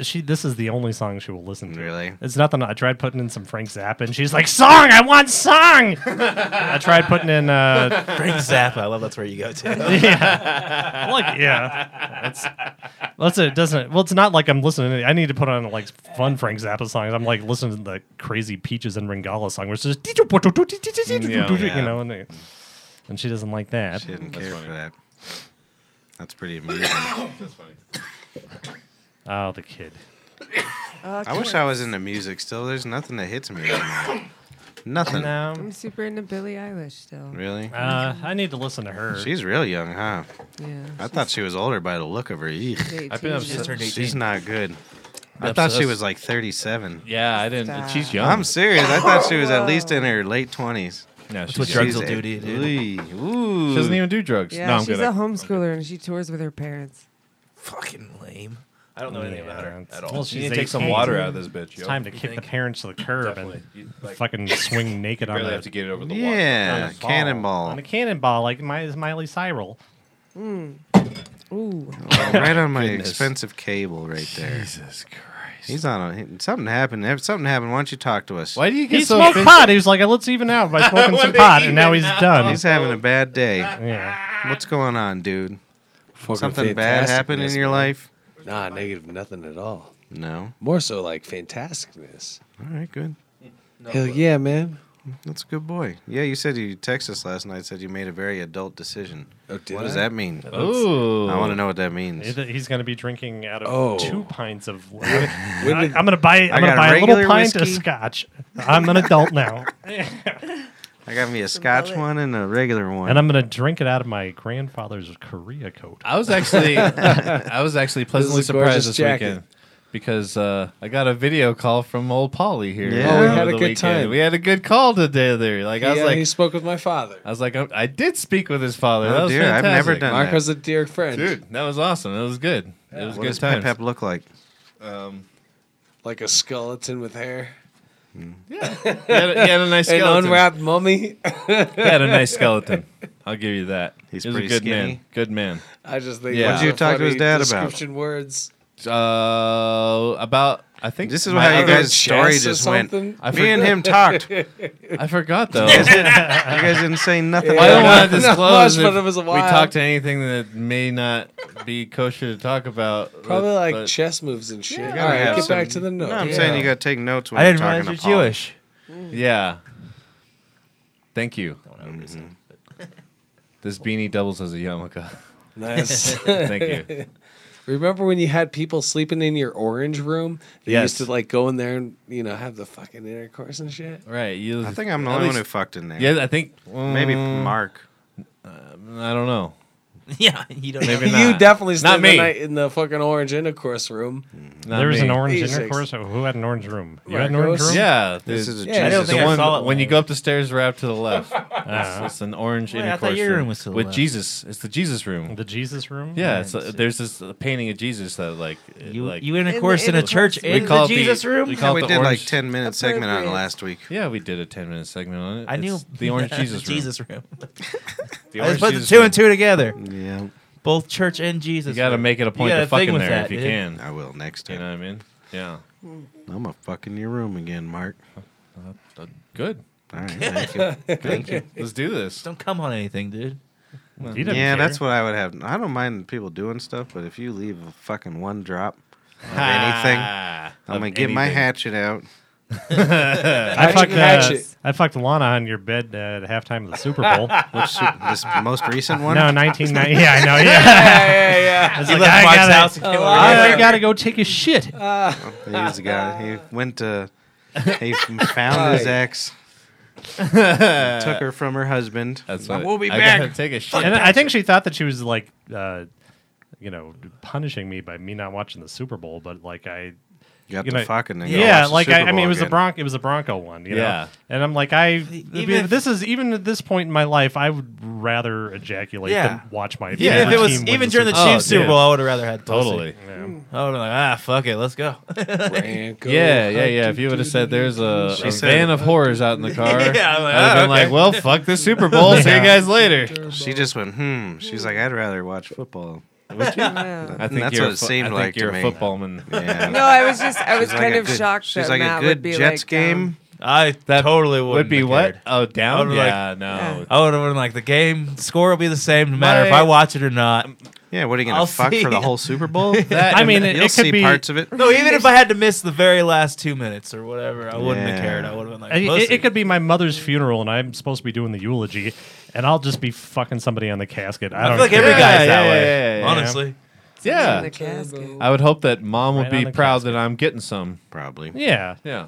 Speaker 6: She this is the only song she will listen to.
Speaker 3: Really?
Speaker 6: It's nothing. I tried putting in some Frank Zappa, and she's like, "Song, I want song." I tried putting in, uh,
Speaker 2: Frank Zappa. I love that's where you go to.
Speaker 6: yeah, like yeah. That's that's it. Doesn't well, it's not like I'm listening. to- I need to put on like fun Frank Zappa songs. I'm like listening to the crazy Peaches and Ringala song, which is just you know, and, they- and she doesn't like that.
Speaker 3: She didn't care for that. That's pretty amazing.
Speaker 6: Oh, the kid.
Speaker 5: Oh,
Speaker 3: I wish I was into music still. There's nothing that hits me anymore. Nothing.
Speaker 4: Um,
Speaker 6: No,
Speaker 5: I'm super into Billie Eilish still.
Speaker 3: Really?
Speaker 6: uh, I need to listen to her.
Speaker 3: She's real young, huh?
Speaker 5: Yeah.
Speaker 3: I thought she was older by the look of her. Eek.
Speaker 5: She's
Speaker 4: I've been
Speaker 5: 18.
Speaker 4: obsessed-
Speaker 2: turned
Speaker 3: She's
Speaker 2: 18.
Speaker 3: not good. I thought she
Speaker 4: Obsessed.
Speaker 3: was like 37.
Speaker 4: Yeah, I didn't.
Speaker 5: Stop.
Speaker 4: She's young.
Speaker 3: I'm serious. I thought she was at least in her late 20s.
Speaker 4: no, she's
Speaker 2: what
Speaker 4: young.
Speaker 2: drugs
Speaker 3: She's
Speaker 2: will do to you, dude.
Speaker 3: Ooh.
Speaker 4: She doesn't even do drugs.
Speaker 5: Yeah,
Speaker 4: no, I'm
Speaker 5: she's
Speaker 4: good.
Speaker 5: a homeschooler and she tours with her parents.
Speaker 2: Fucking lame. I don't know anything about her
Speaker 6: Yeah,
Speaker 2: at
Speaker 6: well,
Speaker 2: all.
Speaker 6: she's
Speaker 4: you need to take some
Speaker 6: 18.
Speaker 4: water out of this bitch.
Speaker 6: It's
Speaker 4: yo.
Speaker 6: time to kick the parents to the curb
Speaker 4: Definitely.
Speaker 6: and
Speaker 4: You, like,
Speaker 6: fucking swing naked on
Speaker 4: barely
Speaker 6: a,
Speaker 4: have to get it over the water.
Speaker 6: on a
Speaker 3: Yeah.
Speaker 6: ball.
Speaker 3: Cannonball.
Speaker 6: on a cannonball like my, Miley Cyrus.
Speaker 5: Ooh.
Speaker 3: Oh, right on my
Speaker 4: Goodness.
Speaker 3: expensive cable right there.
Speaker 4: Jesus Christ.
Speaker 3: He's on a. he- Something happened. Ev- Something happened. Why don't you talk to us?
Speaker 4: Why do you get
Speaker 6: He
Speaker 4: so
Speaker 6: smoked
Speaker 4: offended?
Speaker 6: pot. He was like, "Let's even out by smoking some pot," and now he's done.
Speaker 3: He's having a bad day.
Speaker 6: yeah.
Speaker 3: What's going on, dude?
Speaker 7: Fucking
Speaker 3: Something bad happened in
Speaker 7: fantasticness,
Speaker 3: your
Speaker 7: man.
Speaker 3: life?
Speaker 7: Nah, negative nothing at all.
Speaker 3: No.
Speaker 7: More so like fantasticness.
Speaker 3: All right, good.
Speaker 7: Hell yeah, man.
Speaker 3: That's a good boy. Yeah, you said you texted us last night. Said you made a very adult decision.
Speaker 7: Oh, did
Speaker 3: what does
Speaker 7: I?
Speaker 3: that mean?
Speaker 4: Ooh.
Speaker 3: I want to know what that means.
Speaker 6: Either He's going to be drinking out of
Speaker 7: Oh.
Speaker 6: two pints of.
Speaker 7: When
Speaker 6: I,
Speaker 7: did-
Speaker 6: am gonna buy.
Speaker 3: got
Speaker 6: I'm gonna buy a little
Speaker 3: regular
Speaker 6: pint of
Speaker 3: whiskey.
Speaker 6: scotch. I'm an adult now,
Speaker 3: I got me a Scotch
Speaker 5: Symbolic.
Speaker 3: one and a regular one.
Speaker 6: and I'm gonna drink it out of my grandfather's Korea coat.
Speaker 4: I was actually I was actually pleasantly
Speaker 7: This is a gorgeous
Speaker 4: surprised this
Speaker 7: jacket.
Speaker 4: weekend because uh, I got a video call from old Polly here.
Speaker 3: Yeah. Oh, we
Speaker 4: over
Speaker 7: had a
Speaker 4: the
Speaker 7: good
Speaker 4: weekend.
Speaker 7: time.
Speaker 4: We had a good call today. There, like I was
Speaker 7: yeah,
Speaker 4: like, Oh,
Speaker 7: he spoke with my father.
Speaker 4: I was like, um, I, I did speak with his father.
Speaker 3: Oh,
Speaker 4: that was
Speaker 3: dear, I've
Speaker 4: fantastic.
Speaker 3: never done-
Speaker 7: Marco's a dear friend.
Speaker 4: Dude, that was awesome. It was good. It was
Speaker 3: what
Speaker 4: good
Speaker 3: does Pep
Speaker 4: time.
Speaker 3: Pep look like?
Speaker 7: Like a skeleton with hair.
Speaker 4: He, had a- he had a nice
Speaker 7: An
Speaker 4: skeleton.
Speaker 7: unwrapped mummy.
Speaker 4: he had a nice skeleton. I'll give you that.
Speaker 3: He's
Speaker 4: he was a
Speaker 3: pretty
Speaker 4: good man.
Speaker 3: skinny.
Speaker 4: Good man.
Speaker 7: I just think.
Speaker 4: Yeah.
Speaker 7: that's
Speaker 4: What'd
Speaker 3: you
Speaker 7: a
Speaker 3: talk to his
Speaker 7: funny
Speaker 3: dad about?
Speaker 7: Description words.
Speaker 4: Uh, about I think
Speaker 3: This is
Speaker 4: my
Speaker 3: how you
Speaker 4: other-
Speaker 3: guys' story
Speaker 7: chest or
Speaker 3: just went.
Speaker 7: something?
Speaker 3: Me
Speaker 4: I
Speaker 3: and him talked. You
Speaker 4: I forgot though.
Speaker 3: guys didn't say nothing.
Speaker 4: I don't
Speaker 3: about
Speaker 4: want to
Speaker 7: Not
Speaker 4: disclose
Speaker 7: much,
Speaker 4: if
Speaker 7: but it was a
Speaker 4: we
Speaker 7: while.
Speaker 4: talk to anything that may not be kosher to talk about.
Speaker 7: Probably
Speaker 4: but-
Speaker 7: like
Speaker 4: but-
Speaker 7: chess moves and shit.
Speaker 3: gotta
Speaker 7: All right,
Speaker 3: have
Speaker 7: get
Speaker 3: some-
Speaker 7: back to the note.
Speaker 3: No, I'm
Speaker 7: Yeah.
Speaker 3: saying you got to take notes when
Speaker 2: I
Speaker 3: you're
Speaker 2: didn't
Speaker 3: talking
Speaker 2: realize
Speaker 3: to
Speaker 2: you're
Speaker 3: Paul.
Speaker 2: Jewish.
Speaker 4: yeah. Thank you. This beanie doubles as a yarmulke.
Speaker 7: Nice.
Speaker 4: Thank you.
Speaker 7: Remember when you had people sleeping in your orange room? They
Speaker 4: Yes.
Speaker 7: used to like go in there and you know have the fucking intercourse and shit.
Speaker 4: Right. You,
Speaker 3: I think I'm the
Speaker 4: at
Speaker 3: only one who
Speaker 4: least-
Speaker 3: fucked in there.
Speaker 4: Yeah, I think
Speaker 3: Maybe
Speaker 4: mm,
Speaker 3: Mark.
Speaker 4: I don't know.
Speaker 2: Yeah, you don't.
Speaker 4: Maybe
Speaker 2: know.
Speaker 7: You
Speaker 4: not.
Speaker 7: definitely
Speaker 4: Not
Speaker 7: stayed the
Speaker 4: me.
Speaker 7: night in the fucking orange intercourse room.
Speaker 4: Not
Speaker 6: there was
Speaker 4: me.
Speaker 6: an orange
Speaker 7: Jesus.
Speaker 6: intercourse. Who had an orange room? You had an orange
Speaker 7: Marcos?
Speaker 6: room.
Speaker 4: Yeah,
Speaker 3: This
Speaker 4: the-
Speaker 3: is a
Speaker 7: Yeah, I
Speaker 3: Jesus.
Speaker 7: don't
Speaker 4: the
Speaker 2: think I Uh-huh.
Speaker 4: one-
Speaker 2: saw it
Speaker 4: when you
Speaker 2: one.
Speaker 4: go up the stairs, right up to the left.
Speaker 6: Uh,
Speaker 4: It's an orange
Speaker 2: Wait, I
Speaker 4: intercourse
Speaker 2: thought your room
Speaker 4: room
Speaker 2: was to the
Speaker 4: with
Speaker 2: left.
Speaker 4: Jesus. It's the Jesus room.
Speaker 6: the Jesus room.
Speaker 4: yeah, it's,
Speaker 2: Nice.
Speaker 4: uh, there's this uh, painting of Jesus that like it,
Speaker 2: You,
Speaker 4: like
Speaker 2: you intercourse in, a church
Speaker 5: We
Speaker 2: in
Speaker 4: call
Speaker 2: the
Speaker 4: it the-
Speaker 2: Jesus room.
Speaker 4: we call-
Speaker 3: Yeah, we
Speaker 4: the
Speaker 3: did like
Speaker 4: orange-
Speaker 3: 10 minute segment on it
Speaker 5: Appropriate.
Speaker 3: last week.
Speaker 4: yeah, we did a ten minute segment on it.
Speaker 2: I knew
Speaker 4: It's the orange Jesus room.
Speaker 2: Jesus room.
Speaker 4: The
Speaker 2: I
Speaker 4: orange
Speaker 2: just put the
Speaker 4: Jesus
Speaker 2: two
Speaker 4: room.
Speaker 2: and two together.
Speaker 3: Yeah,
Speaker 2: Both church and Jesus.
Speaker 4: You got to
Speaker 2: room.
Speaker 4: make it a point
Speaker 2: got
Speaker 4: to
Speaker 2: a
Speaker 4: fuck
Speaker 2: thing
Speaker 4: in
Speaker 2: with
Speaker 4: there
Speaker 2: that,
Speaker 4: if you
Speaker 2: dude.
Speaker 4: can.
Speaker 3: I will next
Speaker 4: You know
Speaker 3: time.
Speaker 4: what I mean? Yeah.
Speaker 3: I'm gonna fuck in your room again, Mark.
Speaker 4: Uh, Good.
Speaker 3: All right, thank you.
Speaker 4: Thank you. Let's do this.
Speaker 2: Don't come on anything, dude.
Speaker 6: He didn't
Speaker 3: Yeah,
Speaker 6: care.
Speaker 3: that's what I would have. I don't mind people doing stuff, but if you leave a fucking one drop of anything,
Speaker 4: Ah,
Speaker 3: I'm
Speaker 4: of
Speaker 3: gonna get my
Speaker 4: anything.
Speaker 3: hatchet out
Speaker 6: I fucked,
Speaker 7: Hatchet.
Speaker 6: uh, I fucked Lana on your bed uh, at halftime of the Super Bowl.
Speaker 3: Which this most recent one?
Speaker 6: no, 1990. Yeah, I know. Yeah.
Speaker 7: yeah, yeah.
Speaker 6: I was
Speaker 2: He
Speaker 6: like,
Speaker 2: left
Speaker 6: I
Speaker 2: Mark's
Speaker 6: gotta-
Speaker 2: house and came over
Speaker 6: I
Speaker 2: here.
Speaker 6: gotta go take a shit.
Speaker 3: He was the guy. He went to. He found his ex. took her from her husband.
Speaker 4: That's
Speaker 3: Like,
Speaker 4: what
Speaker 3: we'll be
Speaker 4: I
Speaker 3: back.
Speaker 4: gotta Take a shit.
Speaker 6: and I think she thought that she was like, uh, you know, punishing me by me not watching the Super Bowl, but like I,
Speaker 3: You got
Speaker 6: you
Speaker 3: the
Speaker 6: know,
Speaker 3: fucking. and go
Speaker 6: yeah,
Speaker 3: watch the
Speaker 6: like
Speaker 3: Super
Speaker 6: I, I mean,
Speaker 3: Bowl
Speaker 6: it was the
Speaker 3: again.
Speaker 6: Bron, it was the Bronco one, you know?
Speaker 4: Yeah.
Speaker 6: And I'm like, I,
Speaker 2: if-
Speaker 6: this is even at this point in my life, I would rather ejaculate
Speaker 2: Yeah.
Speaker 6: than watch my
Speaker 2: Even if
Speaker 6: favorite
Speaker 2: it was
Speaker 6: team win
Speaker 2: even during the
Speaker 6: Super
Speaker 4: Bowl.
Speaker 2: Chiefs
Speaker 4: Oh,
Speaker 2: Super
Speaker 4: dude.
Speaker 2: Bowl, I would have rather had pussy.
Speaker 4: Totally.
Speaker 6: Bowl. Yeah.
Speaker 2: I would have like, ah, fuck it, let's go.
Speaker 7: Bran, go
Speaker 4: Yeah, yeah,
Speaker 7: hunt
Speaker 4: yeah.
Speaker 7: the
Speaker 4: If you would have
Speaker 7: dude.
Speaker 4: said there's a, a
Speaker 3: said-
Speaker 4: van of horrors out in the car,
Speaker 2: Yeah, I'm like,
Speaker 4: I'd have
Speaker 2: "Oh,
Speaker 4: been
Speaker 2: okay."
Speaker 4: like, well, fuck the Super Bowl. See you guys later.
Speaker 3: She just went, hmm. She's like, I'd rather watch football.
Speaker 5: Yeah.
Speaker 4: I
Speaker 3: That's
Speaker 4: you're
Speaker 3: what
Speaker 4: a
Speaker 3: it
Speaker 4: fu-
Speaker 3: seemed
Speaker 4: I think
Speaker 3: like to
Speaker 4: you're
Speaker 3: me.
Speaker 4: a footballman.
Speaker 3: Yeah.
Speaker 5: No, I was just, I was
Speaker 3: She's like
Speaker 5: kind
Speaker 3: a
Speaker 5: of
Speaker 3: good-
Speaker 5: shocked
Speaker 3: She's
Speaker 5: that
Speaker 3: like
Speaker 5: Matt
Speaker 3: a
Speaker 5: would
Speaker 3: good
Speaker 5: be
Speaker 3: Jets
Speaker 5: like,
Speaker 3: game.
Speaker 5: um,
Speaker 2: I totally would.
Speaker 4: Would be what? Oh,
Speaker 2: I
Speaker 4: down?
Speaker 2: would've
Speaker 4: Yeah, no.
Speaker 2: I would have been like, the game score will be the same no matter if
Speaker 4: My-
Speaker 2: I watch it or not.
Speaker 3: Yeah, what are you gonna
Speaker 2: I'll
Speaker 3: fuck
Speaker 2: see.
Speaker 3: for the whole Super Bowl?
Speaker 4: That-
Speaker 6: I mean, it,
Speaker 3: You'll
Speaker 6: it could
Speaker 3: see
Speaker 6: be,
Speaker 3: parts of it.
Speaker 2: No, even if I had to miss the very last two minutes or whatever, I wouldn't have
Speaker 3: Yeah.
Speaker 2: cared. I would have been like,
Speaker 6: I-
Speaker 2: pussy.
Speaker 6: It, it could be my mother's funeral, and I'm supposed to be doing the eulogy, and I'll just be fucking somebody on the casket. I,
Speaker 2: I
Speaker 6: don't
Speaker 2: feel like
Speaker 6: care.
Speaker 2: every guy's that
Speaker 4: yeah,
Speaker 2: way.
Speaker 4: yeah, yeah, yeah.
Speaker 2: Honestly,
Speaker 5: yeah.
Speaker 4: Yeah.
Speaker 5: in the casket.
Speaker 4: I would hope that mom would
Speaker 6: Right on
Speaker 4: be
Speaker 6: the
Speaker 4: proud that I'm getting some.
Speaker 3: Probably.
Speaker 6: Yeah.
Speaker 4: Yeah.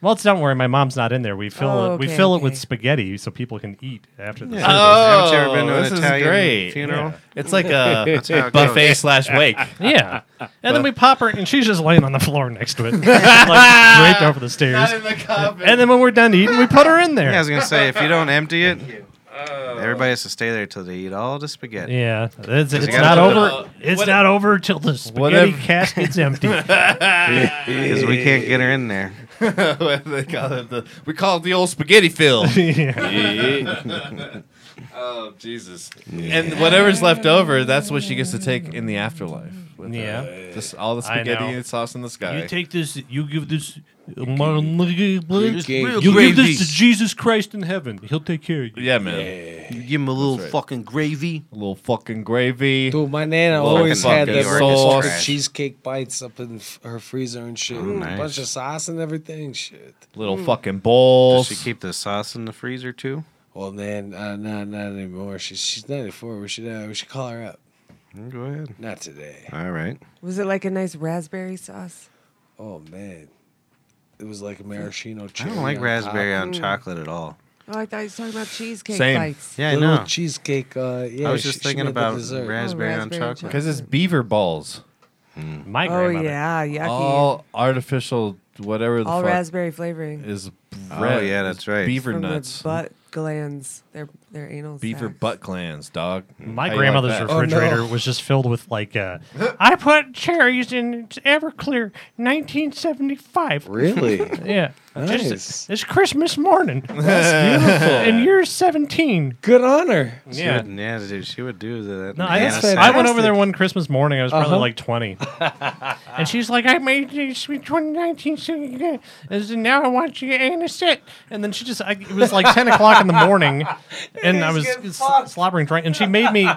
Speaker 6: Well, it's don't worry. My mom's not in there. We fill
Speaker 5: Oh,
Speaker 6: it. We
Speaker 5: okay,
Speaker 6: fill it with
Speaker 5: okay.
Speaker 6: spaghetti so people can eat after the
Speaker 3: Yeah. Uh, Haven't
Speaker 6: service.
Speaker 3: you ever been to an
Speaker 4: this is
Speaker 3: Italian
Speaker 4: great.
Speaker 3: funeral? Oh,
Speaker 4: Yeah. It's
Speaker 2: uh,
Speaker 4: like a
Speaker 3: how it
Speaker 4: buffet
Speaker 3: goes.
Speaker 4: slash wake.
Speaker 6: Yeah. And then we pop her, and she's just laying on the floor next to it, like draped over the stairs.
Speaker 4: the coffin.
Speaker 6: And then when we're done eating, we put her in there.
Speaker 3: Yeah, I was gonna say if you don't empty it, everybody has to stay there till they eat all the spaghetti.
Speaker 6: Yeah, it's, it's
Speaker 3: you gotta
Speaker 6: not
Speaker 3: put
Speaker 6: over.
Speaker 4: the-
Speaker 6: it's
Speaker 4: what-
Speaker 6: not over till the spaghetti
Speaker 4: Whatever.
Speaker 6: casket's empty.
Speaker 3: Because we can't get her in there.
Speaker 4: they call it the, we call it the old spaghetti fill.
Speaker 6: yeah.
Speaker 4: oh Jesus! And whatever's left over, that's what she gets to take in the afterlife. With
Speaker 6: Yeah.
Speaker 4: her. just all the
Speaker 6: I
Speaker 4: spaghetti
Speaker 6: know.
Speaker 4: and sauce in the sky.
Speaker 6: take this. You give this. You
Speaker 3: You
Speaker 6: give this to Jesus Christ in heaven. He'll take care of you.
Speaker 4: yeah, man.
Speaker 3: give him a little
Speaker 8: Fucking gravy.
Speaker 4: A little fucking gravy.
Speaker 7: Dude, my nana
Speaker 4: Little
Speaker 7: always had
Speaker 4: fucking
Speaker 7: the
Speaker 4: sauce.
Speaker 7: fucking cheesecake bites up in f- her freezer and shit.
Speaker 3: Oh, nice.
Speaker 7: A bunch of sauce and everything. Shit.
Speaker 4: Little fucking bowls.
Speaker 3: Does she keep the sauce in the freezer too?
Speaker 7: Well, then, uh, not not anymore. She's she's 94. We should uh, we should call her up.
Speaker 3: Go ahead.
Speaker 7: Not today.
Speaker 3: All right.
Speaker 5: Was it like a nice raspberry sauce?
Speaker 7: Oh man, it was like a maraschino.
Speaker 3: I
Speaker 7: Cherry
Speaker 3: don't like
Speaker 7: on
Speaker 3: raspberry
Speaker 7: top.
Speaker 3: on chocolate at all.
Speaker 5: Oh, I thought you were talking about cheesecake
Speaker 4: Same.
Speaker 5: bites.
Speaker 3: Yeah, I
Speaker 7: Little
Speaker 3: know.
Speaker 7: cheesecake. Uh, yeah,
Speaker 3: I was
Speaker 7: she-
Speaker 3: just
Speaker 7: she
Speaker 3: thinking
Speaker 7: made the
Speaker 3: about
Speaker 7: dessert. Oh,
Speaker 3: raspberry on
Speaker 5: raspberry
Speaker 3: chocolate.
Speaker 4: Because it's beaver balls.
Speaker 6: My
Speaker 5: Oh
Speaker 6: grandmother.
Speaker 5: yeah, yucky. All,
Speaker 4: All artificial, whatever the fuck
Speaker 5: raspberry flavoring
Speaker 4: is.
Speaker 3: Oh,
Speaker 4: red-
Speaker 3: yeah,
Speaker 4: is
Speaker 3: that's right.
Speaker 4: Beaver
Speaker 5: from
Speaker 4: nuts.
Speaker 5: the butt glands. Their their anal.
Speaker 4: Beaver
Speaker 5: sacs.
Speaker 4: butt glands, dog.
Speaker 6: My
Speaker 4: How you like
Speaker 6: grandmother's
Speaker 4: that?
Speaker 7: Oh, no.
Speaker 6: refrigerator was just filled with like, uh, I put cherries in Everclear, 1975.
Speaker 7: Really?
Speaker 6: Yeah, Just-
Speaker 7: Nice.
Speaker 6: it's Christmas morning, and you're 17.
Speaker 7: Good honor.
Speaker 3: She would- yeah, dude, she would do that.
Speaker 6: No, I,
Speaker 3: banana
Speaker 7: that's
Speaker 3: sack.
Speaker 6: I went
Speaker 7: fantastic.
Speaker 6: over there one Christmas morning. I was probably
Speaker 7: Uh-huh.
Speaker 6: like 20. and she's like, I made these sweet 2019 so- and now I want you to anisette. And then she just, I, it was like 10 o'clock in the morning, and I was sl- slobbering drink. And she made me,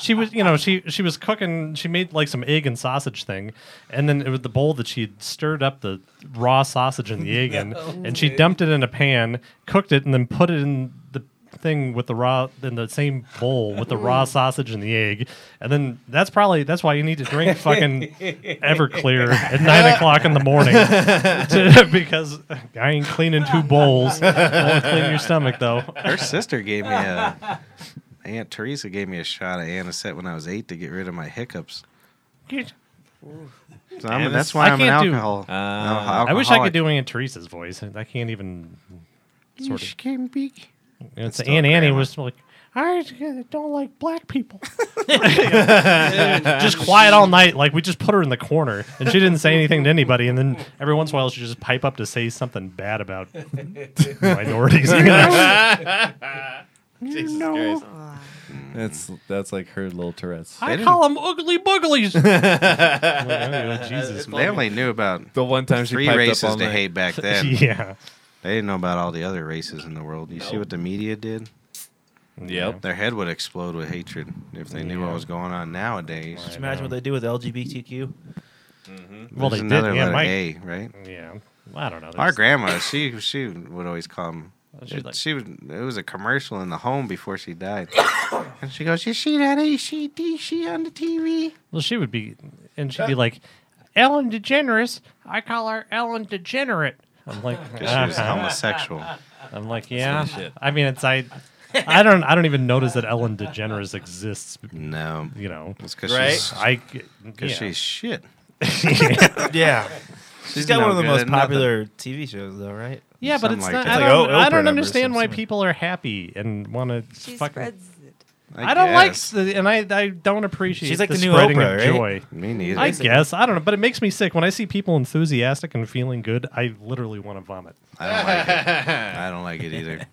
Speaker 6: she was, you know, she she was cooking, she made like some egg and sausage thing. And then it was the bowl that she had stirred up the raw sausage and the egg in, and she dumped it in a pan, cooked it, and then put it in the thing with the raw in the same bowl with the raw sausage and the egg, and then that's probably that's why you need to drink fucking Everclear at nine o'clock in the morning to- because I ain't cleaning two bowls. Won't clean your stomach though.
Speaker 3: Her sister gave me a. Aunt Teresa gave me a shot of anisette when I was eight to get rid of my hiccups. So I'm, that's why
Speaker 6: I
Speaker 3: I'm an
Speaker 6: can't do-
Speaker 3: alcohol.
Speaker 4: Uh,
Speaker 6: I wish I could do Aunt Teresa's voice. I can't even. Sort of.
Speaker 3: can be.
Speaker 6: It's
Speaker 3: still
Speaker 6: Aunt Annie
Speaker 3: grandma.
Speaker 6: was like. I don't like black people. just quiet all night. Like we just put her in the corner, and she didn't say anything to anybody. And then every once in a while, she just pipe up to say something bad about minorities. you know?
Speaker 4: Jesus Christ. That's that's like her little Tourette's.
Speaker 6: I
Speaker 3: They
Speaker 6: call them ugly booglies. Well, oh, Jesus.
Speaker 3: They only knew about
Speaker 4: The one time she
Speaker 3: three
Speaker 4: piped up
Speaker 3: races
Speaker 4: all
Speaker 3: to
Speaker 4: night.
Speaker 3: hate back then.
Speaker 6: Yeah.
Speaker 3: They didn't know about all the other races in the world. You see what the media did?
Speaker 4: Yep.
Speaker 3: Their head would explode with hatred if they knew what was going on nowadays.
Speaker 2: Just imagine what they do with LGBTQ.
Speaker 6: Well,
Speaker 3: There's
Speaker 6: they
Speaker 3: another
Speaker 6: did. Yeah,
Speaker 3: letter
Speaker 6: my,
Speaker 3: A, right?
Speaker 6: yeah. Well, I don't know.
Speaker 3: Our
Speaker 6: There's-
Speaker 3: grandma, she she would always call him.
Speaker 2: she'd
Speaker 3: It-
Speaker 2: like-
Speaker 3: she was. It was a commercial in the home before she died, and she goes, "You see that ACDC on the TV?"
Speaker 6: Well, she would be, and she'd be
Speaker 3: Uh.
Speaker 6: like, Ellen DeGeneres. I call her Ellen Degenerate. I'm like,
Speaker 3: 'Cause she was
Speaker 6: "Uh-huh."
Speaker 3: homosexual.
Speaker 6: I'm like, yeah. I mean, it's I. I don't. I don't even notice that Ellen DeGeneres exists.
Speaker 3: No,
Speaker 6: You know,
Speaker 3: it's because
Speaker 4: Right?
Speaker 3: she's
Speaker 6: I.
Speaker 3: because
Speaker 6: yeah.
Speaker 3: she's shit.
Speaker 2: Yeah. She's got one
Speaker 3: no
Speaker 2: of the
Speaker 3: good
Speaker 2: most
Speaker 3: at nothing.
Speaker 2: popular TV shows, though, right?
Speaker 6: Yeah, but
Speaker 3: Something
Speaker 6: it's
Speaker 3: like
Speaker 6: not.
Speaker 3: that.
Speaker 6: I
Speaker 2: It's like
Speaker 6: don't,
Speaker 2: O-
Speaker 6: I
Speaker 2: Oprah
Speaker 6: don't
Speaker 2: numbers
Speaker 6: understand why
Speaker 2: sometimes.
Speaker 6: people are happy and want to
Speaker 5: She
Speaker 6: fuck.
Speaker 5: spreads it.
Speaker 6: I, don't like,
Speaker 3: guess.
Speaker 6: the, and I, I don't appreciate.
Speaker 2: She's like the new
Speaker 6: spreading
Speaker 2: Oprah,
Speaker 6: of
Speaker 2: right?
Speaker 6: joy.
Speaker 3: Me neither.
Speaker 6: I guess I don't know, but it makes me sick when I see people enthusiastic and feeling good. I literally want to vomit.
Speaker 3: I don't like it. I don't like it either.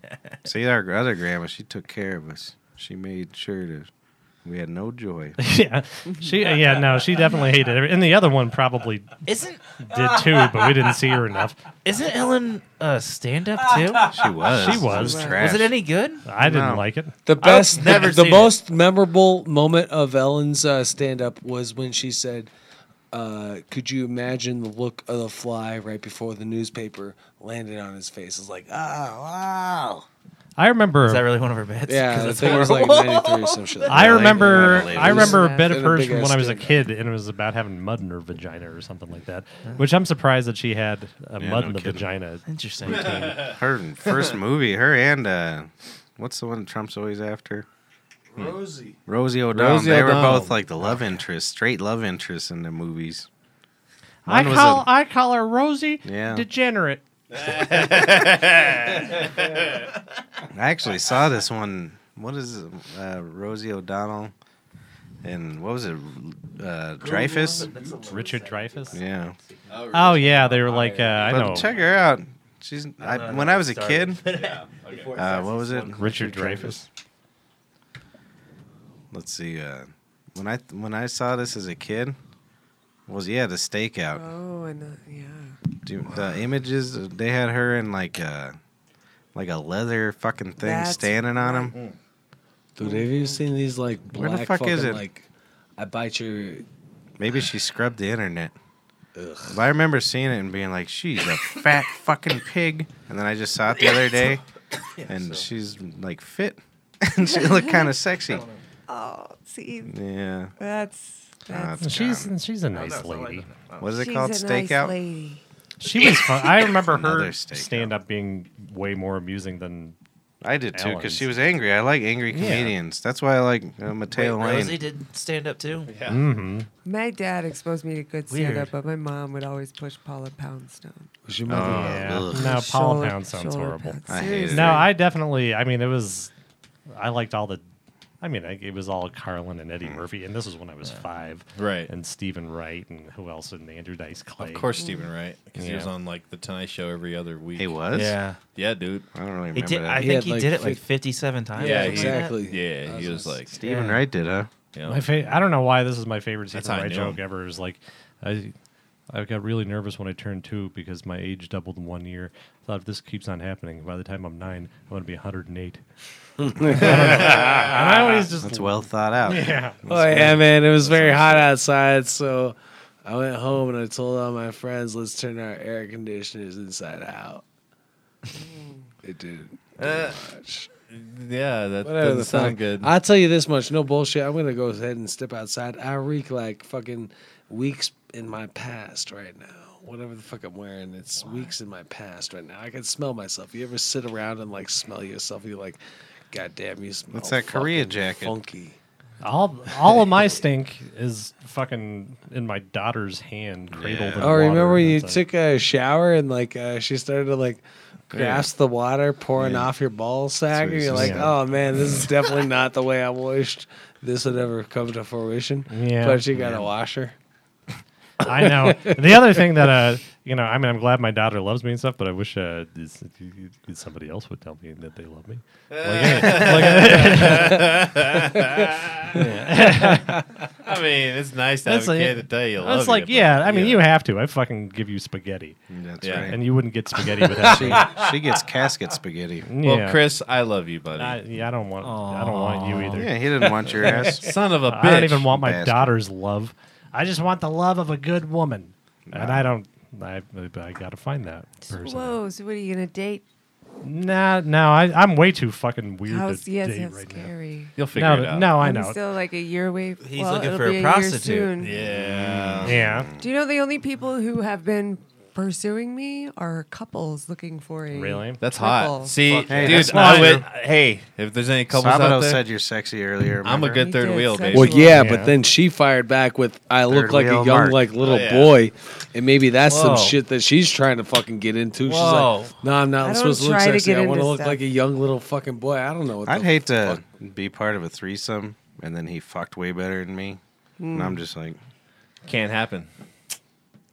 Speaker 3: See, our other grandma, she took care of us. She made sure that we had no joy.
Speaker 6: yeah, she. Yeah, no, she definitely hated it, and the other one probably
Speaker 2: Isn't
Speaker 6: did too, but we didn't see her enough.
Speaker 2: isn't Ellen a stand-up too?
Speaker 3: She was.
Speaker 6: She was.
Speaker 3: It
Speaker 6: Was
Speaker 3: trash.
Speaker 2: Was it any good?
Speaker 6: I didn't
Speaker 3: No.
Speaker 6: like it.
Speaker 7: The best, the,
Speaker 2: never
Speaker 7: the
Speaker 2: seen it.
Speaker 7: most memorable moment of Ellen's uh, stand up was when she said, uh, Could you imagine the look of the fly right before the newspaper landed on his face? It's like, oh, wow.
Speaker 6: I remember.
Speaker 2: Is that really one of her bits?
Speaker 7: Yeah,
Speaker 2: 'Cause
Speaker 7: the
Speaker 2: it's
Speaker 7: thing was like
Speaker 2: horrible.
Speaker 7: 93 or some shit. like
Speaker 6: I
Speaker 3: Yeah, like,
Speaker 6: remember.
Speaker 3: metal
Speaker 6: I remember a bit of
Speaker 7: And a
Speaker 6: hers
Speaker 7: big
Speaker 6: from
Speaker 7: ass
Speaker 6: when I was a
Speaker 7: stand-up.
Speaker 6: kid, and it was about having mud in her vagina or something like that. Which I'm surprised that she had uh,
Speaker 3: Yeah,
Speaker 6: mud
Speaker 3: no
Speaker 6: in the
Speaker 3: kidding.
Speaker 6: vagina.
Speaker 2: Interesting.
Speaker 3: Her first movie, her and uh, what's the one Trump's always after?
Speaker 7: Rosie.
Speaker 3: Rosie O'Donnell.
Speaker 4: Rosie
Speaker 3: they were
Speaker 4: O'Donnell.
Speaker 3: both like the love interests, straight love interests in the movies.
Speaker 6: I
Speaker 3: One was
Speaker 6: call.
Speaker 3: a-
Speaker 6: I call her Rosie
Speaker 3: Yeah.
Speaker 6: Degenerate.
Speaker 3: I actually saw this one. What is it, uh, Rosie O'Donnell? And what was it? Uh, Dreyfus?
Speaker 6: Richard Dreyfus.
Speaker 3: Yeah.
Speaker 6: Oh yeah, they were like. Uh, I
Speaker 3: But
Speaker 6: know.
Speaker 3: check her out. She's I, when I was a kid.
Speaker 2: Before
Speaker 3: Uh, what was it?
Speaker 6: Richard Dreyfus.
Speaker 3: Let's see. Uh, when I when I saw this as a kid, was yeah the stakeout.
Speaker 5: Oh, and uh, yeah.
Speaker 3: Do you- the images they had her in like a like a leather fucking thing
Speaker 5: That's
Speaker 3: standing on him.
Speaker 7: Dude, have you seen these like
Speaker 3: Where
Speaker 7: black
Speaker 3: the fuck
Speaker 7: fucking,
Speaker 3: is it?
Speaker 7: like, I bite your.
Speaker 3: Maybe she scrubbed the internet. But I remember seeing it and being like, "She's a fat fucking pig," and then I just saw it the other day, and she's like fit, and she looked kind of sexy.
Speaker 5: Oh, see,
Speaker 4: Mm.
Speaker 3: Yeah,
Speaker 5: that's that's.
Speaker 3: it's
Speaker 6: She's she's a nice lady.
Speaker 3: what is it
Speaker 5: she's
Speaker 3: called?
Speaker 5: a Nice
Speaker 3: Stakeout.
Speaker 5: lady.
Speaker 6: She was fun. I remember her
Speaker 3: Another stakeout.
Speaker 6: stand up being way more amusing than
Speaker 3: I did too because
Speaker 6: Ellen's.
Speaker 3: she was angry. I like angry comedians. That's why I like uh,
Speaker 2: Wait,
Speaker 3: Mateo Lane.
Speaker 2: Rosie did stand-up too.
Speaker 5: My dad exposed me to good
Speaker 2: Weird.
Speaker 5: stand up, but my mom would always push Paula Poundstone.
Speaker 7: Was your mother.
Speaker 6: yeah.
Speaker 3: ugh.
Speaker 6: No, Paula
Speaker 5: Shoulder-
Speaker 6: Pound sounds
Speaker 5: shoulder
Speaker 6: horrible.
Speaker 5: pads.
Speaker 3: I hate
Speaker 5: Seriously.
Speaker 3: it.
Speaker 6: No, I definitely. I mean, it was. I liked all the. I mean, I, it was all Carlin and Eddie Murphy, and this was when I was five,
Speaker 4: Mm. Right.
Speaker 6: And Stephen Wright, and who else? And Andrew Dice Clay.
Speaker 4: Of course, Stephen Wright, because he
Speaker 6: Yeah.
Speaker 4: was on like the Tonight Show every other week.
Speaker 3: He was.
Speaker 2: Yeah.
Speaker 4: Yeah, dude.
Speaker 3: I don't really
Speaker 2: He
Speaker 3: remember
Speaker 2: did.
Speaker 3: that.
Speaker 2: I
Speaker 7: He
Speaker 2: think
Speaker 7: had,
Speaker 2: he
Speaker 7: like,
Speaker 2: did it like
Speaker 7: fif-
Speaker 2: 57 times.
Speaker 4: Yeah,
Speaker 2: or
Speaker 4: he-
Speaker 2: something like that.
Speaker 7: Exactly.
Speaker 4: Yeah, he was like,
Speaker 3: Stephen
Speaker 6: Yeah.
Speaker 3: Wright did, huh?
Speaker 4: you
Speaker 6: My
Speaker 4: know,
Speaker 6: fa- I don't know why this is my favorite
Speaker 4: That's
Speaker 6: Stephen
Speaker 4: how I
Speaker 6: Wright
Speaker 4: knew him.
Speaker 6: joke ever. Is like, I, I got really nervous when I turned two because my age doubled in one year. I thought if this keeps on happening, by the time I'm nine, I'm going to be 108. and I always just
Speaker 3: That's well thought out.
Speaker 6: yeah.
Speaker 7: Oh yeah, man! It was very hot outside, so I went home and I told all my friends, "Let's turn our air conditioners inside out." Mm. it did.
Speaker 4: yeah, that
Speaker 7: Whatever
Speaker 4: doesn't
Speaker 7: Uh, the
Speaker 4: sound
Speaker 7: fuck.
Speaker 4: good.
Speaker 7: I'll tell you this much, no bullshit. I'm gonna go ahead and step outside. I reek like fucking weeks in my past right now. Whatever the fuck I'm wearing, it's weeks in my past right now. I can smell myself. You ever sit around and like smell yourself? You're like, God damn, you smell.
Speaker 3: What's that Korea
Speaker 7: fucking
Speaker 3: jacket?"
Speaker 7: Funky.
Speaker 6: All all of my stink is fucking in my daughter's hand, cradled. in
Speaker 7: Oh, remember
Speaker 6: water.
Speaker 7: when you
Speaker 6: That's it.
Speaker 7: took a shower and like uh, she started to like grasp the water pouring off your ball sack, and
Speaker 3: it's
Speaker 7: you're
Speaker 3: just
Speaker 7: like,
Speaker 6: like-
Speaker 7: "Oh man, this is definitely not the way I wished this would ever come to fruition."
Speaker 6: Yeah.
Speaker 7: but you got a washer.
Speaker 6: I know. The other thing that uh, you know, I mean, I'm glad my daughter loves me and stuff, but I wish uh, this- somebody else would tell me that they love me. Like,
Speaker 4: I mean, it's nice to
Speaker 6: That's
Speaker 4: have a
Speaker 6: like-
Speaker 4: kid to tell you. I
Speaker 6: That's
Speaker 4: love
Speaker 6: like,
Speaker 4: you,
Speaker 6: yeah. I mean,
Speaker 4: yeah.
Speaker 6: you have to. I fucking give you spaghetti,
Speaker 3: That's
Speaker 4: Yeah.
Speaker 3: right.
Speaker 6: and you wouldn't get spaghetti without me.
Speaker 3: she, she gets casket spaghetti.
Speaker 4: Well,
Speaker 6: Yeah.
Speaker 4: Chris, I love you, buddy.
Speaker 6: I, yeah, I don't want. I don't want you either.
Speaker 3: Yeah, he didn't want your ass.
Speaker 4: Son of a bitch.
Speaker 6: I don't even want my
Speaker 3: bastard.
Speaker 6: daughter's love. I just want the love of a good woman, and I don't. I I gotta find that person.
Speaker 5: Whoa, so what are you gonna date?
Speaker 6: Nah, no, I, I'm way too fucking weird
Speaker 5: How's
Speaker 6: to
Speaker 5: yes,
Speaker 6: date
Speaker 5: how
Speaker 6: right
Speaker 5: scary.
Speaker 4: You'll figure it
Speaker 6: now. No,
Speaker 4: out.
Speaker 6: no, I
Speaker 5: I'm
Speaker 6: know.
Speaker 5: still like a year away.
Speaker 2: He's
Speaker 5: well,
Speaker 2: looking
Speaker 5: it'll
Speaker 2: for a
Speaker 5: be year
Speaker 2: prostitute.
Speaker 5: soon.
Speaker 4: Yeah.
Speaker 6: yeah,
Speaker 5: Do you know the only people who have been pursuing me are couples looking for a
Speaker 6: really.
Speaker 4: That's
Speaker 5: Triple.
Speaker 4: hot. See,
Speaker 3: Fuck, hey,
Speaker 4: dude,
Speaker 3: that's
Speaker 4: I
Speaker 3: fine.
Speaker 4: would,
Speaker 6: Uh,
Speaker 4: hey, if there's any couples out
Speaker 3: Sabato
Speaker 4: there,
Speaker 3: said you're sexy earlier.
Speaker 4: I'm a
Speaker 3: remember?
Speaker 4: good
Speaker 5: He
Speaker 4: third
Speaker 5: did,
Speaker 4: wheel,
Speaker 5: sexual-
Speaker 4: baby.
Speaker 7: Well, yeah,
Speaker 6: Yeah.
Speaker 7: but then she fired back with, "I look
Speaker 3: Third
Speaker 7: like a
Speaker 3: wheel
Speaker 7: young,
Speaker 3: mark.
Speaker 7: like little
Speaker 4: Oh, yeah.
Speaker 7: boy," and maybe that's
Speaker 2: Whoa.
Speaker 7: some shit that she's trying to fucking get into.
Speaker 2: Whoa.
Speaker 7: She's like, "No, I'm
Speaker 5: I
Speaker 7: not
Speaker 5: don't
Speaker 7: supposed to look
Speaker 5: try to
Speaker 7: sexy.
Speaker 5: get
Speaker 7: I want to
Speaker 5: into
Speaker 7: look
Speaker 5: stuff.
Speaker 7: like a young little fucking boy." I don't know. What
Speaker 3: I'd
Speaker 7: the
Speaker 3: hate to be part of a threesome and then he fucked way better than me. And I'm just like,
Speaker 4: Can't happen.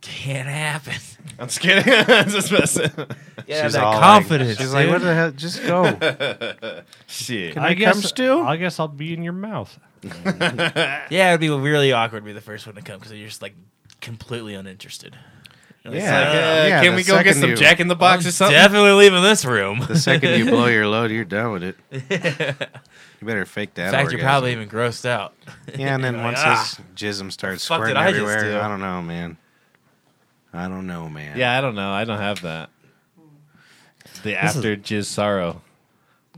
Speaker 2: Can't happen.
Speaker 4: I'm just kidding. I'm just messing.
Speaker 2: Yeah,
Speaker 3: she's
Speaker 2: that
Speaker 3: all like-
Speaker 2: confidence.
Speaker 3: she's like,
Speaker 2: dude.
Speaker 3: what the hell? Just go.
Speaker 4: Shit. Uh,
Speaker 3: I come, Stu?
Speaker 6: I guess I'll be in your mouth.
Speaker 2: Yeah, it'd be really awkward to be the first one to come because you're just like completely uninterested. You're like,
Speaker 3: Yeah,
Speaker 2: "Uh,
Speaker 4: Uh,
Speaker 3: yeah,
Speaker 4: can
Speaker 3: the
Speaker 4: we go get
Speaker 3: second
Speaker 4: some
Speaker 3: you-
Speaker 4: Jack in the Box or something?
Speaker 2: Definitely leaving this room.
Speaker 3: the second you blow your load, you're done with it. You better fake that.
Speaker 2: In fact, you're
Speaker 3: orgasm.
Speaker 2: probably even grossed out.
Speaker 3: Yeah, and then
Speaker 2: You're
Speaker 3: once
Speaker 2: like,
Speaker 3: his jism starts
Speaker 2: fuck
Speaker 3: squirting
Speaker 2: did I just do?
Speaker 3: everywhere, I don't know, man. I don't know, man.
Speaker 4: yeah, I don't know. I don't have that. The
Speaker 6: is-
Speaker 4: after jizz sorrow.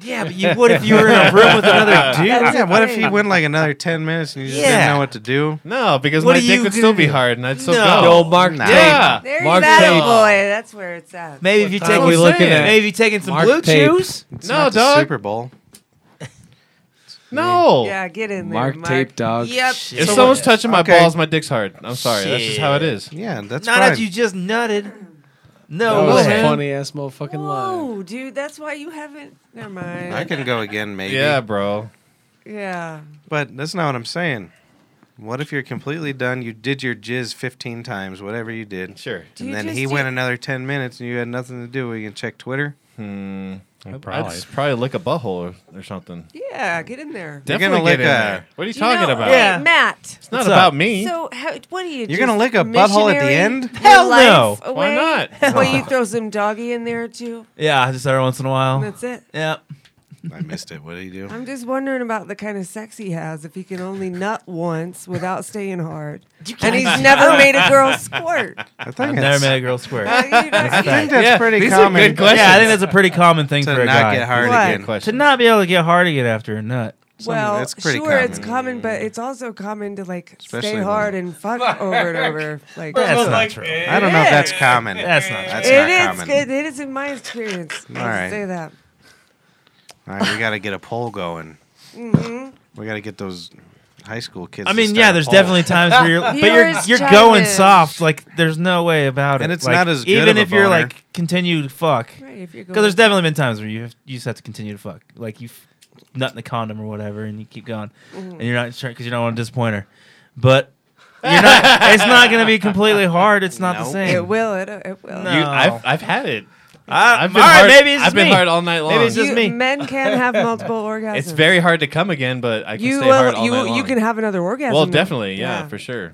Speaker 2: yeah, but you would if you were in a room with another dude.
Speaker 5: That's
Speaker 3: Yeah,
Speaker 5: the
Speaker 3: what if
Speaker 5: thing.
Speaker 3: he went like another 10 minutes and you just didn't
Speaker 2: Yeah.
Speaker 3: know what to do?
Speaker 4: No, because
Speaker 2: What
Speaker 4: my
Speaker 2: are
Speaker 4: dick
Speaker 2: you
Speaker 4: would still be
Speaker 2: gonna-
Speaker 4: hard, and I'd still
Speaker 2: No.
Speaker 4: go.
Speaker 7: Yo, Mark
Speaker 3: Nah.
Speaker 7: Tate.
Speaker 4: Yeah.
Speaker 5: There's
Speaker 7: Mark
Speaker 5: that
Speaker 7: Tate.
Speaker 5: boy. That's where it's at.
Speaker 2: Maybe if you
Speaker 7: What time
Speaker 2: take
Speaker 7: are we looking at?
Speaker 2: maybe if you taking some
Speaker 7: Mark
Speaker 2: blue
Speaker 7: tape.
Speaker 2: chews.
Speaker 3: It's
Speaker 4: No,
Speaker 3: not the
Speaker 4: dog.
Speaker 3: Super Bowl.
Speaker 4: no.
Speaker 5: Yeah, get in there.
Speaker 7: Mark Tape, dog.
Speaker 5: Yep.
Speaker 2: Shit.
Speaker 4: If
Speaker 2: So
Speaker 4: someone's
Speaker 2: what-
Speaker 4: touching my
Speaker 3: okay.
Speaker 4: balls, my dick's hard. I'm sorry. That's just how it
Speaker 2: Shit.
Speaker 4: is.
Speaker 3: Yeah, that's
Speaker 2: Not
Speaker 3: fine.
Speaker 2: that you just nutted.
Speaker 7: That
Speaker 2: No
Speaker 7: was
Speaker 2: way.
Speaker 7: funny ass motherfucking lie.
Speaker 5: Whoa, dude. That's why you haven't. Never mind.
Speaker 3: I can go again, maybe.
Speaker 4: Yeah, bro.
Speaker 5: yeah.
Speaker 3: But that's not what I'm saying. What if you're completely done? You did your jizz 15 times, whatever you did.
Speaker 4: Sure.
Speaker 5: Do
Speaker 3: And
Speaker 5: you
Speaker 3: then
Speaker 5: just
Speaker 3: he
Speaker 5: do-
Speaker 3: went another 10 minutes and you had nothing to do. You can check Twitter.
Speaker 4: Hmm. I'd
Speaker 6: probably.
Speaker 4: probably. probably lick a butthole or, or something.
Speaker 5: Yeah, get in there.
Speaker 3: You're
Speaker 4: Definitely
Speaker 3: gonna lick
Speaker 4: get in
Speaker 3: a-
Speaker 4: there. What are you
Speaker 5: You
Speaker 4: talking
Speaker 5: know-
Speaker 4: about?
Speaker 5: wait,
Speaker 2: Yeah.
Speaker 5: Matt.
Speaker 4: It's not
Speaker 2: What's
Speaker 4: about
Speaker 2: up?
Speaker 4: me.
Speaker 5: So, how, what are you?
Speaker 3: You're gonna lick
Speaker 5: just
Speaker 3: a butthole at the
Speaker 5: missionary
Speaker 3: end?
Speaker 5: your
Speaker 2: Hell
Speaker 5: life
Speaker 2: no.
Speaker 5: Away?
Speaker 4: Why not?
Speaker 5: Well, you throw some doggy in there too.
Speaker 2: Yeah, just every once in a while.
Speaker 5: and That's it.
Speaker 2: yeah.
Speaker 3: I missed it. What did he do?
Speaker 5: I'm just wondering about the kind of sex he has if he can only nut once without staying hard. And he's never made a girl squirt.
Speaker 3: I think that's-
Speaker 2: I've never met a girl squirt.
Speaker 5: How
Speaker 2: yeah,
Speaker 5: do you not
Speaker 3: I
Speaker 5: get-
Speaker 3: think that's
Speaker 4: Yeah,
Speaker 3: pretty
Speaker 4: these are
Speaker 3: common.
Speaker 4: good questions.
Speaker 2: I think that's a pretty common thing
Speaker 3: to
Speaker 2: for a
Speaker 3: not
Speaker 2: guy.
Speaker 3: get hard
Speaker 5: What?
Speaker 3: again.
Speaker 2: to
Speaker 4: Question.
Speaker 2: not be able to get hard again after a nut.
Speaker 5: Well,
Speaker 3: that's pretty
Speaker 5: sure, it's
Speaker 3: common.
Speaker 5: common, but it's also common to like
Speaker 3: Especially
Speaker 5: stay
Speaker 3: when-
Speaker 5: hard and fuck over and over. Like
Speaker 2: That's not true.
Speaker 3: I don't know if that's
Speaker 5: Yeah.
Speaker 3: common.
Speaker 2: That's not
Speaker 3: That's
Speaker 5: it
Speaker 3: not
Speaker 5: is
Speaker 3: common.
Speaker 5: good. It is in my experience. I'll
Speaker 3: All right.
Speaker 5: say that.
Speaker 3: All right, we got to get a poll going. We got to get those high school kids.
Speaker 2: I
Speaker 3: to
Speaker 2: mean,
Speaker 3: start
Speaker 2: yeah,
Speaker 3: a
Speaker 2: there's
Speaker 3: poll.
Speaker 2: definitely times where you're, but you're
Speaker 5: Viewers
Speaker 2: you're
Speaker 5: chime
Speaker 2: going
Speaker 5: in.
Speaker 2: soft. Like there's no way about it.
Speaker 3: And it's
Speaker 2: Like,
Speaker 3: not as good
Speaker 2: even
Speaker 3: of a
Speaker 2: if you're
Speaker 3: boner.
Speaker 2: like continued fuck,
Speaker 5: Right, if you're
Speaker 2: because there's
Speaker 5: going-
Speaker 2: definitely been times where you have, you just have to continue to fuck. Like you f- nut in the condom or whatever, and you keep going, and you're not sure because you don't want to disappoint her. But you're not. it's not going to be completely hard. It's not the
Speaker 3: No.
Speaker 2: same.
Speaker 5: It will. It, it will.
Speaker 2: No.
Speaker 4: You, I've, I've had it.
Speaker 2: I,
Speaker 4: I've been
Speaker 2: all right,
Speaker 4: hard.
Speaker 2: maybe it's
Speaker 4: I've
Speaker 2: just
Speaker 4: been
Speaker 2: me.
Speaker 4: hard all night long.
Speaker 2: Maybe it's just
Speaker 5: You-
Speaker 2: me.
Speaker 5: Men can have multiple orgasms.
Speaker 4: It's very hard to come again, but I can
Speaker 5: You
Speaker 4: stay hard all
Speaker 5: will. You
Speaker 4: night long.
Speaker 5: you can have another orgasm.
Speaker 4: Well,
Speaker 5: though.
Speaker 4: definitely, yeah, for sure.
Speaker 2: I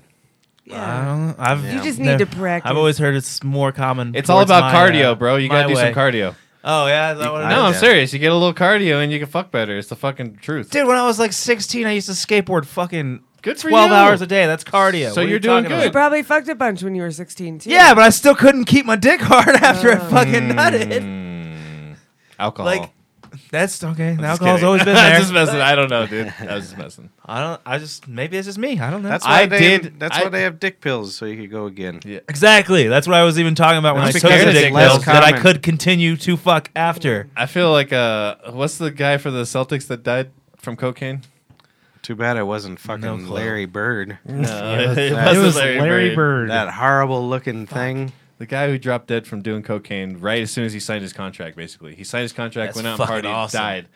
Speaker 5: Yeah.
Speaker 2: don't. I've,
Speaker 5: You just
Speaker 2: nev-
Speaker 5: need to practice.
Speaker 2: I've always heard it's more common.
Speaker 4: It's all
Speaker 2: towards
Speaker 4: about
Speaker 2: my,
Speaker 4: cardio,
Speaker 2: uh,
Speaker 4: bro. You
Speaker 2: my
Speaker 4: gotta do
Speaker 2: way.
Speaker 4: some cardio.
Speaker 2: Oh yeah, is that what it is?
Speaker 4: No, I'm
Speaker 3: yeah.
Speaker 4: serious. You get a little cardio and you can fuck better. It's the fucking truth.
Speaker 2: Dude, when I was like 16, I used to skateboard fucking
Speaker 4: Good for
Speaker 2: 12
Speaker 4: you.
Speaker 2: hours a day. That's
Speaker 4: So
Speaker 2: cardio. What are
Speaker 4: you're
Speaker 2: you
Speaker 4: doing
Speaker 2: talking
Speaker 4: good.
Speaker 5: You
Speaker 2: about?
Speaker 5: probably fucked a bunch when you were 16 too.
Speaker 2: Yeah, but I still couldn't keep my dick hard after I fucking nutted.
Speaker 4: Mm, alcohol.
Speaker 2: Like, that's okay.
Speaker 4: I'm just
Speaker 2: alcohol's
Speaker 4: kidding.
Speaker 2: always been
Speaker 4: I
Speaker 2: there.
Speaker 4: was just messing. I don't know, dude. I was just messing.
Speaker 2: I don't. I just maybe it's just me. I don't know.
Speaker 3: That's
Speaker 4: I
Speaker 3: why they,
Speaker 4: did-
Speaker 3: That's
Speaker 4: I-
Speaker 3: why they have dick pills, so you could go again.
Speaker 4: Yeah.
Speaker 2: exactly. That's what I was even talking about when I
Speaker 4: That's
Speaker 2: took
Speaker 4: because
Speaker 2: the
Speaker 4: it's
Speaker 2: dick
Speaker 4: less
Speaker 2: pills that I
Speaker 3: common.
Speaker 2: could continue to fuck after.
Speaker 4: I feel like uh, what's the guy for the Celtics that died from cocaine?
Speaker 3: Too bad I wasn't fucking
Speaker 2: No clue.
Speaker 3: Larry Bird.
Speaker 4: No,
Speaker 6: It
Speaker 4: wasn't
Speaker 6: was Larry Bird.
Speaker 3: That horrible looking thing.
Speaker 4: The guy who dropped dead from doing cocaine right as soon as he signed his contract. Basically, he signed his contract,
Speaker 2: That's
Speaker 4: went out and
Speaker 2: fucking
Speaker 4: partied,
Speaker 2: awesome.
Speaker 4: died.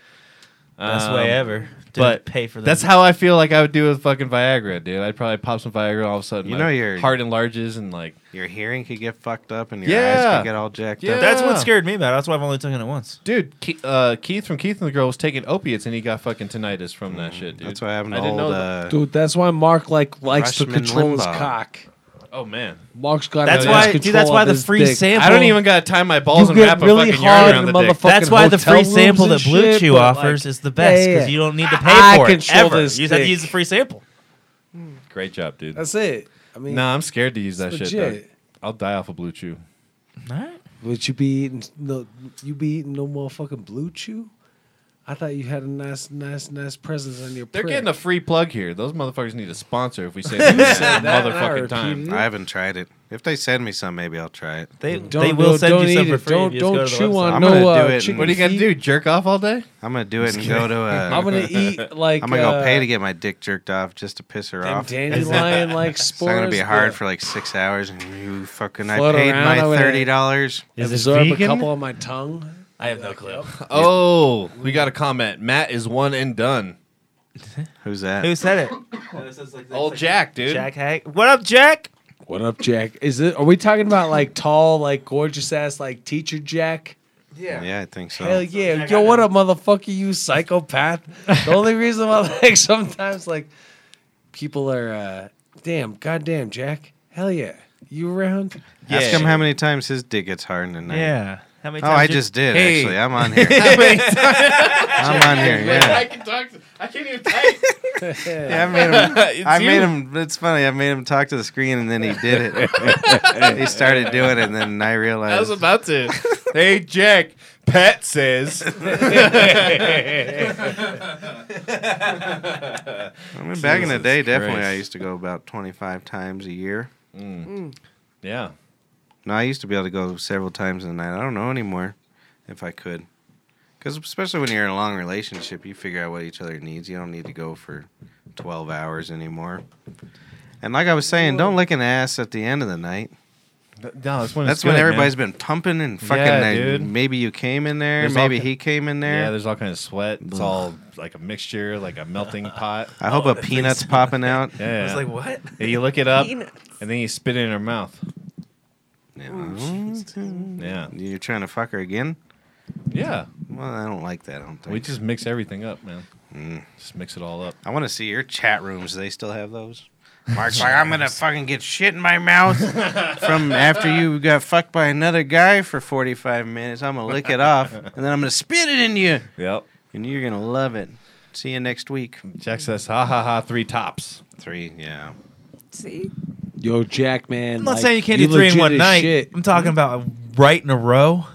Speaker 2: Best
Speaker 4: Um,
Speaker 2: way ever. Didn't
Speaker 4: but
Speaker 2: pay for that.
Speaker 4: That's how I feel like I would do with fucking Viagra, dude. I'd probably pop some Viagra, all of a sudden,
Speaker 3: You
Speaker 4: my
Speaker 3: know your-
Speaker 4: heart enlarges and like
Speaker 3: Your hearing could get fucked up, and your eyes
Speaker 4: Yeah.
Speaker 3: could get all jacked
Speaker 4: Yeah.
Speaker 3: up.
Speaker 2: That's what
Speaker 4: Yeah.
Speaker 2: scared me about. it. That's why I've only taken it once.
Speaker 4: Dude, Ke- uh, Keith from Keith and the Girl was taking opiates and he got fucking tinnitus from that shit, dude.
Speaker 3: Mm, That's what happened
Speaker 4: I
Speaker 3: to
Speaker 4: didn't
Speaker 3: old.
Speaker 4: know that.
Speaker 3: Uh,
Speaker 7: Dude, that's why Mark like likes to
Speaker 3: Rushman
Speaker 7: control his
Speaker 3: Limbaugh.
Speaker 7: cock.
Speaker 3: uh,
Speaker 4: Oh man,
Speaker 7: Mark's got.
Speaker 2: That's
Speaker 4: yeah.
Speaker 2: why,
Speaker 4: Just
Speaker 2: dude. That's why the free
Speaker 7: sample.
Speaker 2: sample.
Speaker 4: I don't even gotta tie my balls
Speaker 7: You
Speaker 4: and wrap
Speaker 7: get really
Speaker 4: a fucking yard
Speaker 7: hard
Speaker 4: around the
Speaker 7: in the
Speaker 4: dick.
Speaker 7: motherfucking
Speaker 2: That's why the
Speaker 7: hotel
Speaker 2: free
Speaker 7: rooms
Speaker 2: sample
Speaker 7: and
Speaker 2: that Blue
Speaker 7: shit,
Speaker 2: Chew
Speaker 7: but,
Speaker 2: offers
Speaker 7: like,
Speaker 2: is the best
Speaker 7: yeah, yeah,
Speaker 2: because
Speaker 7: yeah.
Speaker 2: you don't need to pay
Speaker 7: I
Speaker 2: for it
Speaker 7: control
Speaker 2: ever.
Speaker 7: this
Speaker 2: you just have to
Speaker 7: dick.
Speaker 2: use the free sample.
Speaker 4: Great job, dude.
Speaker 7: That's it. I mean,
Speaker 4: nah, I'm scared to use that shit. Doug.
Speaker 7: legit.
Speaker 4: I'll die off a blue chew.
Speaker 2: All right.
Speaker 7: would you be eating no? You be eating no motherfucking blue chew? I thought you had a nice, nice, nice presence on your.
Speaker 4: They're
Speaker 7: prick.
Speaker 4: getting a free plug here. Those motherfuckers need a sponsor if we say this motherfucking
Speaker 7: Alright,
Speaker 4: time.
Speaker 7: Peter.
Speaker 3: uh, I haven't tried it. If they send me some, maybe I'll try it.
Speaker 2: They
Speaker 7: Don't-
Speaker 2: they will
Speaker 7: don't-
Speaker 2: send
Speaker 7: don't
Speaker 2: you some
Speaker 7: eat
Speaker 2: for
Speaker 7: it.
Speaker 2: free.
Speaker 7: Don't-
Speaker 2: if you just
Speaker 7: don't
Speaker 2: go to the
Speaker 7: chew
Speaker 2: website.
Speaker 7: on
Speaker 3: I'm
Speaker 7: no
Speaker 3: gonna
Speaker 7: uh,
Speaker 3: do it
Speaker 7: chicken
Speaker 3: and-
Speaker 4: What are you gonna
Speaker 7: feet.
Speaker 4: do? Jerk off all day?
Speaker 3: I'm gonna do it and go to. Uh,
Speaker 7: I'm gonna eat like
Speaker 3: I'm gonna go pay to
Speaker 7: get
Speaker 3: get my dick jerked off just to piss her
Speaker 7: them
Speaker 3: off.
Speaker 7: dandelion like
Speaker 3: It's
Speaker 7: spores.
Speaker 3: not gonna be hard
Speaker 7: that
Speaker 3: for like six hours, and you fucking. I
Speaker 7: Float
Speaker 3: paid
Speaker 7: around
Speaker 3: my
Speaker 7: over there.
Speaker 3: thirty dollars.
Speaker 6: Is it
Speaker 7: absorb
Speaker 6: vegan?
Speaker 7: a couple on my tongue.
Speaker 2: I have no clue.
Speaker 4: Oh, we got a comment. Matt is one and done.
Speaker 3: Who's that?
Speaker 2: Who said it?
Speaker 4: Old Jack, dude.
Speaker 2: Jack Hag. What up, Jack?
Speaker 7: What up, Jack? Is it? Are we talking about like tall, like gorgeous ass, like teacher Jack?
Speaker 3: yeah, I think so.
Speaker 7: Hell yeah! Yo, what up, motherfucker? You psychopath. the only reason why, like, sometimes, like, people are, uh, damn, goddamn, Jack. Hell yeah, you around?
Speaker 3: Ask
Speaker 4: Yeah.
Speaker 3: him how many times his dick gets hard in a night.
Speaker 2: Yeah. How many
Speaker 3: Oh,
Speaker 2: times
Speaker 3: I
Speaker 2: you-
Speaker 3: just did
Speaker 4: Hey.
Speaker 3: actually. I'm on here. I'm on here. Yeah.
Speaker 4: can talk. To, I can't even type.
Speaker 3: yeah I made him.
Speaker 4: It's
Speaker 3: I
Speaker 4: you.
Speaker 3: made him. It's funny. I made him talk to the screen, and then he did it. he started doing it, and then I
Speaker 4: I was
Speaker 3: realized.
Speaker 4: about to. hey, Jack. Pat says.
Speaker 3: I mean, back in the
Speaker 4: Jesus
Speaker 3: day, definitely,
Speaker 4: Christ.
Speaker 3: I used to go about 25 times a year.
Speaker 4: yeah.
Speaker 3: No, I used to be able to go several times in the night. I don't know anymore if I could. Because especially when you're in a long relationship, you figure out what each other needs. You don't need to go for 12 hours anymore. And like I was saying, don't lick an ass at the end of the night.
Speaker 4: No, that's when.
Speaker 3: That's
Speaker 4: it's
Speaker 3: when
Speaker 4: good, man.
Speaker 3: everybody's been pumping and fucking.
Speaker 4: Yeah,
Speaker 3: and
Speaker 4: dude.
Speaker 3: Maybe you came in there.
Speaker 4: There's all
Speaker 3: maybe
Speaker 4: ki-
Speaker 3: he came in
Speaker 4: Yeah,
Speaker 3: there.
Speaker 4: there's all kind of sweat. It's all like a mixture, like a melting pot.
Speaker 3: I hope a peanut's popping out.
Speaker 4: Yeah.
Speaker 2: I was like, what?
Speaker 4: And you look it up,
Speaker 5: Peanuts.
Speaker 4: and then you spit it in her mouth.
Speaker 3: Yeah.
Speaker 4: Yeah.
Speaker 3: You're trying to fuck her again?
Speaker 4: Yeah.
Speaker 3: Well, I don't like that. I don't think.
Speaker 4: We just mix everything up, man.
Speaker 5: Mm.
Speaker 4: Just mix it all up.
Speaker 3: I want to see your chat rooms. They still have those. Mark's like, I'm gonna fucking get shit in my mouth from after you got fucked by another guy for 45 minutes. I'm gonna lick it off, and then I'm gonna spit it in you,
Speaker 4: Yep.
Speaker 3: and you're gonna love it. See you next week.
Speaker 4: Jack says, ha ha ha, three tops.
Speaker 3: Three, yeah.
Speaker 5: See?
Speaker 7: Yo, Jack, man.
Speaker 2: I'm not saying you can't do three in one night. I'm talking about right in a row.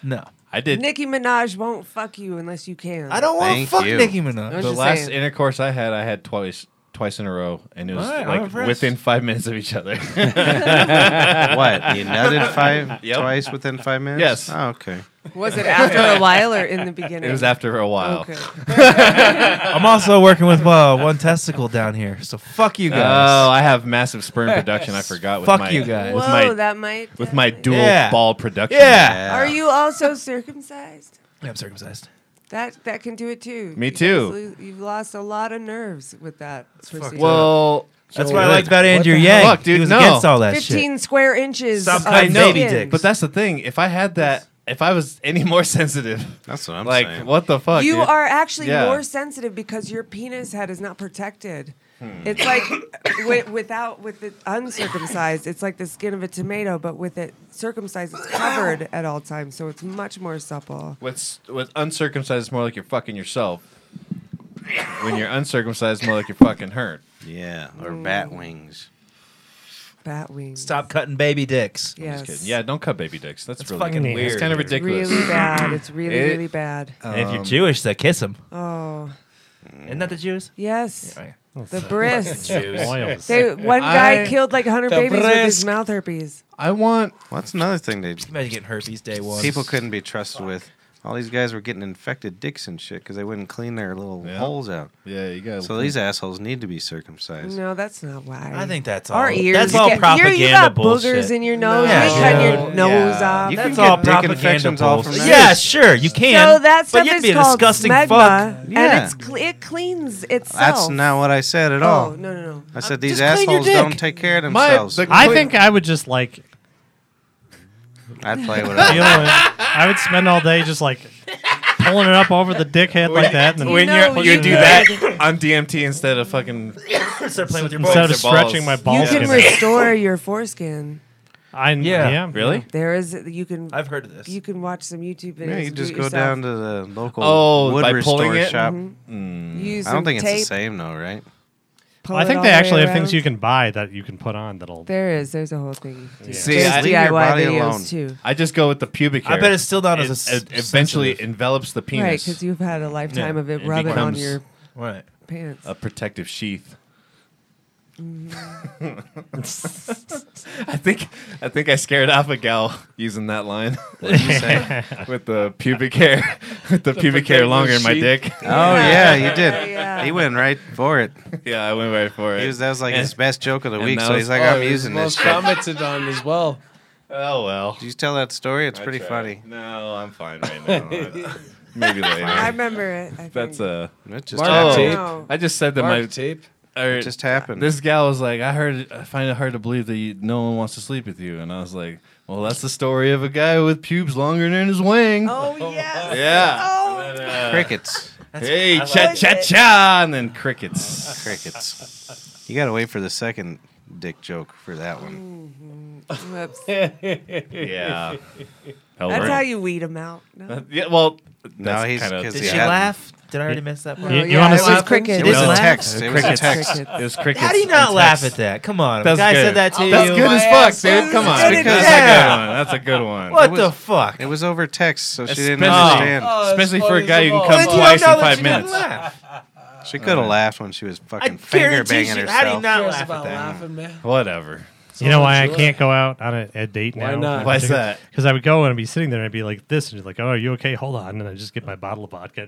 Speaker 2: No.
Speaker 4: I did.
Speaker 5: Nicki Minaj won't fuck you unless you can.
Speaker 2: I don't want to
Speaker 3: Thank
Speaker 2: fuck
Speaker 3: you.
Speaker 2: Nicki Minaj.
Speaker 5: I was
Speaker 4: the
Speaker 5: just
Speaker 4: last
Speaker 5: saying.
Speaker 4: intercourse I had, I had twice. Twice in a row, and it was
Speaker 2: Alright, I'm
Speaker 4: like
Speaker 2: impressed.
Speaker 4: within five minutes of each other.
Speaker 3: What? You nutted five
Speaker 4: Yep.
Speaker 3: twice within five minutes?
Speaker 4: Yes.
Speaker 3: Oh, okay.
Speaker 5: Was it after a while or in the beginning?
Speaker 4: it was after a while.
Speaker 5: Okay.
Speaker 2: I'm also working with uh, one testicle down here, so fuck you
Speaker 4: Oh,
Speaker 2: guys.
Speaker 4: I have massive sperm production. I forgot. With
Speaker 2: Fuck
Speaker 4: my,
Speaker 2: you guys.
Speaker 4: With
Speaker 5: Whoa,
Speaker 4: my
Speaker 5: that might.
Speaker 4: with
Speaker 5: that
Speaker 4: my
Speaker 5: might-
Speaker 4: dual
Speaker 2: Yeah.
Speaker 4: ball production.
Speaker 2: yeah.
Speaker 5: Are you also circumcised?
Speaker 2: Yeah, I'm circumcised.
Speaker 5: That that can do it too.
Speaker 4: Me
Speaker 5: You guys
Speaker 4: too.
Speaker 5: lo- you've lost a lot of nerves with that. procedure.
Speaker 4: Well,
Speaker 2: That's
Speaker 4: so
Speaker 2: what I
Speaker 4: good.
Speaker 2: liked about Andrew
Speaker 7: the
Speaker 2: Yang.
Speaker 4: fuck, dude?
Speaker 2: He was
Speaker 4: No.
Speaker 2: against all that shit.
Speaker 5: fifteen square inches.
Speaker 2: Stop
Speaker 5: of
Speaker 4: I
Speaker 2: cutting
Speaker 4: know,
Speaker 2: baby
Speaker 5: skin.
Speaker 2: dicks.
Speaker 4: but that's the thing. If I had that, if I was any more sensitive,
Speaker 3: That's what I'm
Speaker 4: like
Speaker 3: saying.
Speaker 4: what the fuck?
Speaker 5: you
Speaker 4: dude?
Speaker 5: are actually
Speaker 4: Yeah.
Speaker 5: more sensitive because your penis head is not protected.
Speaker 4: Hmm.
Speaker 5: It's like wi- without with it uncircumcised, it's like the skin of a tomato, but with it circumcised, it's covered at all times, so it's much more supple.
Speaker 4: What's with uncircumcised is more like you're fucking yourself. When you're uncircumcised, more like you're fucking hurt.
Speaker 3: Yeah, or bat wings.
Speaker 5: Bat wings.
Speaker 2: Stop cutting baby dicks.
Speaker 5: Yes.
Speaker 4: Kidding. Yeah, don't cut baby dicks. That's,
Speaker 2: That's
Speaker 4: really
Speaker 2: fucking
Speaker 4: weird. It's
Speaker 2: weird,
Speaker 4: kind of
Speaker 2: dude.
Speaker 4: ridiculous.
Speaker 5: Really bad. It's really,
Speaker 4: It- uh,
Speaker 5: really bad.
Speaker 2: And if you're Jewish, they kiss them.
Speaker 5: Oh.
Speaker 2: Um, Isn't that the Jews?
Speaker 5: Yes.
Speaker 2: Yeah.
Speaker 5: The bris.
Speaker 6: Oils.
Speaker 5: They, one guy
Speaker 4: I-
Speaker 5: killed like 100
Speaker 7: The
Speaker 5: babies with his
Speaker 7: brisk.
Speaker 5: mouth herpes.
Speaker 4: I want.
Speaker 3: Well, that's another thing they
Speaker 2: Imagine getting herpes day one.
Speaker 3: people couldn't be trusted with. All these guys were getting infected dicks and shit because they wouldn't clean their little
Speaker 4: Yeah.
Speaker 3: holes out.
Speaker 4: Yeah, you got.
Speaker 3: So these assholes need to be circumcised.
Speaker 5: No, that's not why.
Speaker 2: I think that's all.
Speaker 5: our ears.
Speaker 2: That's
Speaker 5: you
Speaker 2: all
Speaker 5: get-
Speaker 2: propaganda
Speaker 5: you, you got
Speaker 2: bullshit.
Speaker 5: boogers in your nose.
Speaker 4: No.
Speaker 5: You cut your
Speaker 4: Yeah.
Speaker 5: nose off.
Speaker 3: You
Speaker 2: that's
Speaker 3: can
Speaker 2: all
Speaker 3: get dick
Speaker 2: propaganda
Speaker 3: infections all from
Speaker 2: bullshit.
Speaker 3: that.
Speaker 2: Yeah, sure, you can.
Speaker 5: so that stuff
Speaker 2: but you'd
Speaker 5: is
Speaker 2: be a
Speaker 5: called
Speaker 2: disgusting
Speaker 5: smegma,
Speaker 2: fuck.
Speaker 5: and
Speaker 3: Yeah.
Speaker 5: it's cle- it cleans itself.
Speaker 3: That's not what I said at all.
Speaker 5: Oh no no no.
Speaker 3: I said these
Speaker 2: just clean your
Speaker 3: assholes don't
Speaker 2: dick.
Speaker 3: take care of
Speaker 4: My-
Speaker 3: themselves.
Speaker 4: the-
Speaker 6: I think I would just like
Speaker 3: I'd play with
Speaker 6: You
Speaker 3: it.
Speaker 6: know what? I would spend all day just like pulling it up over the dickhead like that, and then
Speaker 5: When you're-
Speaker 6: pushing
Speaker 5: you
Speaker 4: you
Speaker 6: it
Speaker 4: do
Speaker 5: know-
Speaker 4: that on DMT instead of fucking.
Speaker 2: Start playing with your
Speaker 6: instead of
Speaker 4: Their balls.
Speaker 6: stretching my
Speaker 5: You
Speaker 6: balls.
Speaker 5: can restore your foreskin.
Speaker 6: I
Speaker 2: Yeah.
Speaker 6: yeah,
Speaker 4: Really?
Speaker 5: There is you can
Speaker 2: I've heard of this.
Speaker 5: you can watch some YouTube videos.
Speaker 3: Yeah, you
Speaker 5: and
Speaker 3: just
Speaker 5: do it
Speaker 3: go
Speaker 5: yourself.
Speaker 3: down to the local
Speaker 4: Oh,
Speaker 3: wood
Speaker 4: by pulling
Speaker 3: restore
Speaker 4: it?
Speaker 3: shop.
Speaker 5: Use
Speaker 3: I don't
Speaker 5: some
Speaker 3: think
Speaker 5: tape.
Speaker 3: it's the same though, right?
Speaker 5: pull
Speaker 6: I
Speaker 5: it
Speaker 6: think
Speaker 5: all
Speaker 6: they
Speaker 5: the way
Speaker 6: actually have things
Speaker 5: around?
Speaker 6: you can buy that you can put on that'll.
Speaker 5: There is. There's a whole thing.
Speaker 6: Yeah.
Speaker 3: See,
Speaker 5: There's
Speaker 3: I- leave your
Speaker 5: DIY
Speaker 3: body
Speaker 5: videos
Speaker 3: alone.
Speaker 5: too.
Speaker 4: I just go with the pubic hair.
Speaker 2: I bet it's still not
Speaker 4: it,
Speaker 2: as
Speaker 4: it
Speaker 2: sensitive.
Speaker 4: eventually envelops the penis.
Speaker 5: Right, because you've had a lifetime
Speaker 2: Yeah,
Speaker 5: of it
Speaker 4: it
Speaker 5: rubbing on
Speaker 4: becomes-
Speaker 5: your
Speaker 2: right.
Speaker 5: pants.
Speaker 4: a protective sheath.
Speaker 2: Mm.
Speaker 4: I think I think I scared off a gal using that line with the pubic hair, with the, pubic hair protective longer
Speaker 6: longer
Speaker 4: in my
Speaker 6: sheath.
Speaker 4: dick.
Speaker 3: Oh yeah, you
Speaker 5: Yeah,
Speaker 3: did.
Speaker 5: yeah.
Speaker 3: He went right for it.
Speaker 4: yeah, I went right for it.
Speaker 3: He was, that was like his
Speaker 4: And-
Speaker 3: best joke of the
Speaker 4: and
Speaker 3: week.
Speaker 4: that
Speaker 3: So
Speaker 4: was-
Speaker 3: he's like,
Speaker 4: oh,
Speaker 3: I'm
Speaker 4: it was
Speaker 3: using
Speaker 7: Well,
Speaker 3: this
Speaker 7: it's
Speaker 3: shit.
Speaker 7: commented on as well.
Speaker 4: oh well,
Speaker 3: Did you tell that story? It's
Speaker 4: I
Speaker 3: pretty
Speaker 4: tried.
Speaker 3: funny.
Speaker 4: No, I'm fine right now. Maybe
Speaker 5: I
Speaker 4: later.
Speaker 5: remember it. I think.
Speaker 4: That's a. Oh.
Speaker 3: It just
Speaker 7: Mark,
Speaker 3: happened.
Speaker 5: no.
Speaker 4: I just said that
Speaker 7: Mark
Speaker 4: my
Speaker 7: tape.
Speaker 4: or-
Speaker 3: It just happened.
Speaker 4: This gal was like, I heard, I find it hard to believe that you, no one wants to sleep with you. And I was like, well, that's the story of a guy with pubes longer than his wing.
Speaker 5: Oh yes.
Speaker 4: yeah.
Speaker 5: Oh,
Speaker 3: crickets.
Speaker 4: hey, cha cha cha. And then crickets.
Speaker 3: Crickets. You gotta wait for the second dick joke for that one.
Speaker 5: whoops.
Speaker 4: yeah. Hell
Speaker 5: That's
Speaker 4: right.
Speaker 5: how you weed them out. No.
Speaker 4: yeah, well,
Speaker 3: No,
Speaker 4: that's
Speaker 3: he's
Speaker 4: kinda-
Speaker 3: because
Speaker 2: Did
Speaker 3: he
Speaker 2: she
Speaker 3: had-
Speaker 2: laugh? Did I already miss that part?
Speaker 6: You-
Speaker 5: Oh,
Speaker 6: you
Speaker 5: yeah,
Speaker 6: wanna
Speaker 5: it
Speaker 6: say-
Speaker 5: was cricket.
Speaker 3: It was
Speaker 2: No.
Speaker 3: a text. It was a
Speaker 6: Crickets.
Speaker 3: text.
Speaker 5: Cricket.
Speaker 4: it was crickets.
Speaker 2: How do you not laugh at that? Come on, if
Speaker 4: That's
Speaker 2: a guy
Speaker 4: good.
Speaker 2: said that to you.
Speaker 4: That's good as fuck, dude. Come on.
Speaker 5: Good
Speaker 3: Because-
Speaker 4: That's a good one. That's a good one.
Speaker 2: What
Speaker 3: It
Speaker 2: the
Speaker 3: was-
Speaker 2: fuck?
Speaker 3: It was over text, so she
Speaker 4: Especially-
Speaker 3: didn't understand.
Speaker 2: Oh.
Speaker 4: Especially for a guy who can
Speaker 2: How
Speaker 4: come
Speaker 2: did you not
Speaker 4: twice
Speaker 2: know
Speaker 4: in
Speaker 2: that
Speaker 4: five
Speaker 2: she didn't
Speaker 4: minutes.
Speaker 2: laugh?
Speaker 3: She could have laughed when she was
Speaker 2: I
Speaker 3: fucking finger
Speaker 2: guarantee
Speaker 3: banging
Speaker 2: she.
Speaker 3: herself.
Speaker 2: How do you not
Speaker 7: Cares
Speaker 2: laugh
Speaker 7: about
Speaker 2: at that?
Speaker 7: laughing, man.
Speaker 4: Whatever.
Speaker 6: You know why I
Speaker 7: Enjoy.
Speaker 6: can't go out on a, a date
Speaker 7: Why
Speaker 6: now?
Speaker 7: not?
Speaker 4: Why's that?
Speaker 6: Because I would go and I'd be sitting there and I'd be like this, and you're like, "Oh, are you okay? Hold on," and I just get my bottle of vodka.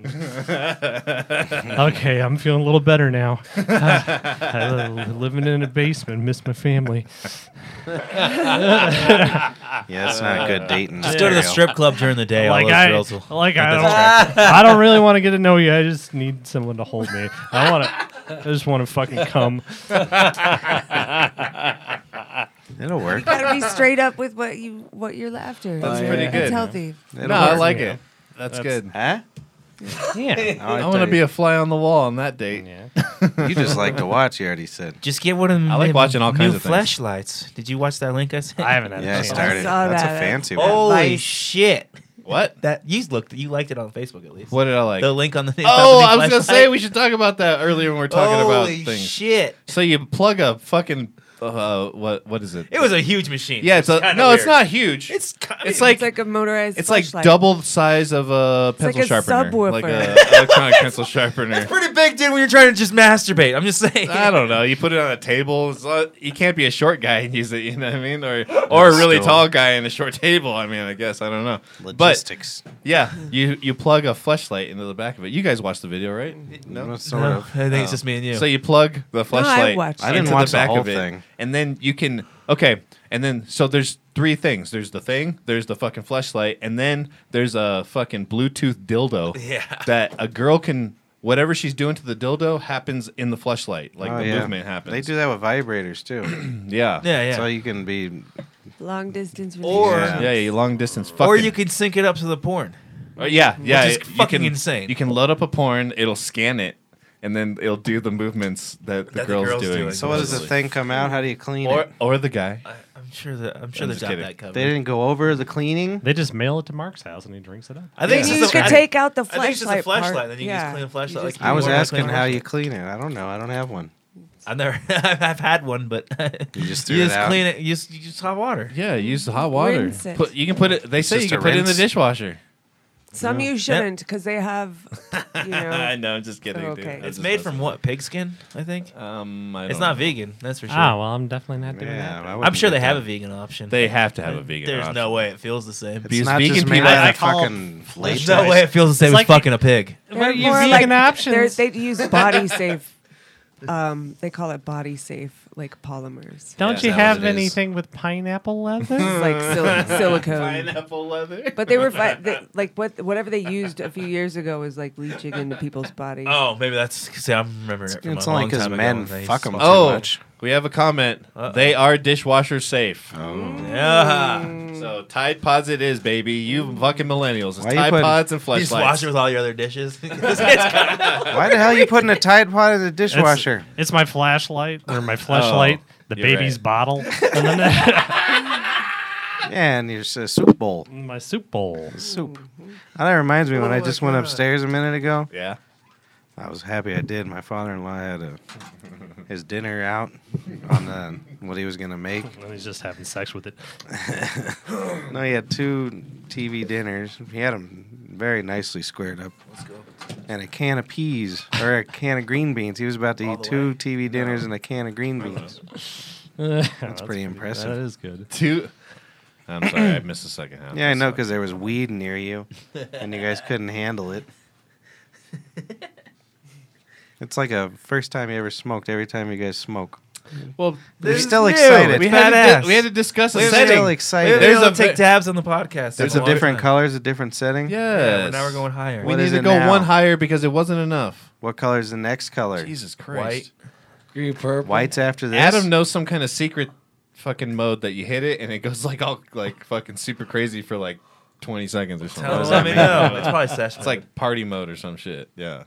Speaker 6: and- okay, I'm feeling a little better now. I li- living in a basement, miss my family.
Speaker 3: Yeah, that's not good dating.
Speaker 2: Just go to the
Speaker 3: material.
Speaker 2: strip club during the day.
Speaker 6: like
Speaker 2: all those
Speaker 6: I,
Speaker 2: girls will.
Speaker 6: like I don't, I don't really want to get to know you. I just need someone to hold me. I want to. I just want to fucking come.
Speaker 3: It'll work.
Speaker 5: Gotta be straight up with what you what you're after. That's
Speaker 4: pretty good.
Speaker 5: It's healthy.
Speaker 3: It'll
Speaker 4: no,
Speaker 3: work.
Speaker 4: I like it. That's, good.
Speaker 3: Huh? Oh,
Speaker 6: Yeah.
Speaker 4: I want to be a fly on the wall on that date.
Speaker 6: yeah.
Speaker 3: You just like to watch. You already said.
Speaker 2: Just get one of them.
Speaker 4: I like watching all kinds
Speaker 2: new
Speaker 4: of things.
Speaker 2: flashlights. Did you watch that link I Oh, sent?
Speaker 6: I haven't had
Speaker 3: Yeah, I
Speaker 6: a chance.
Speaker 3: started.
Speaker 5: saw
Speaker 3: That's
Speaker 5: that.
Speaker 3: a fancy one.
Speaker 2: Holy
Speaker 5: Lights.
Speaker 2: shit!
Speaker 4: What?
Speaker 2: That you looked. You liked it on Facebook at least.
Speaker 4: What did I like?
Speaker 2: The link on the.
Speaker 4: oh, I was
Speaker 2: about the new
Speaker 4: gonna
Speaker 2: flashlight.
Speaker 4: say we should talk about that earlier when we are talking about
Speaker 2: Holy
Speaker 4: things.
Speaker 2: shit!
Speaker 4: So you plug a fucking uh, what? What is it?
Speaker 2: It was a huge machine.
Speaker 4: yeah. It's a,
Speaker 2: kinda
Speaker 4: no, it's
Speaker 2: weird.
Speaker 4: not huge. It's
Speaker 2: It's. ki-
Speaker 4: It's like-
Speaker 5: It's like a motorized.
Speaker 4: it's like
Speaker 5: flashlight.
Speaker 4: double the size of a
Speaker 5: like
Speaker 4: pencil
Speaker 5: a
Speaker 4: sharpener, like a
Speaker 5: subwoofer.
Speaker 4: electronic pencil sharpener.
Speaker 2: It's pretty big, dude. When you're trying to just masturbate, I'm just saying.
Speaker 4: I don't know. You put it on a table. It's not- you can't be a short guy and use it. You know what I mean? Or or a really
Speaker 3: Still.
Speaker 4: tall guy and a short table. I mean, I guess I don't know. But
Speaker 3: Logistics.
Speaker 4: yeah, you you plug a flashlight into the back of it. You guys watched the video, right?
Speaker 5: Mm-hmm.
Speaker 3: No, sort
Speaker 2: No, I
Speaker 3: of.
Speaker 2: think it's just me and you.
Speaker 4: So you plug the flashlight
Speaker 5: watched
Speaker 3: I didn't
Speaker 4: into
Speaker 3: watch
Speaker 4: the
Speaker 3: the
Speaker 4: back
Speaker 3: whole
Speaker 4: of it,
Speaker 3: thing.
Speaker 4: and then you can okay. And then so there's three things. There's the thing. There's the fucking flashlight, and then there's a fucking Bluetooth dildo
Speaker 2: Yeah.
Speaker 4: that a girl can. Whatever she's doing to the dildo happens in the flashlight, like
Speaker 3: Oh,
Speaker 4: the
Speaker 3: yeah.
Speaker 4: movement happens.
Speaker 3: They do that with vibrators too.
Speaker 4: yeah,
Speaker 2: yeah, yeah.
Speaker 3: So you can be.
Speaker 5: long distance.
Speaker 2: Or-
Speaker 5: relationship.
Speaker 4: yeah, you long distance. Fucking.
Speaker 2: or you could sync it up to the porn.
Speaker 4: Uh, yeah, yeah.
Speaker 2: is
Speaker 4: you
Speaker 2: fucking
Speaker 4: can-
Speaker 2: insane.
Speaker 4: You can load up a porn. It'll scan it, and then it'll do the movements that the,
Speaker 2: That the
Speaker 4: girl's,
Speaker 2: girl's
Speaker 4: doing.
Speaker 2: doing.
Speaker 3: So what does the thing come out? How do you clean
Speaker 4: Or
Speaker 3: it?
Speaker 4: or the guy.
Speaker 2: I'm sure that I'm sure
Speaker 4: I'm
Speaker 2: they've
Speaker 4: just
Speaker 2: got
Speaker 4: kidding.
Speaker 2: that covered.
Speaker 3: They didn't go over the cleaning.
Speaker 6: They just mail it to Mark's house and he drinks it up.
Speaker 2: I think
Speaker 5: You
Speaker 2: it's just a-
Speaker 5: could
Speaker 2: I-
Speaker 5: take out the
Speaker 2: I think it's just
Speaker 5: flashlight.
Speaker 2: a flashlight,
Speaker 5: part.
Speaker 2: then you can just clean the flashlight
Speaker 5: You just
Speaker 2: like
Speaker 5: clean
Speaker 3: I was
Speaker 2: Warm up
Speaker 3: asking
Speaker 2: cleaning.
Speaker 3: how you clean it. I don't know. I don't have one.
Speaker 2: I've never. I've had one, but you
Speaker 3: just threw it out?
Speaker 2: clean it. You just, you just hot water.
Speaker 4: Yeah, use the hot water.
Speaker 5: Rinse it.
Speaker 4: Put, you can put it. They say you
Speaker 3: just
Speaker 4: can
Speaker 3: a
Speaker 4: put it in the
Speaker 3: rinse.
Speaker 4: dishwasher.
Speaker 5: Some you shouldn't because they have, you know.
Speaker 4: know. I'm just kidding.
Speaker 5: dude. Okay. Uh, I'm
Speaker 2: It's made from what? Pigskin, I think.
Speaker 4: Um,
Speaker 2: It's not vegan, that's for sure.
Speaker 6: Ah, well, I'm definitely not doing
Speaker 3: Yeah, I
Speaker 6: that.
Speaker 2: I'm
Speaker 3: wouldn't
Speaker 2: sure
Speaker 3: get
Speaker 2: they have
Speaker 3: that.
Speaker 2: a vegan option.
Speaker 4: They have to have a vegan.
Speaker 2: There's
Speaker 4: option.
Speaker 2: no way it feels the same.
Speaker 4: Because
Speaker 3: It's not
Speaker 4: vegan
Speaker 3: just made
Speaker 4: people-
Speaker 3: out
Speaker 4: I
Speaker 3: of
Speaker 6: call
Speaker 3: fucking
Speaker 2: There's
Speaker 3: latex.
Speaker 2: no way it feels the same
Speaker 6: It's
Speaker 2: as
Speaker 6: like-
Speaker 2: fucking a pig.
Speaker 6: What are
Speaker 5: they're
Speaker 6: your
Speaker 5: more
Speaker 6: vegan
Speaker 5: they're-
Speaker 6: options?
Speaker 5: They use body safe. Um, they call it body safe, like polymers.
Speaker 6: Don't
Speaker 4: Yes,
Speaker 6: you
Speaker 4: that was
Speaker 6: have
Speaker 4: it is.
Speaker 6: anything with pineapple leather?
Speaker 5: It's like sil- silicone.
Speaker 4: Hmm. Pineapple leather.
Speaker 5: But they were fi- they, like what whatever they used a few years ago was like leaching into people's bodies.
Speaker 2: Oh, maybe that's. See, I'm remembering it from
Speaker 3: It's
Speaker 2: a
Speaker 3: only
Speaker 2: long
Speaker 3: 'cause
Speaker 2: time ago
Speaker 3: men
Speaker 2: when they
Speaker 3: fuck 'em.
Speaker 2: smoked.
Speaker 4: oh,
Speaker 3: much.
Speaker 4: we have a comment.
Speaker 2: Uh-oh.
Speaker 4: They are dishwasher safe.
Speaker 2: Yeah.
Speaker 4: So Tide Pods, it is, baby. You fucking millennials. It's
Speaker 3: Why you
Speaker 4: Tide
Speaker 3: putting-
Speaker 4: Pods and
Speaker 2: You just wash it
Speaker 4: flashlights.
Speaker 2: with all your other dishes. This gets kinda-
Speaker 3: Why the hell are you putting a Tide Pod in the dishwasher?
Speaker 6: It's my flashlight or my flashlight, the
Speaker 4: you're
Speaker 6: baby's
Speaker 4: right.
Speaker 6: bottle, and then
Speaker 3: Yeah, and it's a soup bowl.
Speaker 2: Mm-hmm.
Speaker 6: my soup bowl.
Speaker 3: Soup. Oh, that reminds me when
Speaker 5: Oh
Speaker 3: I
Speaker 5: my
Speaker 3: just went
Speaker 5: God.
Speaker 3: upstairs a minute ago.
Speaker 4: Yeah.
Speaker 3: I was happy I did. My father-in-law had a his dinner out on the, what he was gonna make.
Speaker 6: And he's just having sex with it.
Speaker 3: No, he had two TV dinners. He had them very nicely squared up. Let's
Speaker 2: go.
Speaker 3: And a can of peas or a can of green beans. He was about to
Speaker 2: All
Speaker 3: eat
Speaker 2: the
Speaker 3: two
Speaker 2: way.
Speaker 3: TV dinners and a can of green beans.
Speaker 6: that's,
Speaker 3: pretty impressive.
Speaker 6: That is good.
Speaker 4: Two. I'm sorry, I missed the second half.
Speaker 3: Yeah, I know, because there was weed near you, and you guys couldn't handle it. It's like a first time you ever smoked. Every time you guys smoke,
Speaker 4: Well,
Speaker 3: you're still excited.
Speaker 4: We had, to,
Speaker 2: Badass.
Speaker 4: di- we had to discuss
Speaker 3: We're
Speaker 4: the
Speaker 3: still
Speaker 4: setting.
Speaker 3: excited.
Speaker 4: There's
Speaker 2: There's
Speaker 4: a
Speaker 2: a take
Speaker 4: ve-
Speaker 2: dabs on the
Speaker 3: There's
Speaker 2: podcast. That's
Speaker 3: a
Speaker 2: one
Speaker 3: different
Speaker 2: time.
Speaker 3: color, a different setting.
Speaker 2: Yeah,
Speaker 4: Yes.
Speaker 2: but now we're going higher.
Speaker 4: We
Speaker 3: What
Speaker 4: need
Speaker 3: is
Speaker 4: to
Speaker 3: it
Speaker 4: go
Speaker 3: now?
Speaker 4: one higher because it wasn't enough.
Speaker 3: What color is the next color?
Speaker 4: Jesus Christ.
Speaker 2: White.
Speaker 7: Green, purple.
Speaker 3: White's after this.
Speaker 4: Adam knows some kind of secret fucking mode that you hit it and it goes like all like fucking super crazy for like 20 seconds or something.
Speaker 2: Tell
Speaker 4: What
Speaker 2: them,
Speaker 4: does
Speaker 2: let
Speaker 4: that
Speaker 2: me
Speaker 4: mean?
Speaker 2: know. It's probably session.
Speaker 4: It's like party mode or some shit. Yeah.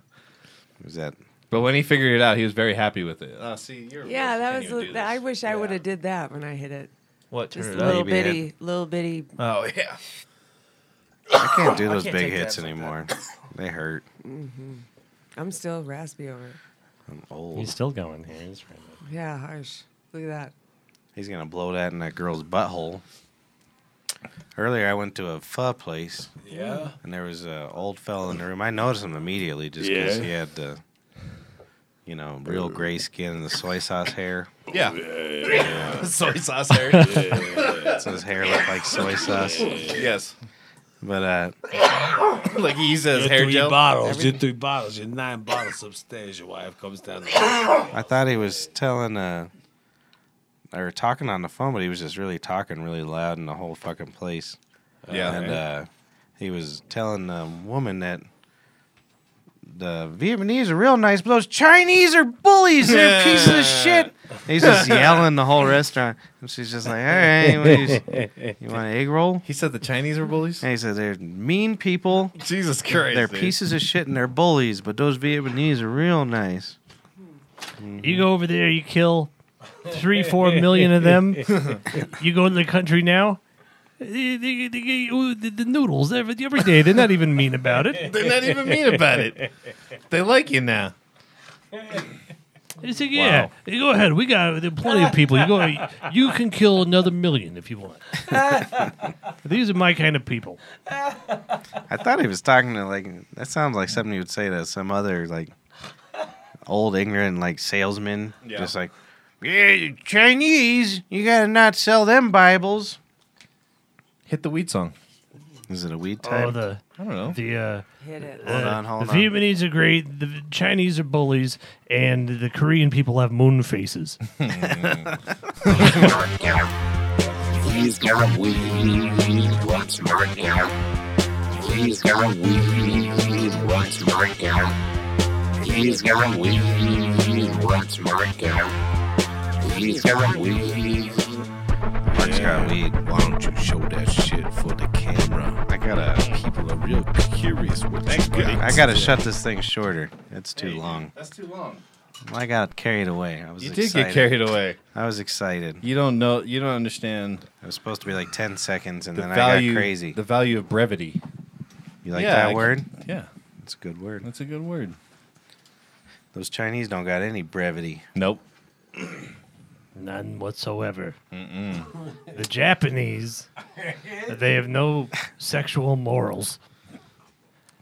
Speaker 3: Is that?
Speaker 4: But when he figured it out, he was very happy with it. Oh, see, you're
Speaker 5: Yeah, that was.
Speaker 4: Can't even do
Speaker 5: the- I
Speaker 4: this.
Speaker 5: wish I would have did that when I hit it.
Speaker 2: what? Turn
Speaker 5: Just
Speaker 2: it
Speaker 5: a little
Speaker 2: up.
Speaker 3: Maybe it-
Speaker 5: bitty, little bitty.
Speaker 2: Oh yeah.
Speaker 3: I can't do those
Speaker 2: can't
Speaker 3: big
Speaker 2: take
Speaker 3: hits
Speaker 2: dabs like
Speaker 3: anymore. they hurt.
Speaker 5: I'm still raspy over. it.
Speaker 3: I'm old.
Speaker 6: He's still going here. He's right.
Speaker 5: Yeah, harsh. Look at that.
Speaker 3: He's gonna blow that in that girl's butthole. Earlier, I went to a pho place. Yeah. And there was an old fella in the room. I noticed him immediately just because he had the, you know, real gray skin and the soy sauce hair.
Speaker 4: Yeah. Soy sauce hair.
Speaker 3: So his hair looked like soy sauce.
Speaker 4: Yes.
Speaker 3: But uh,
Speaker 4: Like he uses
Speaker 1: Your
Speaker 4: hair
Speaker 1: three
Speaker 4: gel.
Speaker 1: bottles, your three bottles, your nine bottles upstairs. Your wife comes down. The-
Speaker 3: I thought he was telling uh, or talking on the phone, but he was just really talking really loud in the whole fucking place.
Speaker 4: Yeah.
Speaker 3: and uh, he was telling the woman that the Vietnamese are real nice, but those Chinese are bullies. They're pieces of shit. He's just yelling the whole restaurant, and she's just like, "All right, what is- you want an egg roll?"
Speaker 4: he said the Chinese were bullies.
Speaker 3: And he said, "They're mean people.
Speaker 4: Jesus Christ.
Speaker 3: They're
Speaker 4: dude.
Speaker 3: pieces of shit, and they're bullies. But those Vietnamese are real nice."
Speaker 6: You go over there, you kill three, four million of them. you go to the country now. They, they- they get you the, the noodles every, every day. They're not even mean about it.
Speaker 4: They're not even mean about it. They like you now.
Speaker 6: They say, yeah, hey, go ahead. We got there are plenty of people. You go. You can kill another million if you want. These are my kind of people.
Speaker 3: I thought he was talking to like that sounds like something you would say to some other like old ignorant like salesman.
Speaker 4: Yeah.
Speaker 3: Just like Yeah, you Chinese, you gotta not sell them Bibles.
Speaker 4: Hit the weed song.
Speaker 3: Is it a weed type?
Speaker 6: Oh, the
Speaker 4: I don't know.
Speaker 6: the uh,
Speaker 5: Hit it.
Speaker 3: hold
Speaker 6: uh,
Speaker 3: on, hold
Speaker 6: the
Speaker 3: on.
Speaker 6: Vietnamese are great. The Chinese are bullies, and the Korean people have moon faces.
Speaker 9: He's got a weed, what's more down? He's got a weed, what's more down? He's got a weed, what's more down? He's got a weed.
Speaker 3: Mark's got weed.
Speaker 9: Why don't you show that shit for the camera?
Speaker 3: I gotta
Speaker 9: People are real curious what Thanks, you got.
Speaker 3: I gotta shut this thing shorter. It's too long.
Speaker 4: That's too long.
Speaker 3: I got carried away. I was
Speaker 4: You did
Speaker 3: excited.
Speaker 4: get carried away.
Speaker 3: I was excited.
Speaker 4: You don't know. You don't understand
Speaker 3: It was supposed to be like ten seconds and
Speaker 4: the
Speaker 3: then
Speaker 4: value.
Speaker 3: I got crazy.
Speaker 4: The value of brevity.
Speaker 3: you like
Speaker 4: Yeah,
Speaker 3: that
Speaker 4: I-
Speaker 3: word?
Speaker 4: Yeah,
Speaker 3: It's a good word.
Speaker 4: that's a good word.
Speaker 3: Those Chinese don't got any brevity.
Speaker 4: Nope.
Speaker 6: None whatsoever. The Japanese, they have no sexual morals.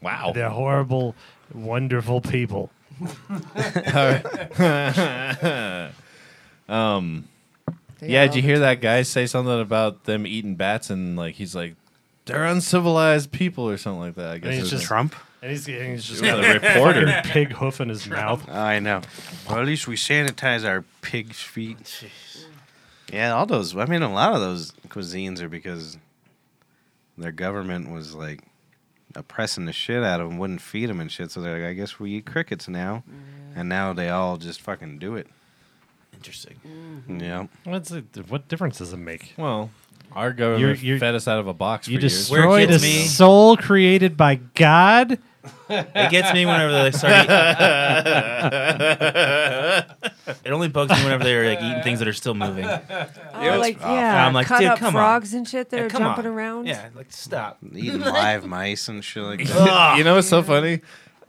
Speaker 4: Wow.
Speaker 6: They're horrible, wonderful people.
Speaker 5: They
Speaker 4: Yeah. Did you
Speaker 5: all-
Speaker 4: hear that guy say something about them eating bats and like he's like they're uncivilized people or something like that? I guess
Speaker 6: he's
Speaker 4: it's
Speaker 6: just-
Speaker 4: like-
Speaker 3: Trump?
Speaker 6: And he's, and he's just
Speaker 4: Yeah, the reporter.
Speaker 6: pig hoof in his mouth.
Speaker 3: I know. Well, at least we sanitize our pig's feet. Yeah, all those. I mean, a lot of those cuisines are because their government was like oppressing the shit out of them, wouldn't feed them and shit. So they're like, I guess we eat crickets now. And now they all just fucking do it.
Speaker 2: Interesting.
Speaker 3: Yeah.
Speaker 6: What's it, what difference does it make?
Speaker 4: well, our government
Speaker 6: You're- you're-
Speaker 4: fed us out of a box.
Speaker 6: You
Speaker 4: for years.
Speaker 2: Where it
Speaker 6: destroyed a
Speaker 2: gets me-
Speaker 6: soul created by God.
Speaker 2: It gets me whenever they start. Eating. it only bugs me whenever they're like eating things that are still moving. Yeah,
Speaker 5: Oh, like yeah,
Speaker 2: I'm like,
Speaker 5: cut
Speaker 2: dude,
Speaker 5: up
Speaker 2: come on.
Speaker 5: frogs and shit that are
Speaker 2: come
Speaker 5: jumping
Speaker 2: on.
Speaker 5: around.
Speaker 2: Yeah, like stop.
Speaker 3: Eating live mice and shit like that.
Speaker 4: you know what's so funny?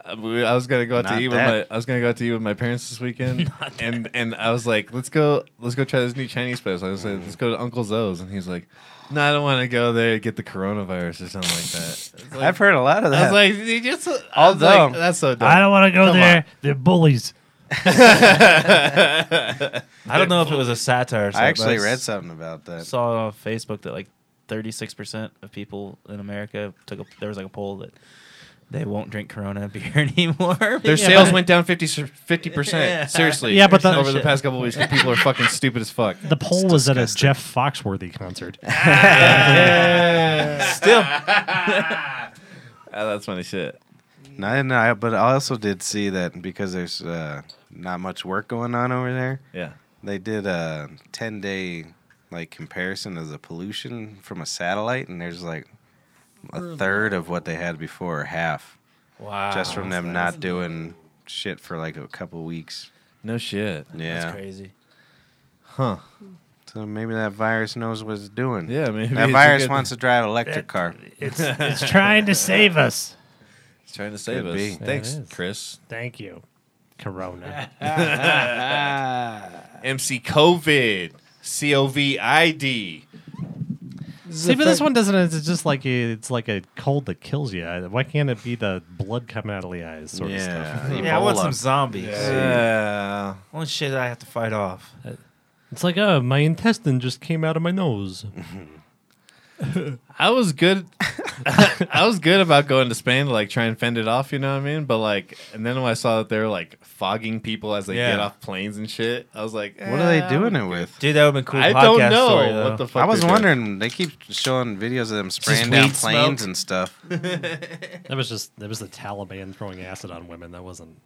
Speaker 4: Uh, we- I was gonna go out
Speaker 3: Not
Speaker 4: to eat with
Speaker 3: that.
Speaker 4: my I was gonna go out to eat with my parents this weekend, and and I was like, let's go let's go try this new Chinese place. I was like, let's go to Uncle Zoe's, and he's like, no, I don't want to go there to get the coronavirus or something like that. I was like-
Speaker 3: I've heard a lot of
Speaker 4: I
Speaker 3: that.
Speaker 4: was like, you just I was
Speaker 3: Although-
Speaker 4: like, that's so dumb.
Speaker 6: I don't want to go
Speaker 4: Come
Speaker 6: there. They're bullies.
Speaker 2: I don't know if it was a satire. Or something,
Speaker 3: I actually
Speaker 2: but
Speaker 3: read something about that.
Speaker 2: Saw on Facebook that like 36% of people in America took a there was like a poll that they won't drink Corona beer anymore.
Speaker 4: Their
Speaker 2: Yeah.
Speaker 4: sales went down 50 percent. Seriously,
Speaker 6: Yeah, but the-
Speaker 4: over the past couple of weeks, 'cause people are fucking stupid as fuck.
Speaker 6: The poll was at a Jeff Foxworthy concert.
Speaker 2: still.
Speaker 4: Ah, that's funny shit.
Speaker 3: No, I didn't know, I- but I also did see that because there's uh, not much work going on over there.
Speaker 4: Yeah.
Speaker 3: They did a ten day like comparison of the pollution from a satellite, and there's like a third of what they had before, or half,
Speaker 2: Wow.
Speaker 3: just from them not doing shit for like a couple weeks.
Speaker 4: No shit.
Speaker 3: Yeah,
Speaker 2: That's crazy.
Speaker 4: Huh.
Speaker 3: so maybe that virus knows what it's doing.
Speaker 4: Yeah, maybe
Speaker 3: that
Speaker 4: it's a
Speaker 3: virus
Speaker 4: good-
Speaker 3: wants to drive an electric car.
Speaker 6: It's, it's trying to save us.
Speaker 4: It's trying to save
Speaker 3: Could
Speaker 4: us.
Speaker 3: be.
Speaker 4: Thanks,
Speaker 6: Yeah, it is.
Speaker 4: Chris.
Speaker 6: Thank you, Corona.
Speaker 4: MC COVID. C O V I D.
Speaker 6: See, but this one doesn't. It's just like a, it's like a cold that kills you. I- Why can't it be the blood coming out of the eyes sort of stuff?
Speaker 3: Yeah,
Speaker 2: Yeah, I want
Speaker 3: Ebola.
Speaker 2: some zombies.
Speaker 4: Yeah.
Speaker 2: One shit that I have to fight off.
Speaker 6: It's like, oh, my intestine just came out of my nose.
Speaker 4: I was good. I was good about going to Spain to like try and fend it off, you know what I mean? But like, and then when I saw that they were like fogging people as they
Speaker 2: Yeah.
Speaker 4: get off planes and shit, I was like,
Speaker 3: What are
Speaker 4: eh,
Speaker 3: they doing it with?
Speaker 2: Dude, that would have been cool.
Speaker 4: I
Speaker 2: podcast
Speaker 4: don't know
Speaker 2: Story, though.
Speaker 4: what the fuck.
Speaker 3: I was
Speaker 4: they're doing.
Speaker 3: wondering. They keep showing videos of them spraying
Speaker 2: just
Speaker 3: down
Speaker 2: weed smoke.
Speaker 3: planes and stuff.
Speaker 6: That was just that was the Taliban throwing acid on women. That wasn't.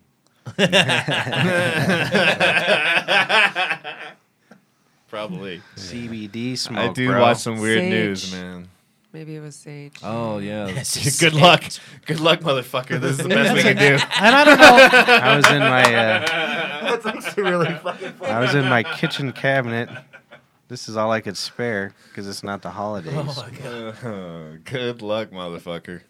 Speaker 4: Probably.
Speaker 3: CBD smoke.
Speaker 4: I do
Speaker 3: bro.
Speaker 4: watch some weird
Speaker 5: Sage.
Speaker 4: news, man.
Speaker 5: Maybe it was Sage.
Speaker 4: Oh yeah.
Speaker 2: It's
Speaker 4: good
Speaker 2: just-
Speaker 4: luck. Good luck, motherfucker. This is the best we can do.
Speaker 6: And I don't know.
Speaker 3: I was in my. Uh, I was in my kitchen cabinet. This is all I could spare because it's not the holidays.
Speaker 4: good luck, motherfucker.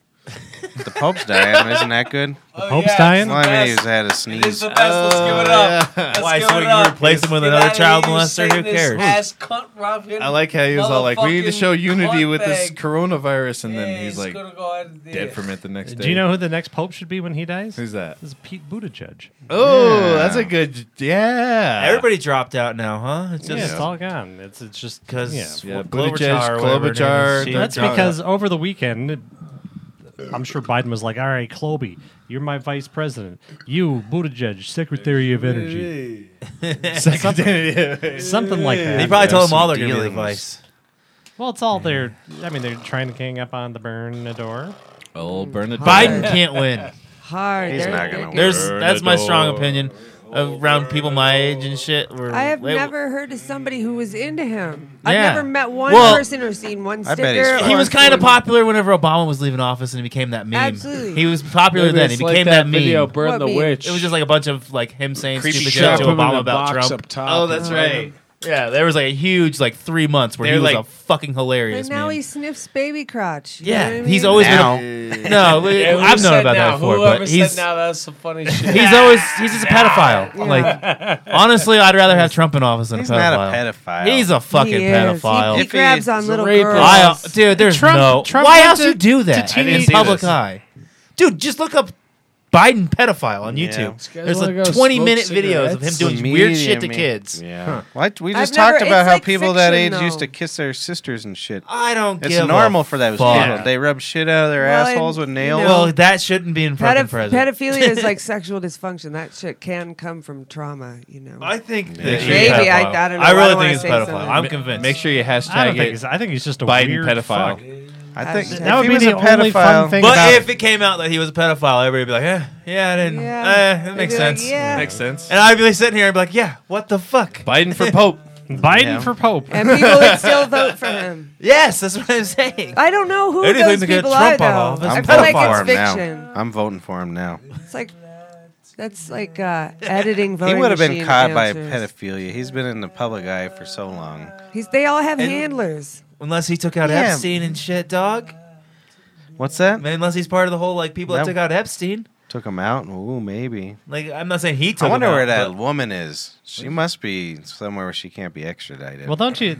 Speaker 3: the Pope's dying, isn't that good?
Speaker 6: The Pope's dying.
Speaker 3: Well, I mean, he's had a sneeze.
Speaker 9: Let's give
Speaker 3: Uh,
Speaker 7: Oh,
Speaker 9: it up.
Speaker 2: Why?
Speaker 9: Let's
Speaker 2: So
Speaker 9: give
Speaker 2: we
Speaker 9: it
Speaker 2: can
Speaker 9: up.
Speaker 2: replace him with
Speaker 9: Get
Speaker 2: another
Speaker 9: outta
Speaker 2: child
Speaker 9: here, you
Speaker 2: molester? Who
Speaker 9: Satanist
Speaker 2: cares?
Speaker 9: Ass cunt, Rob Hinton.
Speaker 4: I like how he was all like, "We need to show
Speaker 9: Motherfucking
Speaker 4: unity with this
Speaker 9: cuntbag.
Speaker 4: coronavirus," and
Speaker 9: Yeah,
Speaker 4: then he's like
Speaker 9: gonna go ahead and do
Speaker 4: dead
Speaker 9: it.
Speaker 4: from it the next day.
Speaker 6: Do you know who the next pope should be when he dies?
Speaker 4: who's that?
Speaker 6: This is Pete Buttigieg.
Speaker 4: Oh,
Speaker 3: Yeah.
Speaker 4: that's a good. Yeah,
Speaker 2: Everybody dropped out now, huh? It's
Speaker 6: Yeah,
Speaker 2: just
Speaker 6: it's all gone. It's it's just
Speaker 2: because
Speaker 6: yeah.
Speaker 4: Yeah,
Speaker 2: Klobuchar,
Speaker 4: Buttigieg,
Speaker 2: or whatever her name is,
Speaker 4: Klobuchar,
Speaker 2: she-
Speaker 4: they're
Speaker 6: That's
Speaker 4: John.
Speaker 6: because over the weekend, I'm sure Biden was like, "All right, Kloby, you're my vice president. You, Buttigieg, Secretary of Energy,
Speaker 4: Second-
Speaker 6: something like
Speaker 2: He probably
Speaker 6: that."
Speaker 3: There's
Speaker 2: told them all
Speaker 3: some
Speaker 2: they're giving
Speaker 3: dealings.
Speaker 2: advice.
Speaker 6: Well, it's all their. I mean, they're trying to gang up on the Bernador.
Speaker 4: oh, burn it.
Speaker 2: Biden can't win.
Speaker 5: Hard.
Speaker 3: He's
Speaker 5: They're-
Speaker 3: not
Speaker 5: they're
Speaker 3: gonna
Speaker 5: good.
Speaker 2: There's
Speaker 4: Burn
Speaker 2: that's
Speaker 4: the
Speaker 2: my strong
Speaker 4: door.
Speaker 2: opinion around people my age and shit. We're-
Speaker 5: I have
Speaker 2: wait,
Speaker 5: never heard of somebody who was into him.
Speaker 2: Yeah.
Speaker 5: I've never met one
Speaker 2: Well,
Speaker 5: person or seen one
Speaker 3: I
Speaker 5: sticker.
Speaker 3: bet he's fine.
Speaker 2: He
Speaker 5: or
Speaker 2: was kind of
Speaker 5: seen-
Speaker 2: popular whenever Obama was leaving office, and he became that meme.
Speaker 5: Absolutely.
Speaker 2: He was popular then. He
Speaker 10: It's like
Speaker 2: became that,
Speaker 10: that,
Speaker 2: meme.
Speaker 10: video, Burn
Speaker 5: What
Speaker 10: the
Speaker 5: meme?
Speaker 10: Witch.
Speaker 2: It was just like a bunch of like him saying
Speaker 10: She
Speaker 2: stupid shit
Speaker 10: strapped
Speaker 2: to
Speaker 10: him in a
Speaker 2: Obama about
Speaker 10: box
Speaker 2: Trump.
Speaker 10: Up top
Speaker 4: Oh, that's right.
Speaker 2: Yeah, there was like a huge like three months where
Speaker 4: They're
Speaker 2: he was
Speaker 4: like-
Speaker 2: a fucking hilarious.
Speaker 5: And now
Speaker 2: meme.
Speaker 5: he sniffs baby crotch. You know
Speaker 2: yeah,
Speaker 5: what I
Speaker 2: he's
Speaker 5: mean?
Speaker 2: always
Speaker 3: Now,
Speaker 2: been. A, no,
Speaker 10: Yeah, who
Speaker 2: I've known
Speaker 10: said
Speaker 2: about
Speaker 10: now?
Speaker 2: that before,
Speaker 10: Whoever
Speaker 2: but
Speaker 10: said
Speaker 2: he's
Speaker 10: now that's some funny shit.
Speaker 2: he's always he's just a pedophile. Like honestly, I'd rather have Trump in office than
Speaker 3: he's
Speaker 2: a
Speaker 3: not
Speaker 2: pedophile.
Speaker 3: a pedophile.
Speaker 2: He's a fucking
Speaker 5: He is.
Speaker 2: pedophile.
Speaker 5: He, he
Speaker 3: If he
Speaker 5: grabs on
Speaker 10: is
Speaker 5: little
Speaker 10: a rapist.
Speaker 5: girls.
Speaker 2: I, uh, dude, there's
Speaker 6: Trump-
Speaker 2: no.
Speaker 6: Trump
Speaker 2: why
Speaker 6: went
Speaker 2: else
Speaker 6: to-
Speaker 2: you do that
Speaker 6: to I didn't
Speaker 2: in
Speaker 6: see this.
Speaker 2: public eye? Dude, just look up Biden pedophile on
Speaker 3: Yeah.
Speaker 2: YouTube.
Speaker 3: These
Speaker 10: guys
Speaker 2: There's
Speaker 10: wanna go
Speaker 2: like 20
Speaker 10: smoke
Speaker 2: minute videos of him
Speaker 10: cigarettes?
Speaker 2: doing
Speaker 3: Comedian,
Speaker 2: weird shit to
Speaker 3: man.
Speaker 2: kids.
Speaker 3: Yeah. What? We
Speaker 5: I've
Speaker 3: just talked
Speaker 5: never-
Speaker 3: about
Speaker 5: it's
Speaker 3: how
Speaker 5: like
Speaker 3: people that age
Speaker 5: fiction,
Speaker 3: used to
Speaker 5: though.
Speaker 3: kiss their sisters and shit.
Speaker 2: I don't
Speaker 3: It's
Speaker 2: give
Speaker 3: normal
Speaker 2: a
Speaker 3: for those
Speaker 2: fuck.
Speaker 3: people. They rub shit out of their
Speaker 5: Well,
Speaker 3: assholes
Speaker 5: and,
Speaker 3: with
Speaker 5: you
Speaker 3: nails.
Speaker 5: know,
Speaker 2: Well, that shouldn't be in fucking
Speaker 5: Pedoph-
Speaker 2: president.
Speaker 5: pedophilia is like sexual dysfunction. That shit can come from trauma, you know.
Speaker 2: I think
Speaker 3: Yeah.
Speaker 2: that
Speaker 5: Maybe,
Speaker 2: he's a
Speaker 5: I-
Speaker 2: pedophile.
Speaker 5: I don't know.
Speaker 2: I
Speaker 5: I
Speaker 2: really
Speaker 5: don't wanna
Speaker 2: think it's
Speaker 5: say
Speaker 2: pedophile.
Speaker 5: something.
Speaker 2: I'm convinced.
Speaker 4: Make sure you
Speaker 6: I don't
Speaker 4: hashtag
Speaker 6: think.
Speaker 4: it
Speaker 6: he's- I think he's just a
Speaker 4: Biden
Speaker 6: weird
Speaker 4: pedophile.
Speaker 6: fuck.
Speaker 3: I think
Speaker 5: That
Speaker 3: if
Speaker 6: would
Speaker 3: he
Speaker 6: be
Speaker 3: was a
Speaker 6: the only fun
Speaker 3: pedophile,
Speaker 6: thing about
Speaker 2: but
Speaker 6: it.
Speaker 2: if it came out that he was a pedophile, everybody would be like, eh, yeah, I didn't.
Speaker 5: Yeah.
Speaker 2: Eh,
Speaker 5: They'd
Speaker 2: that makes
Speaker 5: be like,
Speaker 2: sense.
Speaker 5: yeah.
Speaker 4: Makes sense.
Speaker 2: And I'd be like sitting here and be like, yeah, what the fuck?
Speaker 4: Biden for Pope.
Speaker 6: Biden
Speaker 3: Yeah.
Speaker 6: for pope.
Speaker 5: And people would still vote for him.
Speaker 2: Yes, that's what I'm saying.
Speaker 5: I don't know who
Speaker 2: Anything
Speaker 5: those
Speaker 2: to get
Speaker 5: people
Speaker 2: Trump
Speaker 5: are,
Speaker 2: out
Speaker 5: though.
Speaker 2: of office.
Speaker 5: I
Speaker 3: I'm
Speaker 5: feel
Speaker 3: voting for
Speaker 5: like
Speaker 3: him
Speaker 5: it's fiction.
Speaker 3: now. I'm voting for him now.
Speaker 5: It's like that's like uh, editing voting.
Speaker 3: He would have been
Speaker 5: machine
Speaker 3: caught by
Speaker 5: answers.
Speaker 3: pedophilia. He's been in the public eye for so long.
Speaker 5: He's, they all have handlers.
Speaker 2: Unless he took out
Speaker 3: Yeah.
Speaker 2: Epstein and shit, dog.
Speaker 3: What's that?
Speaker 2: Man, unless he's part of the whole like people that
Speaker 3: That-
Speaker 2: took out Epstein.
Speaker 3: Took him out. Ooh, maybe.
Speaker 2: Like I'm not saying he took.
Speaker 3: I wonder
Speaker 2: him out,
Speaker 3: where that
Speaker 2: but-
Speaker 3: woman is. She must be somewhere where she can't be extradited.
Speaker 6: Well, don't you?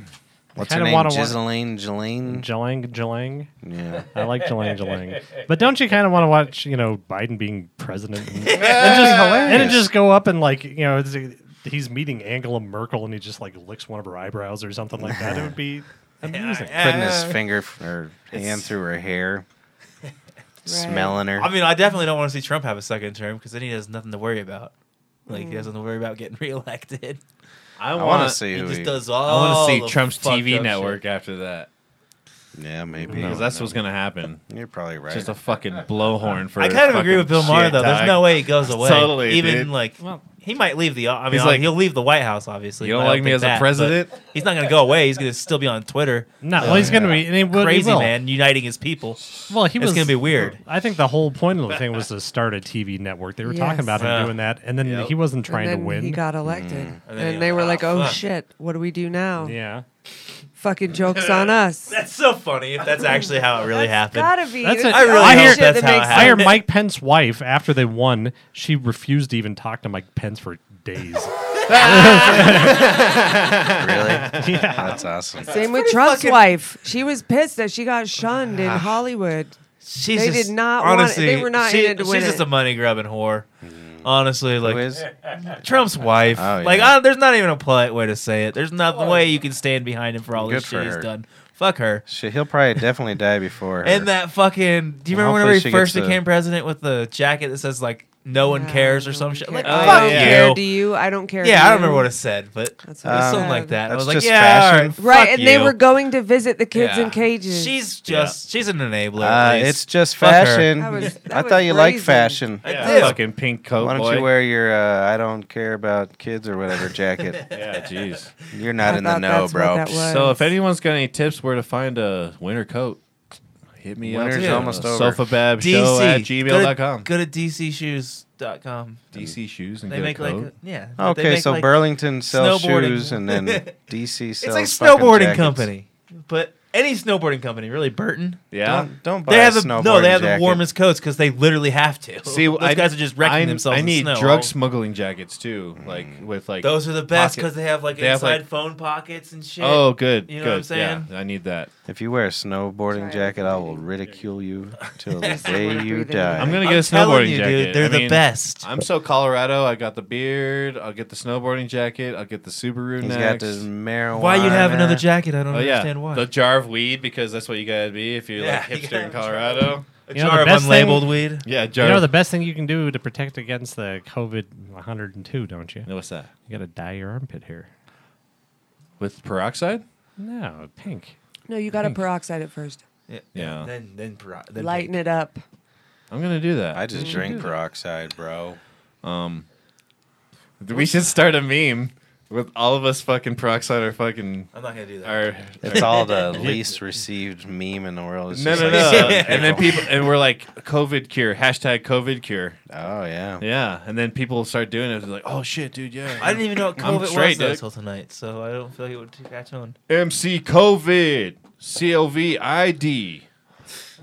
Speaker 3: What's her
Speaker 6: kinda
Speaker 3: name?
Speaker 6: wanna wa-
Speaker 3: Ghislaine Ghislaine?
Speaker 6: Jalang, Jalang.
Speaker 3: Yeah.
Speaker 6: I like Jalang, Jalang. But don't you kind of want to watch, you know, Biden being president? And, and just, and it just go up and, like, you know, it's- he's meeting Angela Merkel and he just, like, licks one of her eyebrows or something like that. It would be amusing.
Speaker 2: Eh.
Speaker 3: Putting his finger f- or hand through her hair, smelling her.
Speaker 2: I mean, I definitely don't want to see Trump have a second term because then he has nothing to worry about. Like he has nothing to worry about getting reelected.
Speaker 4: I
Speaker 3: wanna
Speaker 4: wanna-
Speaker 3: see-
Speaker 2: He
Speaker 3: who
Speaker 2: just
Speaker 3: he-
Speaker 2: does
Speaker 4: I
Speaker 2: all.
Speaker 4: want to see
Speaker 2: the
Speaker 4: Trump's
Speaker 2: fucked
Speaker 4: TV
Speaker 2: up
Speaker 4: network
Speaker 2: shit.
Speaker 4: after that
Speaker 3: yeah, maybe.
Speaker 4: because that's what's gonna happen.
Speaker 3: You're probably right.
Speaker 4: Just a fucking blowhorn for.
Speaker 2: I kind of agree
Speaker 4: fucking
Speaker 2: with Bill Maher
Speaker 4: shit,
Speaker 2: though. There's
Speaker 4: dog.
Speaker 2: no way he goes away.
Speaker 4: Totally,
Speaker 2: Even
Speaker 4: dude.
Speaker 2: like
Speaker 6: Well-
Speaker 2: he might leave the. I mean,
Speaker 4: He's like,
Speaker 2: he'll leave the White House. Obviously,
Speaker 4: You
Speaker 2: I
Speaker 4: don't like me
Speaker 2: think
Speaker 4: as a
Speaker 2: that, but
Speaker 4: president?
Speaker 2: He's not gonna go away. He's gonna still be on Twitter.
Speaker 6: No, well, he's going to be. And he would, he
Speaker 2: Crazy
Speaker 6: will.
Speaker 2: man, uniting his people.
Speaker 6: Well, he
Speaker 2: It's
Speaker 6: was
Speaker 2: gonna be weird.
Speaker 6: I think the whole point of the thing was to start a TV network. They were
Speaker 5: Yes.
Speaker 6: talking about him
Speaker 2: Yeah.
Speaker 6: doing that, and then
Speaker 4: Yep.
Speaker 6: he wasn't trying
Speaker 5: and then
Speaker 6: to win.
Speaker 5: He got elected, and,
Speaker 2: then he
Speaker 5: they were
Speaker 2: went,
Speaker 5: like,
Speaker 2: "Ah,
Speaker 5: "Oh
Speaker 2: fuck."
Speaker 5: shit, what do we do now?
Speaker 6: yeah,
Speaker 5: Fucking jokes on us."
Speaker 2: That's so funny if that's actually how it really
Speaker 5: That's
Speaker 2: happened.
Speaker 5: Gotta be.
Speaker 6: That's
Speaker 5: It's
Speaker 6: it.
Speaker 5: the
Speaker 6: I really
Speaker 5: only
Speaker 6: hope
Speaker 5: shit
Speaker 2: that's
Speaker 5: that
Speaker 2: how it
Speaker 5: makes
Speaker 6: I
Speaker 2: happened.
Speaker 5: sense.
Speaker 6: heard Mike Pence's wife after they won. She refused to even talk to Mike Pence for days.
Speaker 3: really?
Speaker 6: yeah,
Speaker 3: That's awesome.
Speaker 5: Same with Trump's wife. She was pissed that she got shunned
Speaker 2: Ah.
Speaker 5: in Hollywood.
Speaker 2: She's
Speaker 5: They
Speaker 2: just-
Speaker 5: did not want it.
Speaker 2: honestly,
Speaker 5: They were not
Speaker 2: she-
Speaker 5: in it to
Speaker 2: She's
Speaker 5: win
Speaker 2: just
Speaker 5: it.
Speaker 2: a money grubbing whore. Honestly,
Speaker 3: Hmm. Who
Speaker 2: like
Speaker 3: is?
Speaker 2: Trump's wife.
Speaker 3: Oh, yeah. Oh,
Speaker 2: Like, I, there's not even a polite way to say it. There's not the way you can stand behind him for all this
Speaker 3: Good for
Speaker 2: shit he's
Speaker 3: her.
Speaker 2: done. Fuck her.
Speaker 3: She, he'll probably definitely die before her.
Speaker 2: And that fucking. Do you
Speaker 3: Well,
Speaker 2: remember
Speaker 3: hopefully
Speaker 2: whenever
Speaker 3: she
Speaker 2: he first
Speaker 3: gets to-
Speaker 2: became president with the jacket that says like "No one
Speaker 5: Yeah,
Speaker 2: cares" or
Speaker 5: no
Speaker 2: some
Speaker 5: one
Speaker 2: shit?
Speaker 5: cares.
Speaker 2: Like,
Speaker 5: I
Speaker 2: fuck
Speaker 3: Oh,
Speaker 5: don't
Speaker 2: you.
Speaker 5: care to you. I don't care. to
Speaker 2: Yeah, I don't
Speaker 5: you.
Speaker 2: remember what it said, but
Speaker 5: That's what
Speaker 2: it was
Speaker 5: I
Speaker 2: something
Speaker 5: said.
Speaker 2: like that. I
Speaker 3: That's
Speaker 2: was like,
Speaker 3: just
Speaker 2: yeah, all
Speaker 3: fashion.
Speaker 2: right,
Speaker 5: Right,
Speaker 2: fuck
Speaker 5: and they
Speaker 2: you.
Speaker 5: were going to visit the kids
Speaker 2: Yeah.
Speaker 5: in cages.
Speaker 2: She's just she's an enabler.
Speaker 3: Uh,
Speaker 2: at least.
Speaker 3: it's just
Speaker 2: Fuck her.
Speaker 3: fashion.
Speaker 5: That was- that
Speaker 3: I
Speaker 5: was
Speaker 3: thought you liked
Speaker 5: brazen.
Speaker 3: fashion.
Speaker 2: I
Speaker 4: Yeah,
Speaker 2: do.
Speaker 4: Fucking pink coat.
Speaker 3: Why don't
Speaker 4: boy.
Speaker 3: you wear your uh, "I don't care about kids" or whatever jacket?
Speaker 4: Yeah, jeez.
Speaker 3: You're not
Speaker 5: I
Speaker 3: in the
Speaker 5: thought
Speaker 3: know,
Speaker 5: that's what
Speaker 3: bro.
Speaker 5: that was.
Speaker 4: So if anyone's got any tips where to find a winter coat, hit me up.
Speaker 3: Winter's
Speaker 4: at
Speaker 3: almost over.
Speaker 4: Sofababshow
Speaker 2: DC.
Speaker 4: at
Speaker 2: gmail.com.
Speaker 4: gmail.com.
Speaker 2: Go to, DCShoes.com.
Speaker 4: DC shoes and
Speaker 2: They
Speaker 4: get
Speaker 2: make
Speaker 4: a
Speaker 2: like
Speaker 4: coat.
Speaker 2: a- yeah. they
Speaker 3: Okay,
Speaker 2: make
Speaker 3: so
Speaker 2: like-
Speaker 3: Burlington sells
Speaker 2: snowboarding.
Speaker 3: shoes, and then DC
Speaker 2: It's
Speaker 3: sells.
Speaker 2: like
Speaker 3: fucking
Speaker 2: snowboarding
Speaker 3: jackets.
Speaker 2: company, but any snowboarding company, really. Burton.
Speaker 4: yeah.
Speaker 3: Don't, don't buy
Speaker 2: They have
Speaker 3: a
Speaker 2: the
Speaker 3: snowboarding
Speaker 2: no. They have
Speaker 3: jacket.
Speaker 2: the warmest coats because they literally have to.
Speaker 4: See,
Speaker 2: those
Speaker 4: I,
Speaker 2: guys are just wrecking
Speaker 4: I,
Speaker 2: themselves.
Speaker 4: I
Speaker 2: in
Speaker 4: need
Speaker 2: snow.
Speaker 4: drug smuggling jackets too, like with like.
Speaker 2: Those are the best
Speaker 4: pocket-
Speaker 2: because they have like
Speaker 4: They have,
Speaker 2: inside
Speaker 4: like-
Speaker 2: phone pockets and shit.
Speaker 4: Oh, good.
Speaker 2: You know
Speaker 4: good.
Speaker 2: what I'm saying?
Speaker 4: Yeah, I need that.
Speaker 3: If you wear a snowboarding
Speaker 5: Sorry.
Speaker 3: jacket, I will ridicule you till the
Speaker 5: I
Speaker 3: day
Speaker 5: wanna
Speaker 3: you
Speaker 5: breathe in.
Speaker 3: die.
Speaker 4: I'm gonna
Speaker 2: I'm
Speaker 4: get a
Speaker 2: telling
Speaker 4: snowboarding
Speaker 2: you,
Speaker 4: jacket.
Speaker 2: dude, they're
Speaker 4: I
Speaker 2: the
Speaker 4: mean,
Speaker 2: best.
Speaker 4: I'm so Colorado. I got the beard. I'll get the snowboarding jacket. I'll get the Subaru
Speaker 3: He's got
Speaker 4: next.
Speaker 3: this marijuana.
Speaker 2: Why you'd have another jacket? I don't
Speaker 4: Oh yeah,
Speaker 2: understand why.
Speaker 4: the jar of weed because that's what you gotta be if you're
Speaker 2: Yeah,
Speaker 4: like
Speaker 2: you
Speaker 4: hipster in
Speaker 2: gotta have a jar.
Speaker 4: Colorado.
Speaker 2: a
Speaker 6: You know,
Speaker 2: jar
Speaker 6: the
Speaker 2: of
Speaker 6: best thing-
Speaker 2: unlabeled weed.
Speaker 4: Yeah, jar.
Speaker 6: you know
Speaker 4: of-
Speaker 6: the best thing you can do to protect against the COVID 102, don't you?
Speaker 4: No, what's that?
Speaker 6: You got to dye your armpit hair.
Speaker 4: With peroxide?
Speaker 6: No, pink.
Speaker 5: no, you got to peroxide it first.
Speaker 4: Yeah.
Speaker 2: Then then, pro- then
Speaker 5: Lighten it up.
Speaker 4: I'm gonna do that.
Speaker 3: I just drink peroxide, bro.
Speaker 4: we should start a meme with all of us fucking peroxide or fucking
Speaker 2: I'm not gonna do that.
Speaker 4: our.
Speaker 3: It's all the least received meme in the world. It's
Speaker 4: No,
Speaker 3: just
Speaker 4: no,
Speaker 3: like
Speaker 4: no.
Speaker 3: some
Speaker 4: and then people, and we're like, COVID cure, hashtag COVID cure.
Speaker 3: Oh yeah.
Speaker 4: Yeah. And then people start doing it. They're like, oh shit, dude, yeah.
Speaker 2: I didn't even know what
Speaker 4: I'm
Speaker 2: COVID
Speaker 4: straight,
Speaker 2: was though,
Speaker 4: dude.
Speaker 2: until tonight, so I don't feel like it would catch on.
Speaker 4: MC COVID, CLV ID.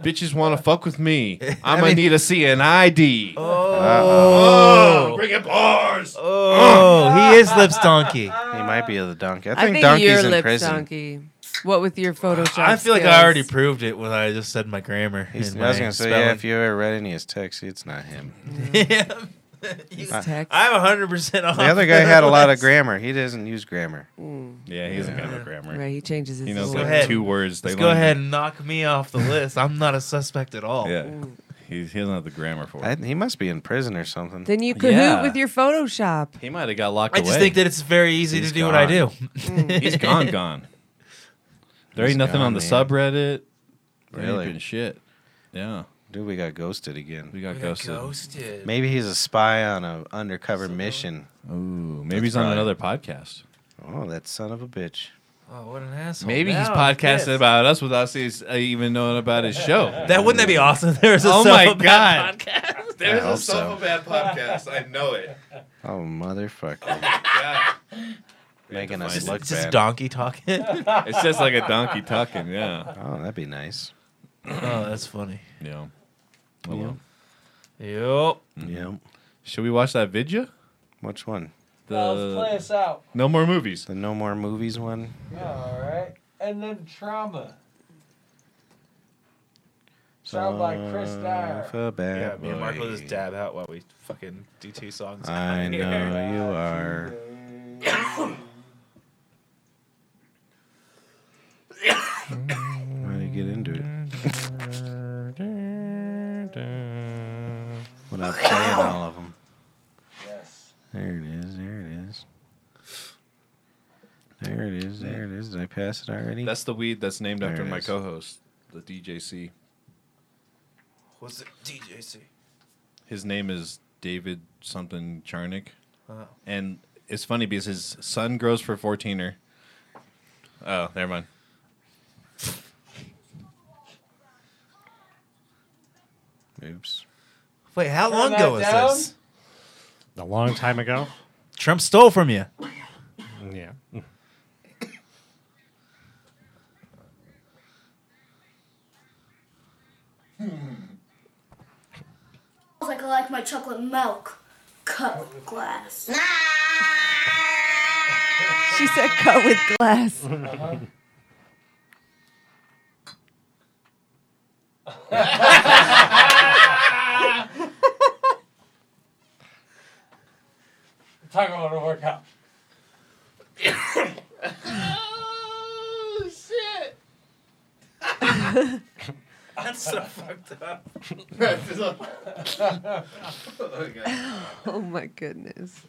Speaker 4: Bitches want to fuck with me. I'm gonna
Speaker 2: mean-
Speaker 4: need a CNID.
Speaker 2: Oh,
Speaker 4: Bring it bars.
Speaker 2: oh, he is lips donkey.
Speaker 3: He might be the donkey. I
Speaker 5: I
Speaker 3: think,
Speaker 5: think,
Speaker 3: donkey's
Speaker 5: your
Speaker 3: in
Speaker 5: lips
Speaker 3: prison.
Speaker 5: donkey. What with your Photoshop?
Speaker 2: I feel like
Speaker 5: skills.
Speaker 2: I already proved it when I just said my grammar.
Speaker 3: He's,
Speaker 2: and
Speaker 3: I was
Speaker 2: my
Speaker 3: gonna say, yeah, if you ever read any of his texts, it's not him.
Speaker 2: spelling.
Speaker 5: These
Speaker 3: I-
Speaker 5: texts.
Speaker 2: I'm hundred percent off.
Speaker 3: The other guy had a lot of grammar. He doesn't use grammar.
Speaker 4: Yeah, he doesn't got no grammar.
Speaker 5: Right, he changes his.
Speaker 4: He knows
Speaker 5: little-
Speaker 4: like
Speaker 2: ahead.
Speaker 4: two words. They
Speaker 2: Let's go
Speaker 4: learned.
Speaker 2: ahead and knock me off the list. I'm not a suspect at all.
Speaker 4: Yeah, he, he doesn't have the grammar for
Speaker 3: I,
Speaker 4: it.
Speaker 3: he must be in prison or something.
Speaker 5: Then you cahoot
Speaker 4: Yeah.
Speaker 5: with your Photoshop.
Speaker 4: He might have got locked
Speaker 2: I
Speaker 4: away.
Speaker 2: just think that it's very easy
Speaker 3: He's
Speaker 2: to do what I do.
Speaker 3: gone.
Speaker 4: he's gone, gone. There
Speaker 3: He's
Speaker 4: ain't nothing
Speaker 3: gone,
Speaker 4: on the
Speaker 3: man.
Speaker 4: subreddit. There ain't
Speaker 3: Really?
Speaker 4: been shit. Yeah,
Speaker 3: Dude, we got ghosted
Speaker 4: we
Speaker 3: again.
Speaker 4: got ghosted.
Speaker 2: Ghosted.
Speaker 3: Maybe he's a spy on a undercover mission.
Speaker 4: Ooh, maybe he's on
Speaker 3: probably-
Speaker 4: another podcast.
Speaker 3: Oh, that son of a bitch.
Speaker 2: Oh, what an asshole.
Speaker 4: Maybe he's
Speaker 2: Now I'm
Speaker 4: podcasting
Speaker 2: pissed.
Speaker 4: about us without us even knowing about his show.
Speaker 2: That wouldn't that be awesome? if There was a
Speaker 4: Oh my
Speaker 2: Self-Abandoned
Speaker 4: God.
Speaker 2: podcast.
Speaker 3: I hope so.
Speaker 4: bad podcast. I know it.
Speaker 3: Oh, motherfucker. Making us
Speaker 2: Just,
Speaker 3: look
Speaker 2: just
Speaker 3: bad.
Speaker 2: donkey talking. oh,
Speaker 4: It's just like a donkey talking. Yeah.
Speaker 3: Oh, that'd be nice.
Speaker 2: that's funny.
Speaker 4: Yeah. Well,
Speaker 2: Yep.
Speaker 4: Mm-hmm.
Speaker 3: Yep.
Speaker 4: Should we watch that video?
Speaker 3: Which one?
Speaker 4: The
Speaker 2: us out.
Speaker 4: no more movies.
Speaker 3: The no more movies one?
Speaker 2: All right. And then trauma.
Speaker 3: Sound like Chris Dyer.
Speaker 2: Yeah, me and Mark will just dab out while we fucking do two songs.
Speaker 3: I know you are. How do you get into it? Without playing all of them. Yes. There it is. There it is. There it is. There it is. Did I pass it already?
Speaker 4: That's the weed that's named
Speaker 3: There
Speaker 4: after
Speaker 3: it
Speaker 4: my
Speaker 3: is.
Speaker 4: co-host, the DJC.
Speaker 2: What's it? DJC.
Speaker 4: His name is David something Charnick,
Speaker 2: Oh.
Speaker 4: and it's funny because his son grows for fourteener. Oh, never mind.
Speaker 3: Oops.
Speaker 2: Wait, how long ago was this?
Speaker 6: A long time ago.
Speaker 2: Trump stole from you.
Speaker 6: Yeah.
Speaker 10: smells like I like my chocolate milk. Cut with glass.
Speaker 5: She said cut with glass.
Speaker 7: Talk about a workout.
Speaker 2: Oh, That's so fucked up.
Speaker 5: Oh my goodness.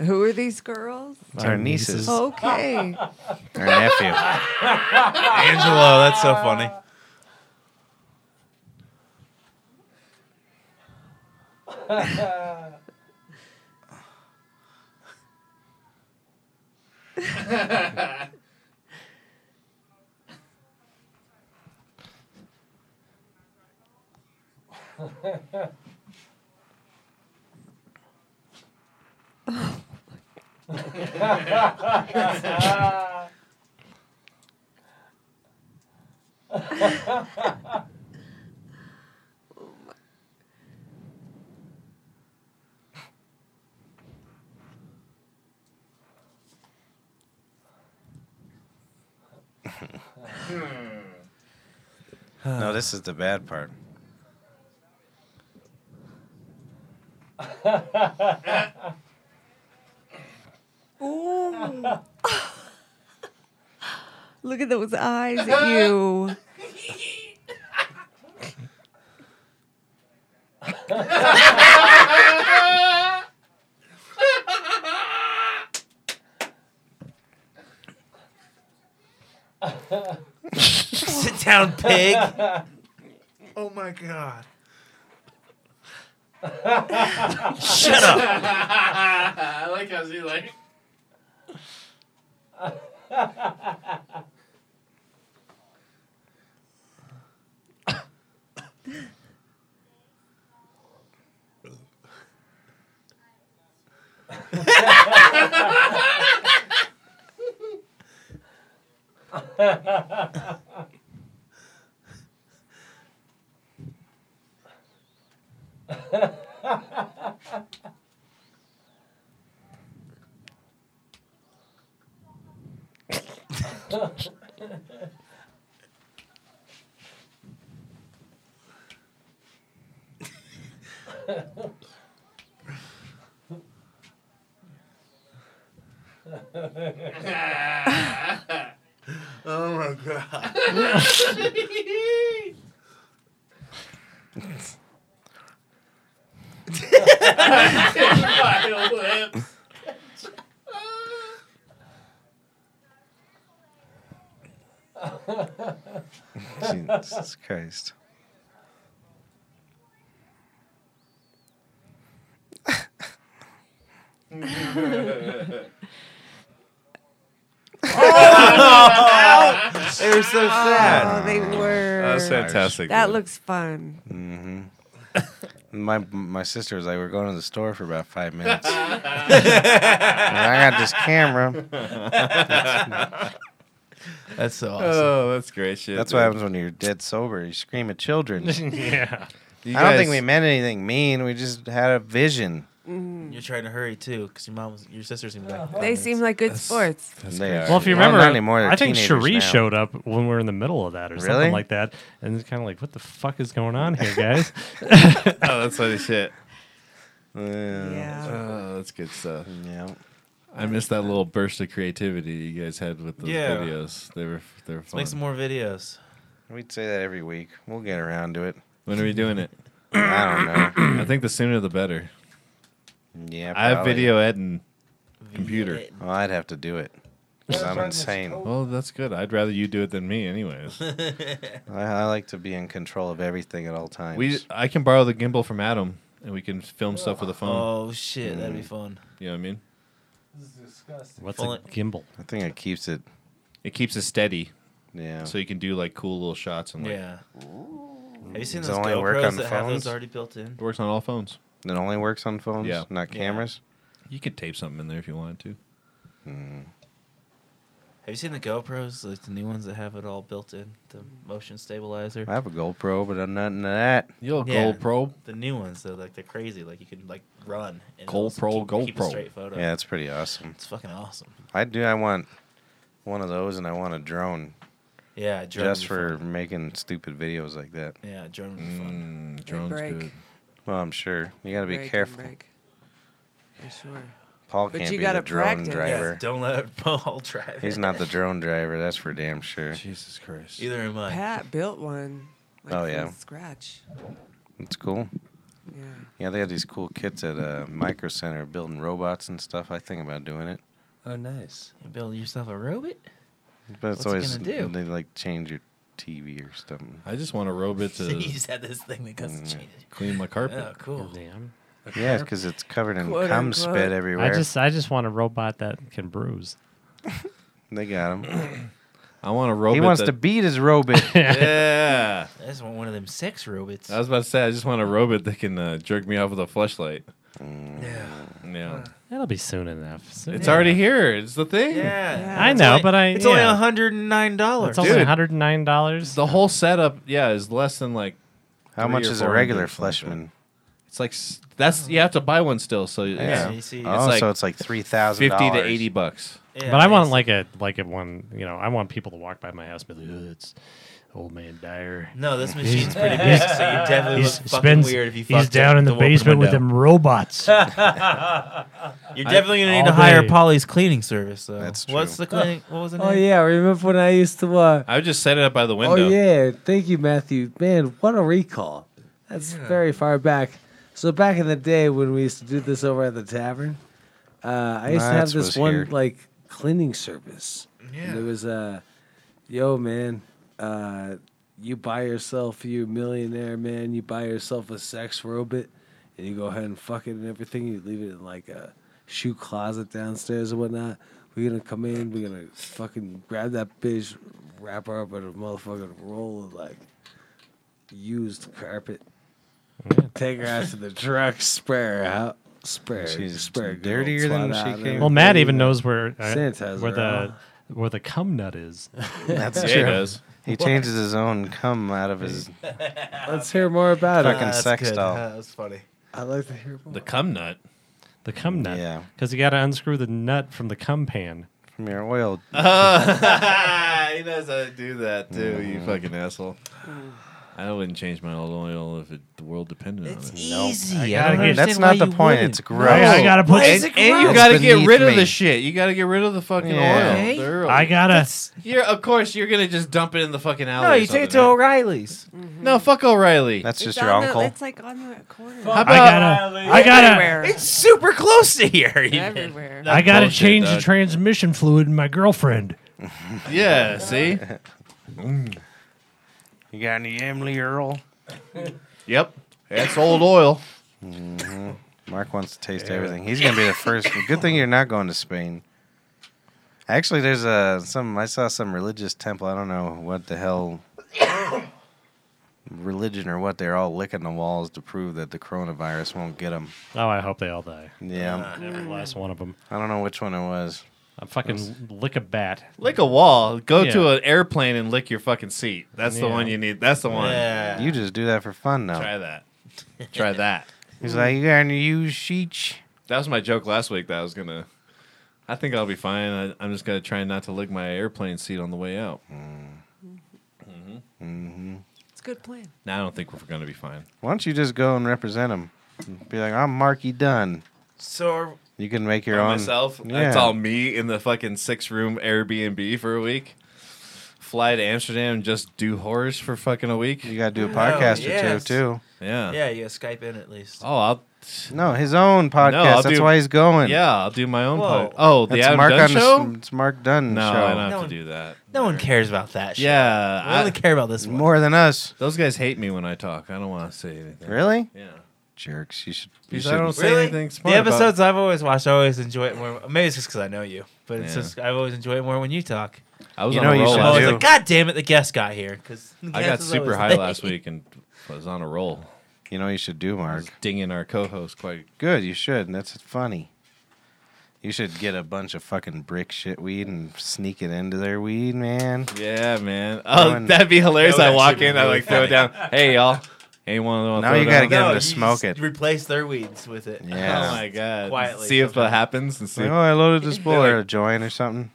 Speaker 5: Who are these girls?
Speaker 3: It's our nieces. Our
Speaker 5: Okay.
Speaker 3: nephew.
Speaker 2: Angelo, that's so funny. Uh.
Speaker 3: No, this is the bad part.
Speaker 5: Ooh. Look at those eyes at you.
Speaker 2: Sit down, pig. Oh my god. Shut up.
Speaker 4: I like how she like.
Speaker 3: Jesus Christ.
Speaker 2: They were so sad.
Speaker 5: Oh, they were.
Speaker 2: Uh,
Speaker 4: That's fantastic.
Speaker 5: that looks fun.
Speaker 3: My my sister was like, we're going to the store for about five minutes. And I got this camera.
Speaker 2: That's so awesome.
Speaker 4: Oh, that's great shit.
Speaker 3: That's what happens when you're dead sober. You scream at children.
Speaker 6: yeah.
Speaker 4: You
Speaker 3: I don't think
Speaker 4: guys-
Speaker 3: we meant anything mean. We just had a vision.
Speaker 2: You're trying to hurry too, because your mom, was, your sister seemed like
Speaker 5: They seem like good sports.
Speaker 3: They are-
Speaker 6: Well, if you
Speaker 3: not
Speaker 6: remember,
Speaker 3: anymore, they're
Speaker 6: I think
Speaker 3: teenagers
Speaker 6: Cherie
Speaker 3: now.
Speaker 6: showed up when we were in the middle of that or
Speaker 3: Really?
Speaker 6: something like that, and it's kind of like, what the fuck is going on here, guys?
Speaker 4: Oh, that's funny shit.
Speaker 2: uh,
Speaker 5: Yeah.
Speaker 4: Oh, that's good stuff.
Speaker 3: Um, Yeah.
Speaker 4: I missed that little burst of creativity you guys had with those
Speaker 2: Yeah.
Speaker 4: videos. They were they were fun.
Speaker 2: Make some more videos.
Speaker 3: We'd say that every week. We'll get around to it.
Speaker 4: when are we doing it?
Speaker 3: I don't know.
Speaker 4: I think the sooner the better.
Speaker 3: Yeah.
Speaker 4: I have
Speaker 3: probably.
Speaker 4: video editing computer.
Speaker 3: Well, I'd have to do it. 'Cause I'm insane.
Speaker 4: Well, that's good. I'd rather you do it than me, anyways.
Speaker 3: I, I like to be in control of everything at all times.
Speaker 4: we I can borrow the gimbal from Adam, and we can film stuff with a phone.
Speaker 2: Oh shit, that'd
Speaker 3: Mm.
Speaker 2: be fun.
Speaker 4: You know what I mean?
Speaker 6: What's
Speaker 2: Well,
Speaker 6: a gimbal?
Speaker 3: I think it keeps it.
Speaker 4: It keeps it steady,
Speaker 3: Yeah.
Speaker 4: so you can do like cool little shots and like
Speaker 2: Yeah. Have you seen
Speaker 3: Does
Speaker 2: those
Speaker 3: it only work
Speaker 2: GoPros
Speaker 3: on
Speaker 2: that have
Speaker 3: phones?
Speaker 2: those already built in?
Speaker 4: it works on all phones.
Speaker 3: it only works on phones,
Speaker 4: Yeah.
Speaker 3: not
Speaker 2: Yeah.
Speaker 3: cameras.
Speaker 4: You could tape something in there if you wanted to.
Speaker 2: Have you seen the GoPros, like the new ones that have it all built in, the motion stabilizer?
Speaker 3: I have a GoPro, but I'm not into that.
Speaker 4: Yo,
Speaker 2: Yeah.
Speaker 4: GoPro.
Speaker 2: The new ones, though, like they're crazy. Like you can like run. And
Speaker 4: GoPro,
Speaker 2: it'll keep, Keep a
Speaker 4: GoPro.
Speaker 2: straight photo.
Speaker 3: Yeah, that's pretty awesome.
Speaker 2: It's fucking awesome.
Speaker 3: I do. I want one of those, and I want a drone
Speaker 2: Yeah, a drone
Speaker 3: just
Speaker 2: would be
Speaker 3: for making stupid videos like that.
Speaker 2: fun. yeah, a drone would be fun.
Speaker 4: Mm, drone's
Speaker 5: break.
Speaker 4: good.
Speaker 3: Well, I'm sure you got to be
Speaker 5: Break and
Speaker 3: careful.
Speaker 5: break. For sure.
Speaker 3: Paul
Speaker 5: But
Speaker 3: can't
Speaker 5: you
Speaker 3: be
Speaker 5: gotta
Speaker 3: the drone
Speaker 5: practice.
Speaker 3: Mm, driver.
Speaker 2: Yeah, don't let Paul drive.
Speaker 3: He's
Speaker 2: it.
Speaker 3: not the drone driver. That's for damn sure.
Speaker 4: Jesus Christ.
Speaker 2: Either am I.
Speaker 5: Pat built one. Like,
Speaker 3: Oh,
Speaker 5: from
Speaker 3: yeah.
Speaker 5: Scratch.
Speaker 3: It's cool.
Speaker 5: Yeah.
Speaker 3: Yeah, they had these cool kits at uh, Micro Center building robots and stuff. I think about doing it,
Speaker 7: Oh, nice.
Speaker 2: You build yourself a robot.
Speaker 3: but it's
Speaker 2: What's it
Speaker 3: always
Speaker 2: gonna do?
Speaker 3: they like change your TV or something.
Speaker 4: I just want a robot
Speaker 2: you
Speaker 4: to
Speaker 2: just had this thing that doesn't
Speaker 3: Mm.
Speaker 2: change.
Speaker 4: clean my carpet.
Speaker 2: Oh, cool.
Speaker 6: Damn.
Speaker 3: Yeah, because it's covered in
Speaker 5: Quote,
Speaker 3: cum
Speaker 5: unquote.
Speaker 3: spit everywhere.
Speaker 6: I just, I just want a robot that can bruise.
Speaker 3: They got him.
Speaker 4: I want a robot.
Speaker 3: He wants
Speaker 4: that-
Speaker 3: to beat his robot.
Speaker 4: Yeah.
Speaker 2: I just want one of them sex robots.
Speaker 4: I was about to say, I just want a robot that can uh, jerk me off with a flashlight.
Speaker 2: yeah.
Speaker 4: Mm. Yeah.
Speaker 6: That'll be soon enough. Soon
Speaker 4: It's
Speaker 6: enough.
Speaker 4: already here. It's the thing.
Speaker 2: Yeah.
Speaker 6: I
Speaker 2: It's
Speaker 6: know,
Speaker 2: only-
Speaker 6: but I.
Speaker 2: It's
Speaker 6: yeah.
Speaker 2: only hundred and nine dollars.
Speaker 6: It's only
Speaker 4: Dude.
Speaker 6: one hundred and nine dollars.
Speaker 4: The whole setup, yeah, is less than like.
Speaker 3: How
Speaker 4: Three
Speaker 3: much
Speaker 4: or
Speaker 3: is a
Speaker 4: four
Speaker 3: regular
Speaker 4: hundred, something
Speaker 3: fleshman?
Speaker 4: It's like s- that's you have to buy one still. So it's
Speaker 3: Yeah.
Speaker 2: You see,
Speaker 3: Oh,
Speaker 4: like
Speaker 3: so it's like three thousand.
Speaker 4: fifty to eighty bucks.
Speaker 2: Yeah,
Speaker 6: But I want
Speaker 2: it's-
Speaker 6: like a like a one. You know, I want people to walk by my house and be like, "Ugh, "It's old man Dyer."
Speaker 2: No, this machine's pretty big, so you definitely
Speaker 6: He's,
Speaker 2: look fucking
Speaker 6: spends-
Speaker 2: weird if you
Speaker 6: he's
Speaker 2: fucked
Speaker 6: down
Speaker 2: up
Speaker 6: in the
Speaker 2: the open
Speaker 6: basement with
Speaker 2: window.
Speaker 6: them robots.
Speaker 2: You're definitely gonna need to
Speaker 6: all
Speaker 2: hire
Speaker 6: day.
Speaker 2: Polly's cleaning service. Though.
Speaker 3: That's
Speaker 2: What's
Speaker 3: true.
Speaker 2: the cleaning? What was the name?
Speaker 7: Oh, yeah. Remember when I used to. Uh,
Speaker 4: I would just set it up by the
Speaker 7: oh,
Speaker 4: window.
Speaker 7: yeah. Thank you, Matthew. Man, what a recall. That's very far back. So, back in the day when we used to do this over at the tavern, uh, I used to have
Speaker 3: That's
Speaker 7: this
Speaker 3: was
Speaker 7: one,
Speaker 3: here.
Speaker 7: like, cleaning service.
Speaker 2: Yeah.
Speaker 7: And it was, uh, yo, man, uh, you buy yourself, you millionaire, man, you buy yourself a sex robot and you go ahead and fuck it and everything. You leave it in like a shoe closet downstairs and whatnot. We're gonna come in, we're gonna fucking grab that bitch, wrap her up in a motherfucking roll of like used carpet, take her out to the truck, spray her out. Spray, her-
Speaker 3: She's
Speaker 7: spray her good old
Speaker 3: dirtier than
Speaker 7: twat
Speaker 3: she
Speaker 7: out and
Speaker 3: came.
Speaker 6: well,
Speaker 7: everything.
Speaker 6: Matt even knows where uh,
Speaker 7: Sanitizer
Speaker 6: where
Speaker 7: her.
Speaker 6: the where the cum nut is.
Speaker 3: That's
Speaker 4: Yeah,
Speaker 3: true.
Speaker 4: he does.
Speaker 3: He changes his own cum out of his.
Speaker 7: Let's hear more about
Speaker 3: Fucking
Speaker 7: it.
Speaker 2: That's
Speaker 3: sex
Speaker 2: good.
Speaker 3: doll.
Speaker 2: Uh, That's funny.
Speaker 7: I'd like to hear more.
Speaker 4: The cum nut.
Speaker 6: The cum nut.
Speaker 3: Yeah.
Speaker 6: Because you got to unscrew the nut from the cum pan.
Speaker 3: from your oil.
Speaker 4: he knows how to do that too. You fucking asshole. Mm. I wouldn't change my old oil if it, the world depended
Speaker 2: It's
Speaker 4: on it.
Speaker 2: easy.
Speaker 6: I gotta get-
Speaker 3: That's not the point. It's gross.
Speaker 6: I, I gotta put.
Speaker 2: Why is it
Speaker 4: And you
Speaker 2: gross?
Speaker 4: gotta get
Speaker 3: beneath
Speaker 4: rid of
Speaker 3: me.
Speaker 4: the shit. You gotta get rid of the fucking
Speaker 3: Yeah.
Speaker 4: oil.
Speaker 2: Okay.
Speaker 4: They're-
Speaker 6: I gotta.
Speaker 4: You're of course you're gonna just dump it in the fucking alley.
Speaker 2: No,
Speaker 4: or
Speaker 2: you take it to
Speaker 4: something, right?
Speaker 2: O'Reilly's.
Speaker 4: No, fuck O'Reilly.
Speaker 3: That's just
Speaker 5: It's
Speaker 3: your
Speaker 5: on the-
Speaker 3: uncle.
Speaker 5: it's like on the corner.
Speaker 4: How
Speaker 6: I
Speaker 4: about
Speaker 6: gotta. I gotta.
Speaker 5: everywhere.
Speaker 2: It's super close to here. even.
Speaker 5: everywhere.
Speaker 6: I gotta
Speaker 4: bullshit,
Speaker 6: change the
Speaker 4: dog.
Speaker 6: transmission fluid in my girlfriend.
Speaker 4: yeah? See,
Speaker 3: you got any Emily Earl?
Speaker 4: yep, that's old oil.
Speaker 3: Mark wants to taste everything. He's gonna be the first. Good thing you're not going to Spain. Actually, there's a some. I saw some religious temple. I don't know what the hell religion or what. They're all licking the walls to prove that the coronavirus won't get them.
Speaker 6: Oh, I hope they all die.
Speaker 3: Yeah,
Speaker 6: Every last one of them.
Speaker 3: I don't know which one it was.
Speaker 6: I'm fucking lick a bat.
Speaker 4: Lick a wall. Go to
Speaker 6: Yeah.
Speaker 4: an airplane and lick your fucking seat. That's the
Speaker 6: Yeah.
Speaker 4: one you need. That's the one.
Speaker 2: Yeah.
Speaker 3: You just do that for fun now.
Speaker 4: Try that. Try that.
Speaker 3: He's like, you got to use sheech.
Speaker 4: That was my joke last week that I was going to. I think I'll be fine. I, I'm just going to try not to lick my airplane seat on the way out.
Speaker 5: It's a good plan.
Speaker 4: Now I don't think we're going to be fine.
Speaker 3: Why don't you just go and represent him? Be like, I'm Marky Dunn.
Speaker 2: So
Speaker 3: You can make your
Speaker 4: By
Speaker 3: own.
Speaker 4: myself.
Speaker 3: Yeah.
Speaker 4: It's all me in the fucking six room Airbnb for a week. Fly to Amsterdam and just do horrors for fucking a week.
Speaker 3: You got to do a podcast
Speaker 2: yes.
Speaker 3: or two,
Speaker 4: Yeah.
Speaker 2: yeah, you gotta Skype in at least.
Speaker 4: Oh, I'll.
Speaker 3: too. No, his own podcast.
Speaker 4: I'll
Speaker 3: That's
Speaker 4: do-
Speaker 3: why he's going.
Speaker 4: Yeah, I'll do my own.
Speaker 2: Whoa.
Speaker 4: pod- Oh, the
Speaker 3: That's
Speaker 4: Adam
Speaker 3: Mark
Speaker 4: Dunn
Speaker 3: on
Speaker 4: show.
Speaker 3: The, it's Mark Dunn
Speaker 4: no,
Speaker 3: show.
Speaker 4: I don't have
Speaker 2: No
Speaker 4: to
Speaker 2: one-
Speaker 4: do that.
Speaker 2: No one cares about that. shit.
Speaker 4: Yeah,
Speaker 2: I
Speaker 4: I-
Speaker 2: only care about this one.
Speaker 3: More than us.
Speaker 4: those guys hate me when I talk. I don't want to say anything.
Speaker 3: Really?
Speaker 4: Yeah.
Speaker 3: Jerks. You should. You
Speaker 4: Because I
Speaker 3: should.
Speaker 4: don't say anything smart.
Speaker 2: the
Speaker 4: about-
Speaker 2: episodes I've always watched, I always enjoy it more. Maybe it's just because I know you, but it's
Speaker 4: Yeah.
Speaker 2: just I always enjoy it more when you talk.
Speaker 4: I was
Speaker 3: You
Speaker 4: on
Speaker 3: know
Speaker 4: a
Speaker 3: you
Speaker 4: roll.
Speaker 3: should
Speaker 2: I'm
Speaker 4: Last
Speaker 2: always
Speaker 3: do.
Speaker 4: week.
Speaker 2: like, God damn it, the guest got here because
Speaker 4: I got super high last week and was on a roll.
Speaker 3: You know, you should do
Speaker 4: I
Speaker 3: Mark.
Speaker 4: was dinging our co-host quite.
Speaker 3: Good, you should. And that's funny. You should get a bunch of fucking brick shit weed and sneak it into their weed, man.
Speaker 4: Yeah, man.
Speaker 3: Oh,
Speaker 4: Oh, that'd be hilarious.
Speaker 2: That
Speaker 4: I
Speaker 2: would
Speaker 4: walk
Speaker 2: actually
Speaker 4: in,
Speaker 2: be
Speaker 4: I
Speaker 2: really
Speaker 4: like throw it down. Hey, y'all. Anyone want to
Speaker 3: Now
Speaker 4: throw
Speaker 3: you
Speaker 4: down?
Speaker 3: gotta get
Speaker 2: No,
Speaker 3: them to
Speaker 2: you
Speaker 3: smoke
Speaker 2: just
Speaker 3: it.
Speaker 2: Replace their weeds with it.
Speaker 3: Yeah.
Speaker 4: Oh my god.
Speaker 2: Quietly
Speaker 4: See if it
Speaker 2: sometime.
Speaker 4: happens and see.
Speaker 3: Like, oh, I loaded this
Speaker 4: They're
Speaker 3: bullet or
Speaker 4: like-
Speaker 3: a joint or something.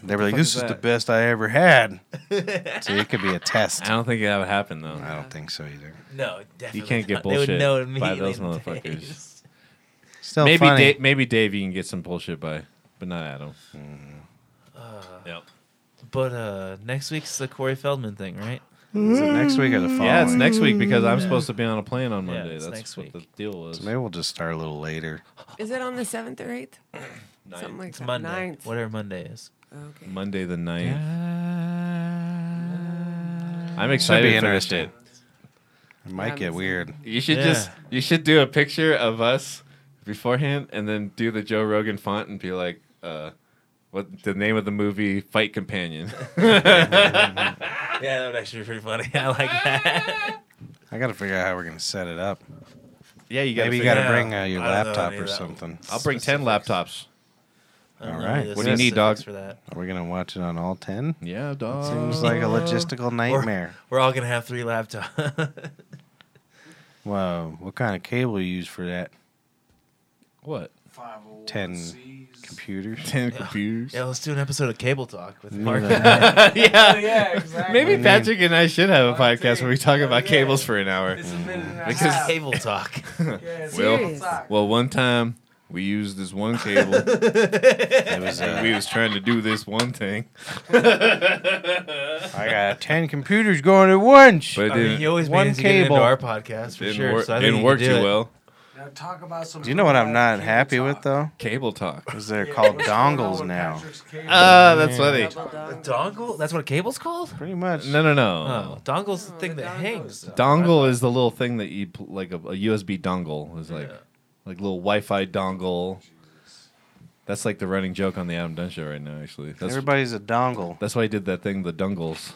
Speaker 3: They were like,
Speaker 4: fuck
Speaker 3: this
Speaker 4: is
Speaker 3: is the
Speaker 4: that?"
Speaker 3: best I ever had. so it could be a test.
Speaker 4: I don't think that would happen though.
Speaker 3: I don't think so either.
Speaker 2: No, definitely.
Speaker 4: You can't get
Speaker 2: not.
Speaker 4: bullshit
Speaker 2: they would know
Speaker 4: by
Speaker 2: immediately
Speaker 4: those
Speaker 2: in the
Speaker 4: motherfuckers.
Speaker 2: days.
Speaker 3: Still
Speaker 4: maybe
Speaker 3: funny.
Speaker 4: Dave, maybe Dave, you can get some bullshit by, but not Adam.
Speaker 2: Mm-hmm.
Speaker 4: yep.
Speaker 2: But uh, next week's the Corey Feldman thing, right?
Speaker 3: Is it next week or the following?
Speaker 4: Yeah, it's next week because I'm supposed to be on a plane on
Speaker 2: Yeah,
Speaker 4: Monday.
Speaker 2: it's
Speaker 4: That's
Speaker 2: next
Speaker 4: what
Speaker 2: week.
Speaker 4: the deal was.
Speaker 3: Maybe we'll just start a little later.
Speaker 5: Is it on the seventh or eighth? Something like
Speaker 2: It's
Speaker 5: that.
Speaker 2: Monday,
Speaker 5: Ninth.
Speaker 2: whatever Monday is.
Speaker 5: Okay.
Speaker 4: Monday the 9th. I'm excited.
Speaker 3: Should be
Speaker 4: for this
Speaker 3: interesting.
Speaker 4: shit.
Speaker 3: It might get weird.
Speaker 4: You should
Speaker 2: Yeah.
Speaker 4: just you should do a picture of us beforehand and then do the Joe Rogan font and be like, uh, what the name of the movie Fight Companion.
Speaker 2: Yeah, that would actually be pretty funny. I like that.
Speaker 3: I got to figure out how we're going to set it up.
Speaker 4: yeah, you
Speaker 3: Maybe you
Speaker 4: figure-
Speaker 3: got to
Speaker 2: out.
Speaker 3: bring uh, your
Speaker 2: I don't know
Speaker 3: laptop
Speaker 2: any
Speaker 3: or
Speaker 2: of that.
Speaker 3: something.
Speaker 4: I'll bring ten laptops.
Speaker 2: I don't
Speaker 3: All
Speaker 2: know
Speaker 3: right.
Speaker 2: the
Speaker 3: What do you need, dog?
Speaker 2: specifics For that.
Speaker 3: Are we going to watch it on all 10?
Speaker 4: Yeah, dog.
Speaker 3: Seems like a logistical nightmare.
Speaker 2: We're all gonna have three laptops.
Speaker 3: Whoa, what kind of cable you use for that?
Speaker 4: what?
Speaker 3: 10 computers?
Speaker 4: Ten computers.
Speaker 2: yeah, let's do an episode of Cable Talk
Speaker 4: Mm-hmm.
Speaker 2: with Mark.
Speaker 3: Neither.
Speaker 4: yeah.
Speaker 7: exactly.
Speaker 4: Maybe Patrick and I should have a podcast where we talk about cables for an hour.
Speaker 2: Because Cable Talk.
Speaker 4: Well,
Speaker 5: Serious.
Speaker 4: well, one time we used this one cable. it was, uh, we was trying to do this one thing,
Speaker 3: I got 10 computers going at once.
Speaker 4: but it
Speaker 2: I mean,
Speaker 4: didn't,
Speaker 2: you always
Speaker 3: One
Speaker 2: manage to get into
Speaker 3: cable.
Speaker 2: our podcast for
Speaker 4: didn't,
Speaker 2: sure.
Speaker 4: wor-
Speaker 2: so I think
Speaker 4: didn't
Speaker 2: you
Speaker 4: work
Speaker 2: can
Speaker 4: too
Speaker 2: do it.
Speaker 4: well.
Speaker 7: Now talk about some.
Speaker 3: Do you know what I'm not happy with, though?
Speaker 4: Cable talk.
Speaker 3: Is they're called dongles now.
Speaker 4: Ah, that's funny.
Speaker 2: A dongle? That's what a cable's called?
Speaker 3: Pretty much.
Speaker 4: No, no,
Speaker 2: Oh,
Speaker 4: no.
Speaker 2: dongle's the thing that hangs.
Speaker 4: Dongle is the little thing that you pl- like a, a USB dongle is like, like little Wi-Fi dongle. That's like the running joke on the Adam Dunn show right now. Actually, that's
Speaker 3: Everybody's a dongle.
Speaker 4: that's why he did that thing, the dongles.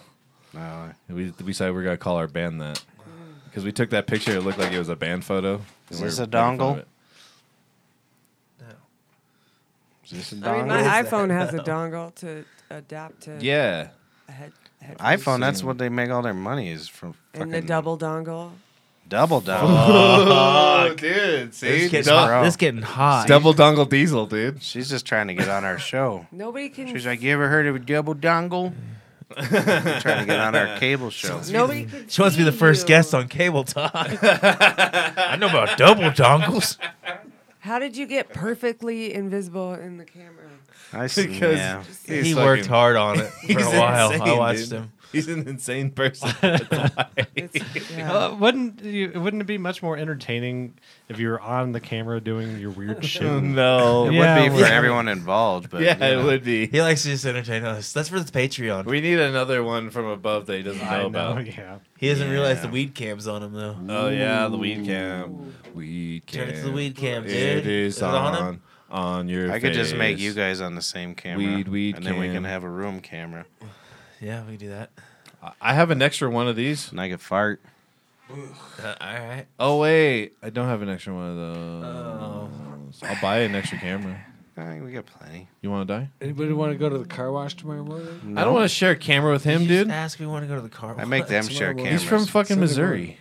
Speaker 3: No,
Speaker 4: We we decided we are gonna call our band that because we took that picture. It looked like it was a band photo.
Speaker 3: Is
Speaker 4: and we
Speaker 3: this
Speaker 4: were
Speaker 3: a
Speaker 4: making fun
Speaker 3: dongle?
Speaker 4: of it.
Speaker 3: is this a
Speaker 5: I mean,
Speaker 3: dongle?
Speaker 5: my
Speaker 2: What is
Speaker 5: iPhone
Speaker 2: that?
Speaker 5: has a dongle to adapt to
Speaker 4: Yeah,
Speaker 5: a head, head
Speaker 3: iPhone, that's what they make all their money is from.
Speaker 5: and the
Speaker 3: fucking
Speaker 5: double dongle.
Speaker 3: Double dongle.
Speaker 4: Oh, dude,
Speaker 2: This
Speaker 4: see,
Speaker 2: getting,
Speaker 4: Dou-
Speaker 2: hot. this getting hot.
Speaker 4: double dongle diesel, dude.
Speaker 3: She's just trying to get on our show.
Speaker 5: Nobody can.
Speaker 3: She's like, you ever heard of a double dongle? I'm trying to get on our cable show.
Speaker 5: nobody can.
Speaker 2: She wants to be the
Speaker 5: see
Speaker 2: first
Speaker 5: you.
Speaker 2: guest on Cable Talk. I know about double dongles.
Speaker 5: How did you get perfectly invisible in the camera?
Speaker 3: I see.
Speaker 4: Because-
Speaker 3: yeah.
Speaker 2: he worked hard on it for
Speaker 4: He's
Speaker 2: a while.
Speaker 4: insane,
Speaker 2: I watched
Speaker 4: dude.
Speaker 2: him.
Speaker 4: He's an insane person.
Speaker 5: It's, yeah.
Speaker 6: Uh, wouldn't you, wouldn't it be much more entertaining if you were on the camera doing your weird shit?
Speaker 4: no,
Speaker 3: It
Speaker 6: Yeah,
Speaker 3: would be for
Speaker 6: well-
Speaker 3: everyone involved, but
Speaker 4: yeah,
Speaker 3: you
Speaker 4: it
Speaker 3: know.
Speaker 4: would be.
Speaker 2: He likes to just entertain us. That's for the Patreon.
Speaker 4: We need another one from above that he doesn't know,
Speaker 6: I know,
Speaker 4: about.
Speaker 6: yeah.
Speaker 2: He doesn't realize the
Speaker 3: Yeah.
Speaker 2: weed cam's on him though.
Speaker 4: Oh yeah, the weed cam. Weed cam.
Speaker 2: Turn it to the weed cam, dude.
Speaker 4: It is
Speaker 2: it
Speaker 4: on
Speaker 2: him?
Speaker 4: on, your.
Speaker 3: I could just make
Speaker 4: face.
Speaker 3: you guys on the same camera.
Speaker 4: Weed, weed
Speaker 3: And then we
Speaker 4: cam.
Speaker 3: can have a room camera.
Speaker 2: Yeah, we can do that.
Speaker 4: I have an extra one of these.
Speaker 3: And I could fart.
Speaker 2: Uh, all right.
Speaker 4: Oh wait, I don't have an extra one of those. I'll buy an extra camera.
Speaker 3: I think we got plenty.
Speaker 4: You want to die?
Speaker 7: Anybody want to go to the car wash tomorrow morning?
Speaker 3: Mm.
Speaker 4: I don't want to share a camera with him,
Speaker 2: Just
Speaker 4: dude.
Speaker 2: ask if we want to go to the car.
Speaker 3: I make them share
Speaker 7: He's
Speaker 3: cameras.
Speaker 4: He's from fucking
Speaker 7: So they
Speaker 4: Missouri.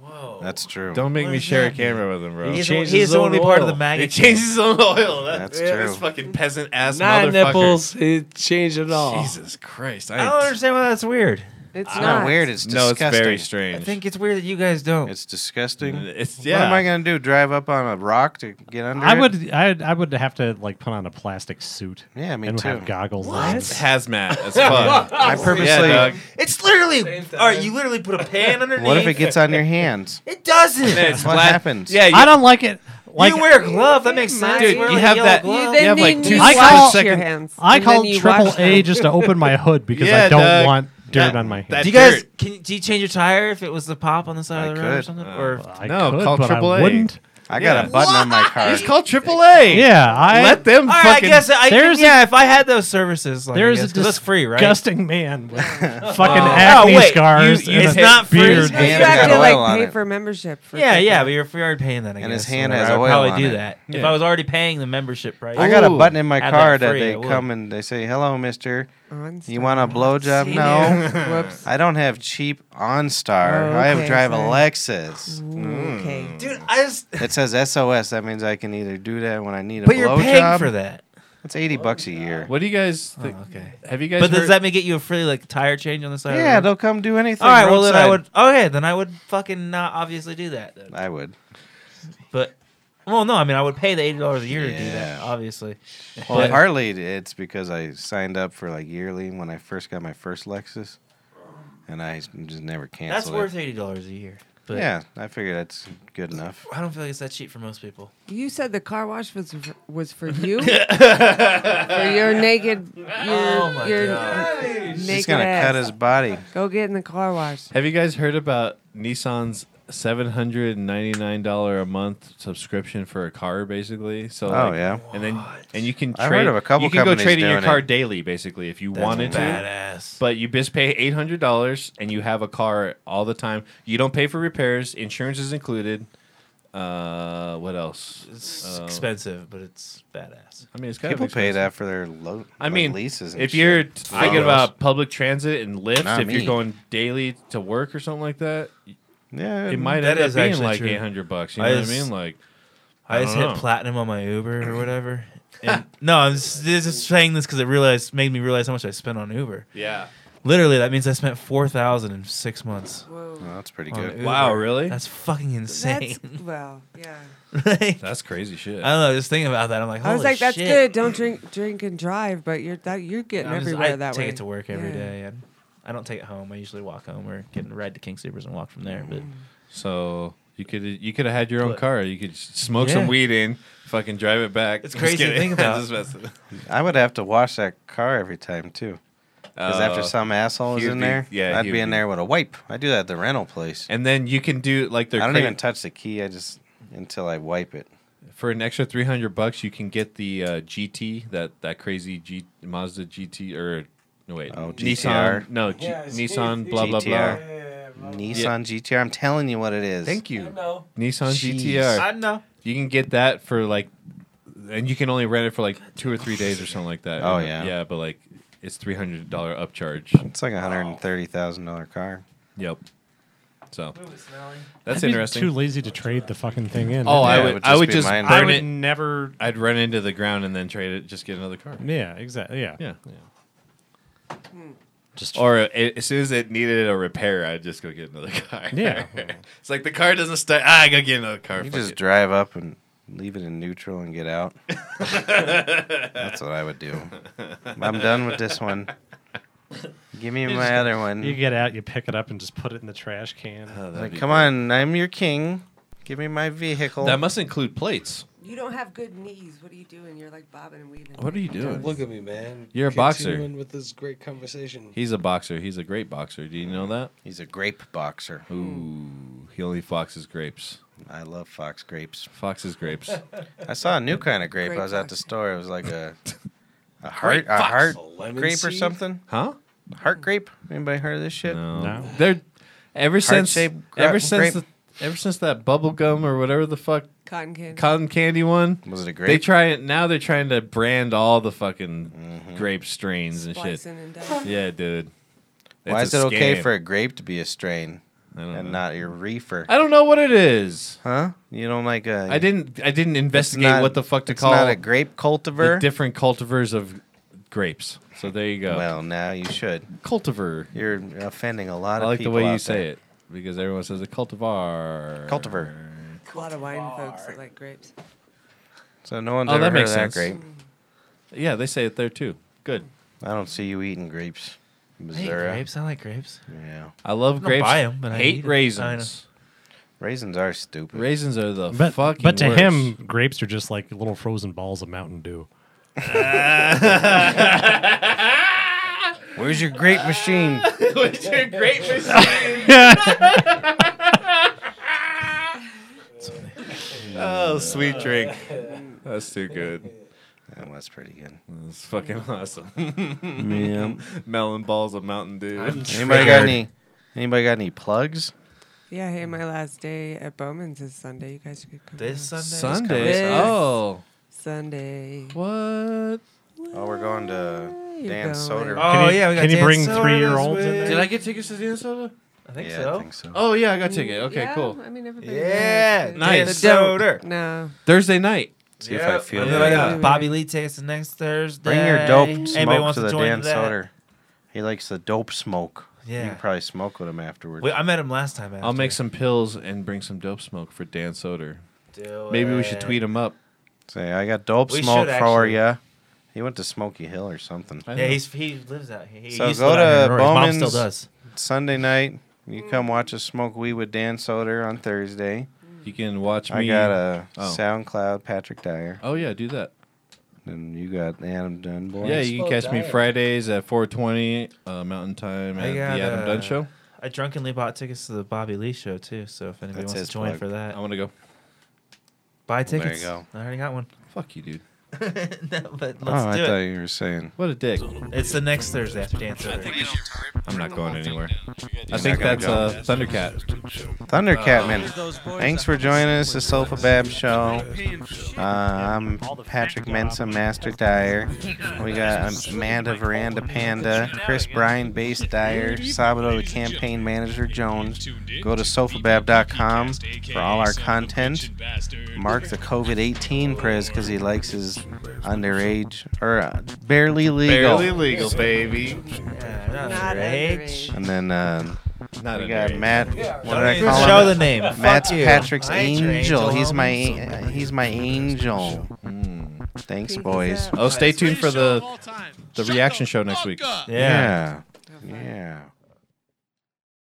Speaker 2: Whoa. No.
Speaker 3: That's true.
Speaker 4: Oh. Don't make
Speaker 2: What
Speaker 4: me
Speaker 2: does
Speaker 4: share a
Speaker 2: that mean?
Speaker 4: camera with him, bro.
Speaker 2: He
Speaker 4: He,
Speaker 2: doesn't,
Speaker 7: changed
Speaker 2: he
Speaker 7: his
Speaker 2: doesn't want to
Speaker 7: own
Speaker 2: be part of
Speaker 7: oil.
Speaker 2: the maggot.
Speaker 4: changes his own oil. That,
Speaker 3: That's
Speaker 4: yeah,
Speaker 3: true.
Speaker 4: This fucking peasant ass
Speaker 7: Not
Speaker 4: motherfucker.
Speaker 7: nipples. It changed it all.
Speaker 4: Jesus Christ!
Speaker 2: I don't understand why that's weird.
Speaker 5: It's
Speaker 3: It's
Speaker 5: not
Speaker 3: not weird. It's
Speaker 4: No,
Speaker 3: disgusting.
Speaker 4: it's very
Speaker 2: I
Speaker 4: strange.
Speaker 2: think it's weird that you guys don't.
Speaker 3: It's disgusting.
Speaker 4: it's
Speaker 3: What am I
Speaker 4: yeah.
Speaker 3: gonna do? Drive up on a rock to get under?
Speaker 6: I
Speaker 3: it?
Speaker 6: would, I, I would have to like put on a plastic suit.
Speaker 3: Yeah, me
Speaker 6: and
Speaker 3: too.
Speaker 6: have goggles. On.
Speaker 4: It's hazmat as fuck.
Speaker 3: I purposely.
Speaker 4: Doug.
Speaker 2: It's literally. All right, you literally put a pan underneath.
Speaker 3: what if it gets on your hands?
Speaker 2: It doesn't.
Speaker 3: That's what happens.
Speaker 4: yeah, you,
Speaker 6: I don't like it. Like
Speaker 2: you wear a glove. That makes sense.
Speaker 4: Dude,
Speaker 2: Wear,
Speaker 4: you
Speaker 2: like, a
Speaker 4: have
Speaker 2: yellow
Speaker 4: that-
Speaker 2: glove.
Speaker 5: You,
Speaker 4: You
Speaker 5: then
Speaker 4: have, like,
Speaker 5: need
Speaker 4: two
Speaker 5: to
Speaker 6: I call-
Speaker 5: wash your
Speaker 4: second-
Speaker 5: hands.
Speaker 6: I
Speaker 5: and then
Speaker 6: called
Speaker 5: you
Speaker 6: triple
Speaker 5: wash them.
Speaker 6: A just to open my hood because I
Speaker 4: Yeah,
Speaker 6: don't
Speaker 4: Doug.
Speaker 6: want dirt
Speaker 4: That-
Speaker 6: on my hands.
Speaker 4: that-
Speaker 2: Do you guys
Speaker 4: dirt.
Speaker 2: can? Do you change your tire if it was the pop on the side
Speaker 3: I
Speaker 2: of the road or
Speaker 3: could. Uh,
Speaker 2: something? or
Speaker 6: I
Speaker 4: No,
Speaker 6: could,
Speaker 4: call
Speaker 6: but
Speaker 4: AAA.
Speaker 6: I wouldn't.
Speaker 3: I got
Speaker 4: Yeah.
Speaker 3: a button on my car.
Speaker 4: just call AAA.
Speaker 6: Yeah, I
Speaker 4: let them
Speaker 2: all right, I
Speaker 4: fucking.
Speaker 2: guess I
Speaker 6: There's
Speaker 2: there's
Speaker 6: a-
Speaker 2: yeah. If I had those services, like,
Speaker 6: There's
Speaker 2: I
Speaker 6: a
Speaker 2: guess, 'cause that's free, right?
Speaker 6: disgusting man with fucking
Speaker 2: Oh,
Speaker 6: acne
Speaker 2: wait,
Speaker 6: scars.
Speaker 2: you- it's
Speaker 6: and a
Speaker 2: not free.
Speaker 6: beard.
Speaker 5: You
Speaker 3: Yeah,
Speaker 5: have
Speaker 3: got
Speaker 5: to
Speaker 3: oil
Speaker 5: like
Speaker 3: on
Speaker 5: pay
Speaker 3: it.
Speaker 5: for membership. For
Speaker 2: Yeah,
Speaker 5: triple
Speaker 2: yeah,
Speaker 5: A.
Speaker 2: but you're, if you're already paying that, I
Speaker 3: And his
Speaker 2: guess.
Speaker 3: hand
Speaker 2: whatever,
Speaker 3: has oil
Speaker 2: I'd probably
Speaker 3: on
Speaker 2: do
Speaker 3: it.
Speaker 2: that. If
Speaker 4: Yeah.
Speaker 2: I was already paying the membership price,
Speaker 3: I got a
Speaker 4: Ooh.
Speaker 3: button in my
Speaker 2: Have
Speaker 3: car
Speaker 2: that
Speaker 3: that
Speaker 2: free, I
Speaker 3: they
Speaker 2: would.
Speaker 3: come and they say, "Hello, Mister.
Speaker 5: On
Speaker 3: You
Speaker 5: Star.
Speaker 3: want a blowjob?"
Speaker 5: See
Speaker 3: No.
Speaker 5: there. Whoops.
Speaker 3: I don't have cheap OnStar.
Speaker 5: Oh,
Speaker 3: I have
Speaker 5: okay,
Speaker 3: drive
Speaker 5: sorry.
Speaker 3: a Lexus.
Speaker 5: Ooh,
Speaker 3: Mm.
Speaker 5: Okay.
Speaker 2: dude. I just
Speaker 3: It says SOS. That means I can either do that when I need a
Speaker 2: but you're paying
Speaker 3: blowjob.
Speaker 2: for that.
Speaker 3: It's eighty bucks a year.
Speaker 4: What do you guys think?
Speaker 2: okay.
Speaker 4: Have you guys?
Speaker 2: But
Speaker 4: heard,
Speaker 2: does that make it you a free like tire change on the side?
Speaker 3: Yeah,
Speaker 2: of the road?
Speaker 3: they'll come do anything.
Speaker 2: All right. Well, then I
Speaker 3: roadside.
Speaker 2: would. Okay, then I would fucking not obviously do that. Then.
Speaker 3: I would.
Speaker 2: But well, no, I mean I would pay the eighty dollars a year to do
Speaker 3: Yeah.
Speaker 2: that, obviously.
Speaker 3: Well,
Speaker 2: But-
Speaker 3: partly it's because I signed up for like yearly when I first got my first Lexus, and I just never canceled.
Speaker 2: That's
Speaker 3: it.
Speaker 2: worth eighty dollars a year. But
Speaker 3: Yeah, I figured that's good enough.
Speaker 2: I don't feel like it's that cheap for most people.
Speaker 5: You said the car wash was for, was for you. for your naked. Your,
Speaker 2: Oh my
Speaker 5: your
Speaker 2: God.
Speaker 5: naked
Speaker 3: He's gonna
Speaker 5: ass.
Speaker 3: cut his body.
Speaker 5: Go get in the car wash.
Speaker 4: have you guys heard about Nissan's seven hundred ninety nine dollar a month subscription for a car, basically? So
Speaker 3: Oh,
Speaker 4: like,
Speaker 3: yeah.
Speaker 4: and then and you can trade.
Speaker 3: I've heard of a couple
Speaker 4: You can go
Speaker 3: companies
Speaker 4: trade in your
Speaker 3: doing
Speaker 4: car
Speaker 3: it.
Speaker 4: daily, basically, if you
Speaker 2: That's
Speaker 4: wanted to.
Speaker 2: badass.
Speaker 4: But you just pay eight hundred dollars, and you have a car all the time. You don't pay for repairs; insurance is included. Uh, what else?
Speaker 2: it's
Speaker 4: Uh,
Speaker 2: expensive, but it's badass.
Speaker 4: I mean, it's kind
Speaker 3: People
Speaker 4: of
Speaker 3: pay that for their lo-
Speaker 4: I
Speaker 3: like,
Speaker 4: mean,
Speaker 3: leases. And
Speaker 4: if
Speaker 3: shit.
Speaker 4: you're thinking
Speaker 3: Photos.
Speaker 4: about public transit and Lyft,
Speaker 3: Not
Speaker 4: if
Speaker 3: me.
Speaker 4: you're going daily to work or something like that,
Speaker 3: yeah,
Speaker 4: it might
Speaker 2: That
Speaker 4: end up
Speaker 2: is
Speaker 4: being
Speaker 2: actually
Speaker 4: like
Speaker 2: true.
Speaker 4: eight hundred bucks. You
Speaker 2: I
Speaker 4: know
Speaker 2: just-
Speaker 4: what I mean? Like,
Speaker 2: I,
Speaker 4: I
Speaker 2: just
Speaker 4: don't
Speaker 2: hit
Speaker 4: know.
Speaker 2: platinum on my Uber or whatever. And, no, I'm just, this is saying this because it realized made me realize how much I spent on Uber.
Speaker 4: yeah.
Speaker 2: Literally, that means I spent four thousand in six months.
Speaker 3: Well, that's pretty
Speaker 2: on
Speaker 3: good.
Speaker 2: Uber.
Speaker 4: Wow, really?
Speaker 2: That's fucking insane.
Speaker 5: That's well, yeah.
Speaker 2: Like,
Speaker 4: That's crazy shit.
Speaker 2: I don't know. Just thinking about that, I'm like,
Speaker 5: I was
Speaker 2: holy
Speaker 5: like, that's
Speaker 2: shit.
Speaker 5: good. Don't drink, drink and drive, but you're that you're getting
Speaker 2: I'm just-
Speaker 5: everywhere
Speaker 2: I
Speaker 5: that
Speaker 2: take
Speaker 5: way.
Speaker 2: it to work every
Speaker 5: Yeah.
Speaker 2: day, and I don't take it home. I usually walk home or get a ride to King Supers and walk from there. But
Speaker 4: so you could you could have had your own
Speaker 2: But-
Speaker 4: car. You could s- smoke
Speaker 2: Yeah.
Speaker 4: some weed in, fucking drive it back.
Speaker 2: It's
Speaker 4: Just
Speaker 2: crazy to
Speaker 4: kidding.
Speaker 2: think about.
Speaker 4: Just messing.
Speaker 3: I would have to wash that car every time too. Because after
Speaker 4: Uh,
Speaker 3: some asshole is
Speaker 4: he'd
Speaker 3: in
Speaker 4: be-
Speaker 3: there,
Speaker 4: yeah,
Speaker 3: I'd
Speaker 4: he'd
Speaker 3: be in
Speaker 4: be-
Speaker 3: there with a wipe. I do that at the rental place.
Speaker 4: and then you can do like
Speaker 3: I
Speaker 4: their
Speaker 3: don't
Speaker 4: cra-
Speaker 3: even touch the key. I just until I wipe it.
Speaker 4: for an extra three hundred bucks. You can get the uh, GT that that crazy G- Mazda GT or no wait
Speaker 3: Oh, GTR.
Speaker 4: Nissan no G-
Speaker 1: Yeah, it's
Speaker 4: Nissan blah blah blah.
Speaker 3: GTR.
Speaker 4: Yeah.
Speaker 3: Nissan GTR. I'm telling you what it is.
Speaker 4: Thank you.
Speaker 1: know.
Speaker 4: Nissan
Speaker 3: Jeez.
Speaker 4: GTR.
Speaker 2: know.
Speaker 4: You can get that for like, and you can only rent it for like two or three days or something like that.
Speaker 3: Oh, yeah.
Speaker 4: yeah, but like it's three hundred dollar upcharge.
Speaker 3: It's like a hundred and thirty thousand dollar car.
Speaker 4: Yep. So
Speaker 6: I'd
Speaker 4: that's
Speaker 6: be
Speaker 4: interesting.
Speaker 6: Too lazy to trade the fucking thing in.
Speaker 4: oh,
Speaker 3: Yeah,
Speaker 4: I
Speaker 3: it
Speaker 4: would,
Speaker 3: would
Speaker 4: I would
Speaker 3: just be
Speaker 4: just
Speaker 3: mine.
Speaker 4: burn
Speaker 6: I would
Speaker 4: it.
Speaker 6: never.
Speaker 4: I'd run into the ground and then trade it. Just get another car.
Speaker 6: Yeah, exactly. Yeah,
Speaker 4: Yeah. yeah.
Speaker 6: just
Speaker 4: Or uh, a- as soon as it needed a repair, I'd just go get another car.
Speaker 6: Yeah.
Speaker 4: it's like the car doesn't start. Ah, I gotta get another car.
Speaker 3: You
Speaker 4: Fuck
Speaker 3: just
Speaker 4: it.
Speaker 3: drive up and leave it in neutral and get out. That's what I would do. I'm done with this one. Give me my other one.
Speaker 6: you get out, you pick it up, and just put it in the trash can.
Speaker 4: Oh, that'd
Speaker 3: Like,
Speaker 4: be
Speaker 3: come
Speaker 4: great.
Speaker 3: on, I'm your king. Give me my vehicle.
Speaker 4: That must include plates.
Speaker 5: You don't have good knees. What are you doing? You're like bobbing and weaving.
Speaker 4: What are you doing?
Speaker 7: Look at me, man.
Speaker 4: You're a boxer.
Speaker 7: Continuing with this great conversation.
Speaker 4: He's a boxer. He's a great boxer. Do you know that?
Speaker 3: He's a grape boxer.
Speaker 4: Ooh, he only foxes grapes.
Speaker 3: I love fox grapes.
Speaker 4: Foxes grapes.
Speaker 3: I saw a new kind of grape.
Speaker 5: Grape
Speaker 3: I was at the
Speaker 5: box.
Speaker 3: store. It was like a a heart a heart
Speaker 1: lemon
Speaker 3: grape or
Speaker 1: seed?
Speaker 3: something.
Speaker 4: huh?
Speaker 3: Heart grape. Anybody heard of this shit?
Speaker 6: No.
Speaker 4: Um, They're ever since
Speaker 3: Heart-shaped gra-
Speaker 4: ever since
Speaker 3: grape.
Speaker 4: the, ever since that bubble gum or whatever the fuck
Speaker 5: Cotton candy.
Speaker 4: cotton candy one.
Speaker 3: Was it a
Speaker 4: They
Speaker 3: grape?
Speaker 4: try it now. They're trying to brand all the fucking
Speaker 3: Mm-hmm.
Speaker 4: grape strains and shit.
Speaker 5: Slicing and dicing.
Speaker 4: Yeah, dude.
Speaker 3: Why
Speaker 4: It's
Speaker 3: is it
Speaker 4: a
Speaker 3: okay
Speaker 4: scam.
Speaker 3: for a grape to be a strain?
Speaker 4: I don't
Speaker 3: and
Speaker 4: know.
Speaker 3: not your reefer.
Speaker 4: I don't know what it is.
Speaker 3: Huh? You don't like a.
Speaker 4: I didn't. I didn't
Speaker 3: it's
Speaker 4: investigate
Speaker 3: not-
Speaker 4: what the fuck to
Speaker 3: it's
Speaker 4: call
Speaker 3: not a grape cultivar.
Speaker 4: the different cultivars of grapes. So there you go.
Speaker 3: well, now you should.
Speaker 4: cultivar.
Speaker 3: You're offending a lot
Speaker 4: I
Speaker 3: of
Speaker 4: like the
Speaker 3: people.
Speaker 4: way you
Speaker 3: out
Speaker 4: say
Speaker 3: there.
Speaker 4: it because everyone says a cultivar.
Speaker 3: Cultivar.
Speaker 5: A lot of wine folks that like grapes.
Speaker 3: So no one's
Speaker 4: Oh,
Speaker 3: ever
Speaker 4: that
Speaker 3: heard
Speaker 4: makes
Speaker 3: of that
Speaker 4: sense.
Speaker 3: grape.
Speaker 4: Yeah, they say it there too. Good.
Speaker 3: I don't see you eating grapes.
Speaker 2: I hate
Speaker 3: Missouri.
Speaker 2: grapes. I like grapes.
Speaker 3: Yeah.
Speaker 4: I love
Speaker 2: don't
Speaker 4: grapes.
Speaker 2: buy 'em, but I eat 'em.
Speaker 4: hate
Speaker 2: I know.
Speaker 4: raisins.
Speaker 3: Raisins are stupid.
Speaker 4: Raisins are the
Speaker 6: But
Speaker 4: fucking.
Speaker 6: but to
Speaker 4: worst.
Speaker 6: him, grapes are just like little frozen balls of Mountain Dew.
Speaker 3: Where's your grape machine?
Speaker 4: oh, sweet drink. That's too good.
Speaker 3: that was pretty good.
Speaker 4: That's fucking awesome. Melon balls of Mountain Dew.
Speaker 3: Anybody got any? Anybody got any plugs?
Speaker 5: Yeah, hey, my last day at Bowman's is Sunday. You guys could come.
Speaker 2: This
Speaker 5: out.
Speaker 2: Sunday.
Speaker 4: Sunday.
Speaker 5: This-
Speaker 4: Oh,
Speaker 5: Sunday.
Speaker 4: what?
Speaker 3: Oh, we're going to
Speaker 5: Where you
Speaker 3: Dan
Speaker 5: going?
Speaker 3: Soder.
Speaker 2: Oh
Speaker 6: Can you-
Speaker 2: yeah, we got
Speaker 6: can you
Speaker 2: Dan
Speaker 6: bring
Speaker 2: Soder
Speaker 6: three-year-olds
Speaker 2: this
Speaker 6: in
Speaker 2: week.
Speaker 6: there? Did
Speaker 4: I get tickets to Dan Soda?
Speaker 2: I think
Speaker 3: yeah,
Speaker 2: so.
Speaker 3: I think so.
Speaker 4: Oh yeah, I got ticket. Okay,
Speaker 5: Mm, yeah,
Speaker 4: cool.
Speaker 5: I mean, everybody.
Speaker 2: Yeah,
Speaker 4: Nice.
Speaker 2: Dan
Speaker 5: Dope.
Speaker 2: Soder.
Speaker 5: No.
Speaker 4: Thursday night.
Speaker 3: See if I feel.
Speaker 2: And then I
Speaker 3: it.
Speaker 2: got uh, Bobby Lee tickets the next Thursday.
Speaker 3: Bring your dope
Speaker 2: Anybody
Speaker 3: smoke
Speaker 2: wants
Speaker 3: to the
Speaker 2: join
Speaker 3: Dan
Speaker 2: that?
Speaker 3: Soder. He likes the dope smoke. You
Speaker 2: Yeah.
Speaker 3: can probably smoke with him afterwards.
Speaker 2: Wait, I met him last time.
Speaker 4: I'll make
Speaker 2: after.
Speaker 4: some pills and bring some dope smoke for Dan Soder.
Speaker 2: Do
Speaker 4: Maybe we
Speaker 2: it.
Speaker 4: should tweet him up.
Speaker 3: Say, I got dope
Speaker 2: We should
Speaker 3: smoke for
Speaker 2: actually-
Speaker 3: ya. He went to Smoky Hill or something.
Speaker 4: I
Speaker 2: Yeah,
Speaker 4: know.
Speaker 2: he's, he lives out here. He
Speaker 3: So
Speaker 2: used
Speaker 3: go
Speaker 2: live out here in
Speaker 3: to
Speaker 2: Aurora. His Mom
Speaker 3: Bowman's.
Speaker 2: still does.
Speaker 3: Sunday night, you come watch us smoke weed with Dan Soder on Thursday.
Speaker 4: you can watch
Speaker 3: I
Speaker 4: me.
Speaker 3: got a
Speaker 4: Oh.
Speaker 3: SoundCloud Patrick Dyer,
Speaker 4: oh yeah, do that.
Speaker 3: and you got Adam Dunboy.
Speaker 4: yeah, you can catch me Fridays at 4:20 uh, Mountain Time
Speaker 2: I
Speaker 4: at
Speaker 2: got,
Speaker 4: the Adam
Speaker 2: uh,
Speaker 4: Dunn Show.
Speaker 2: I drunkenly bought tickets to the Bobby Lee show too. So if anybody
Speaker 3: That's
Speaker 2: wants
Speaker 3: his
Speaker 2: to join
Speaker 3: plug. Oh,
Speaker 2: for that,
Speaker 4: I want to go.
Speaker 2: buy
Speaker 3: there you
Speaker 2: tickets.
Speaker 3: go.
Speaker 2: I already got one.
Speaker 4: Fuck you, dude.
Speaker 2: no, but let's
Speaker 3: oh, I
Speaker 2: do
Speaker 3: thought
Speaker 2: it.
Speaker 3: you were saying.
Speaker 4: What a dick.
Speaker 2: It's the next Thursday after Dan Soder.
Speaker 4: I'm not going anywhere. I
Speaker 3: You're
Speaker 4: think
Speaker 3: not
Speaker 4: that's
Speaker 3: gonna
Speaker 4: uh, Thundercat.
Speaker 3: Thundercatman, thanks for joining us, the Sofa Bab Show. Uh, I'm Patrick Mensa, Master Dyer. We got Amanda Veranda Panda, Chris Bryan, Bass Dyer, Sabado, the Campaign Manager Jones. Go to sofabab.com for all our content. Mark the COVID 18 prez because he likes his underage or uh, barely legal.
Speaker 4: legal, baby.
Speaker 2: Yeah, not
Speaker 5: Not
Speaker 2: underage.
Speaker 5: underage.
Speaker 3: And then um,
Speaker 4: Not
Speaker 3: we
Speaker 4: a
Speaker 3: got Matt. What did
Speaker 2: Don't
Speaker 3: I
Speaker 2: even
Speaker 3: call
Speaker 2: show
Speaker 3: him?
Speaker 2: the name. Fuck
Speaker 3: Matt's
Speaker 2: you.
Speaker 3: Patrick's
Speaker 2: I ain't your
Speaker 3: angel. He's my
Speaker 2: homie.
Speaker 3: a- he's my angel. Mm. Thanks,
Speaker 5: Peace
Speaker 3: boys. Oh,
Speaker 5: out.
Speaker 4: Oh, stay tuned for the the reaction show next week.
Speaker 2: Yeah.
Speaker 3: Yeah. Yeah.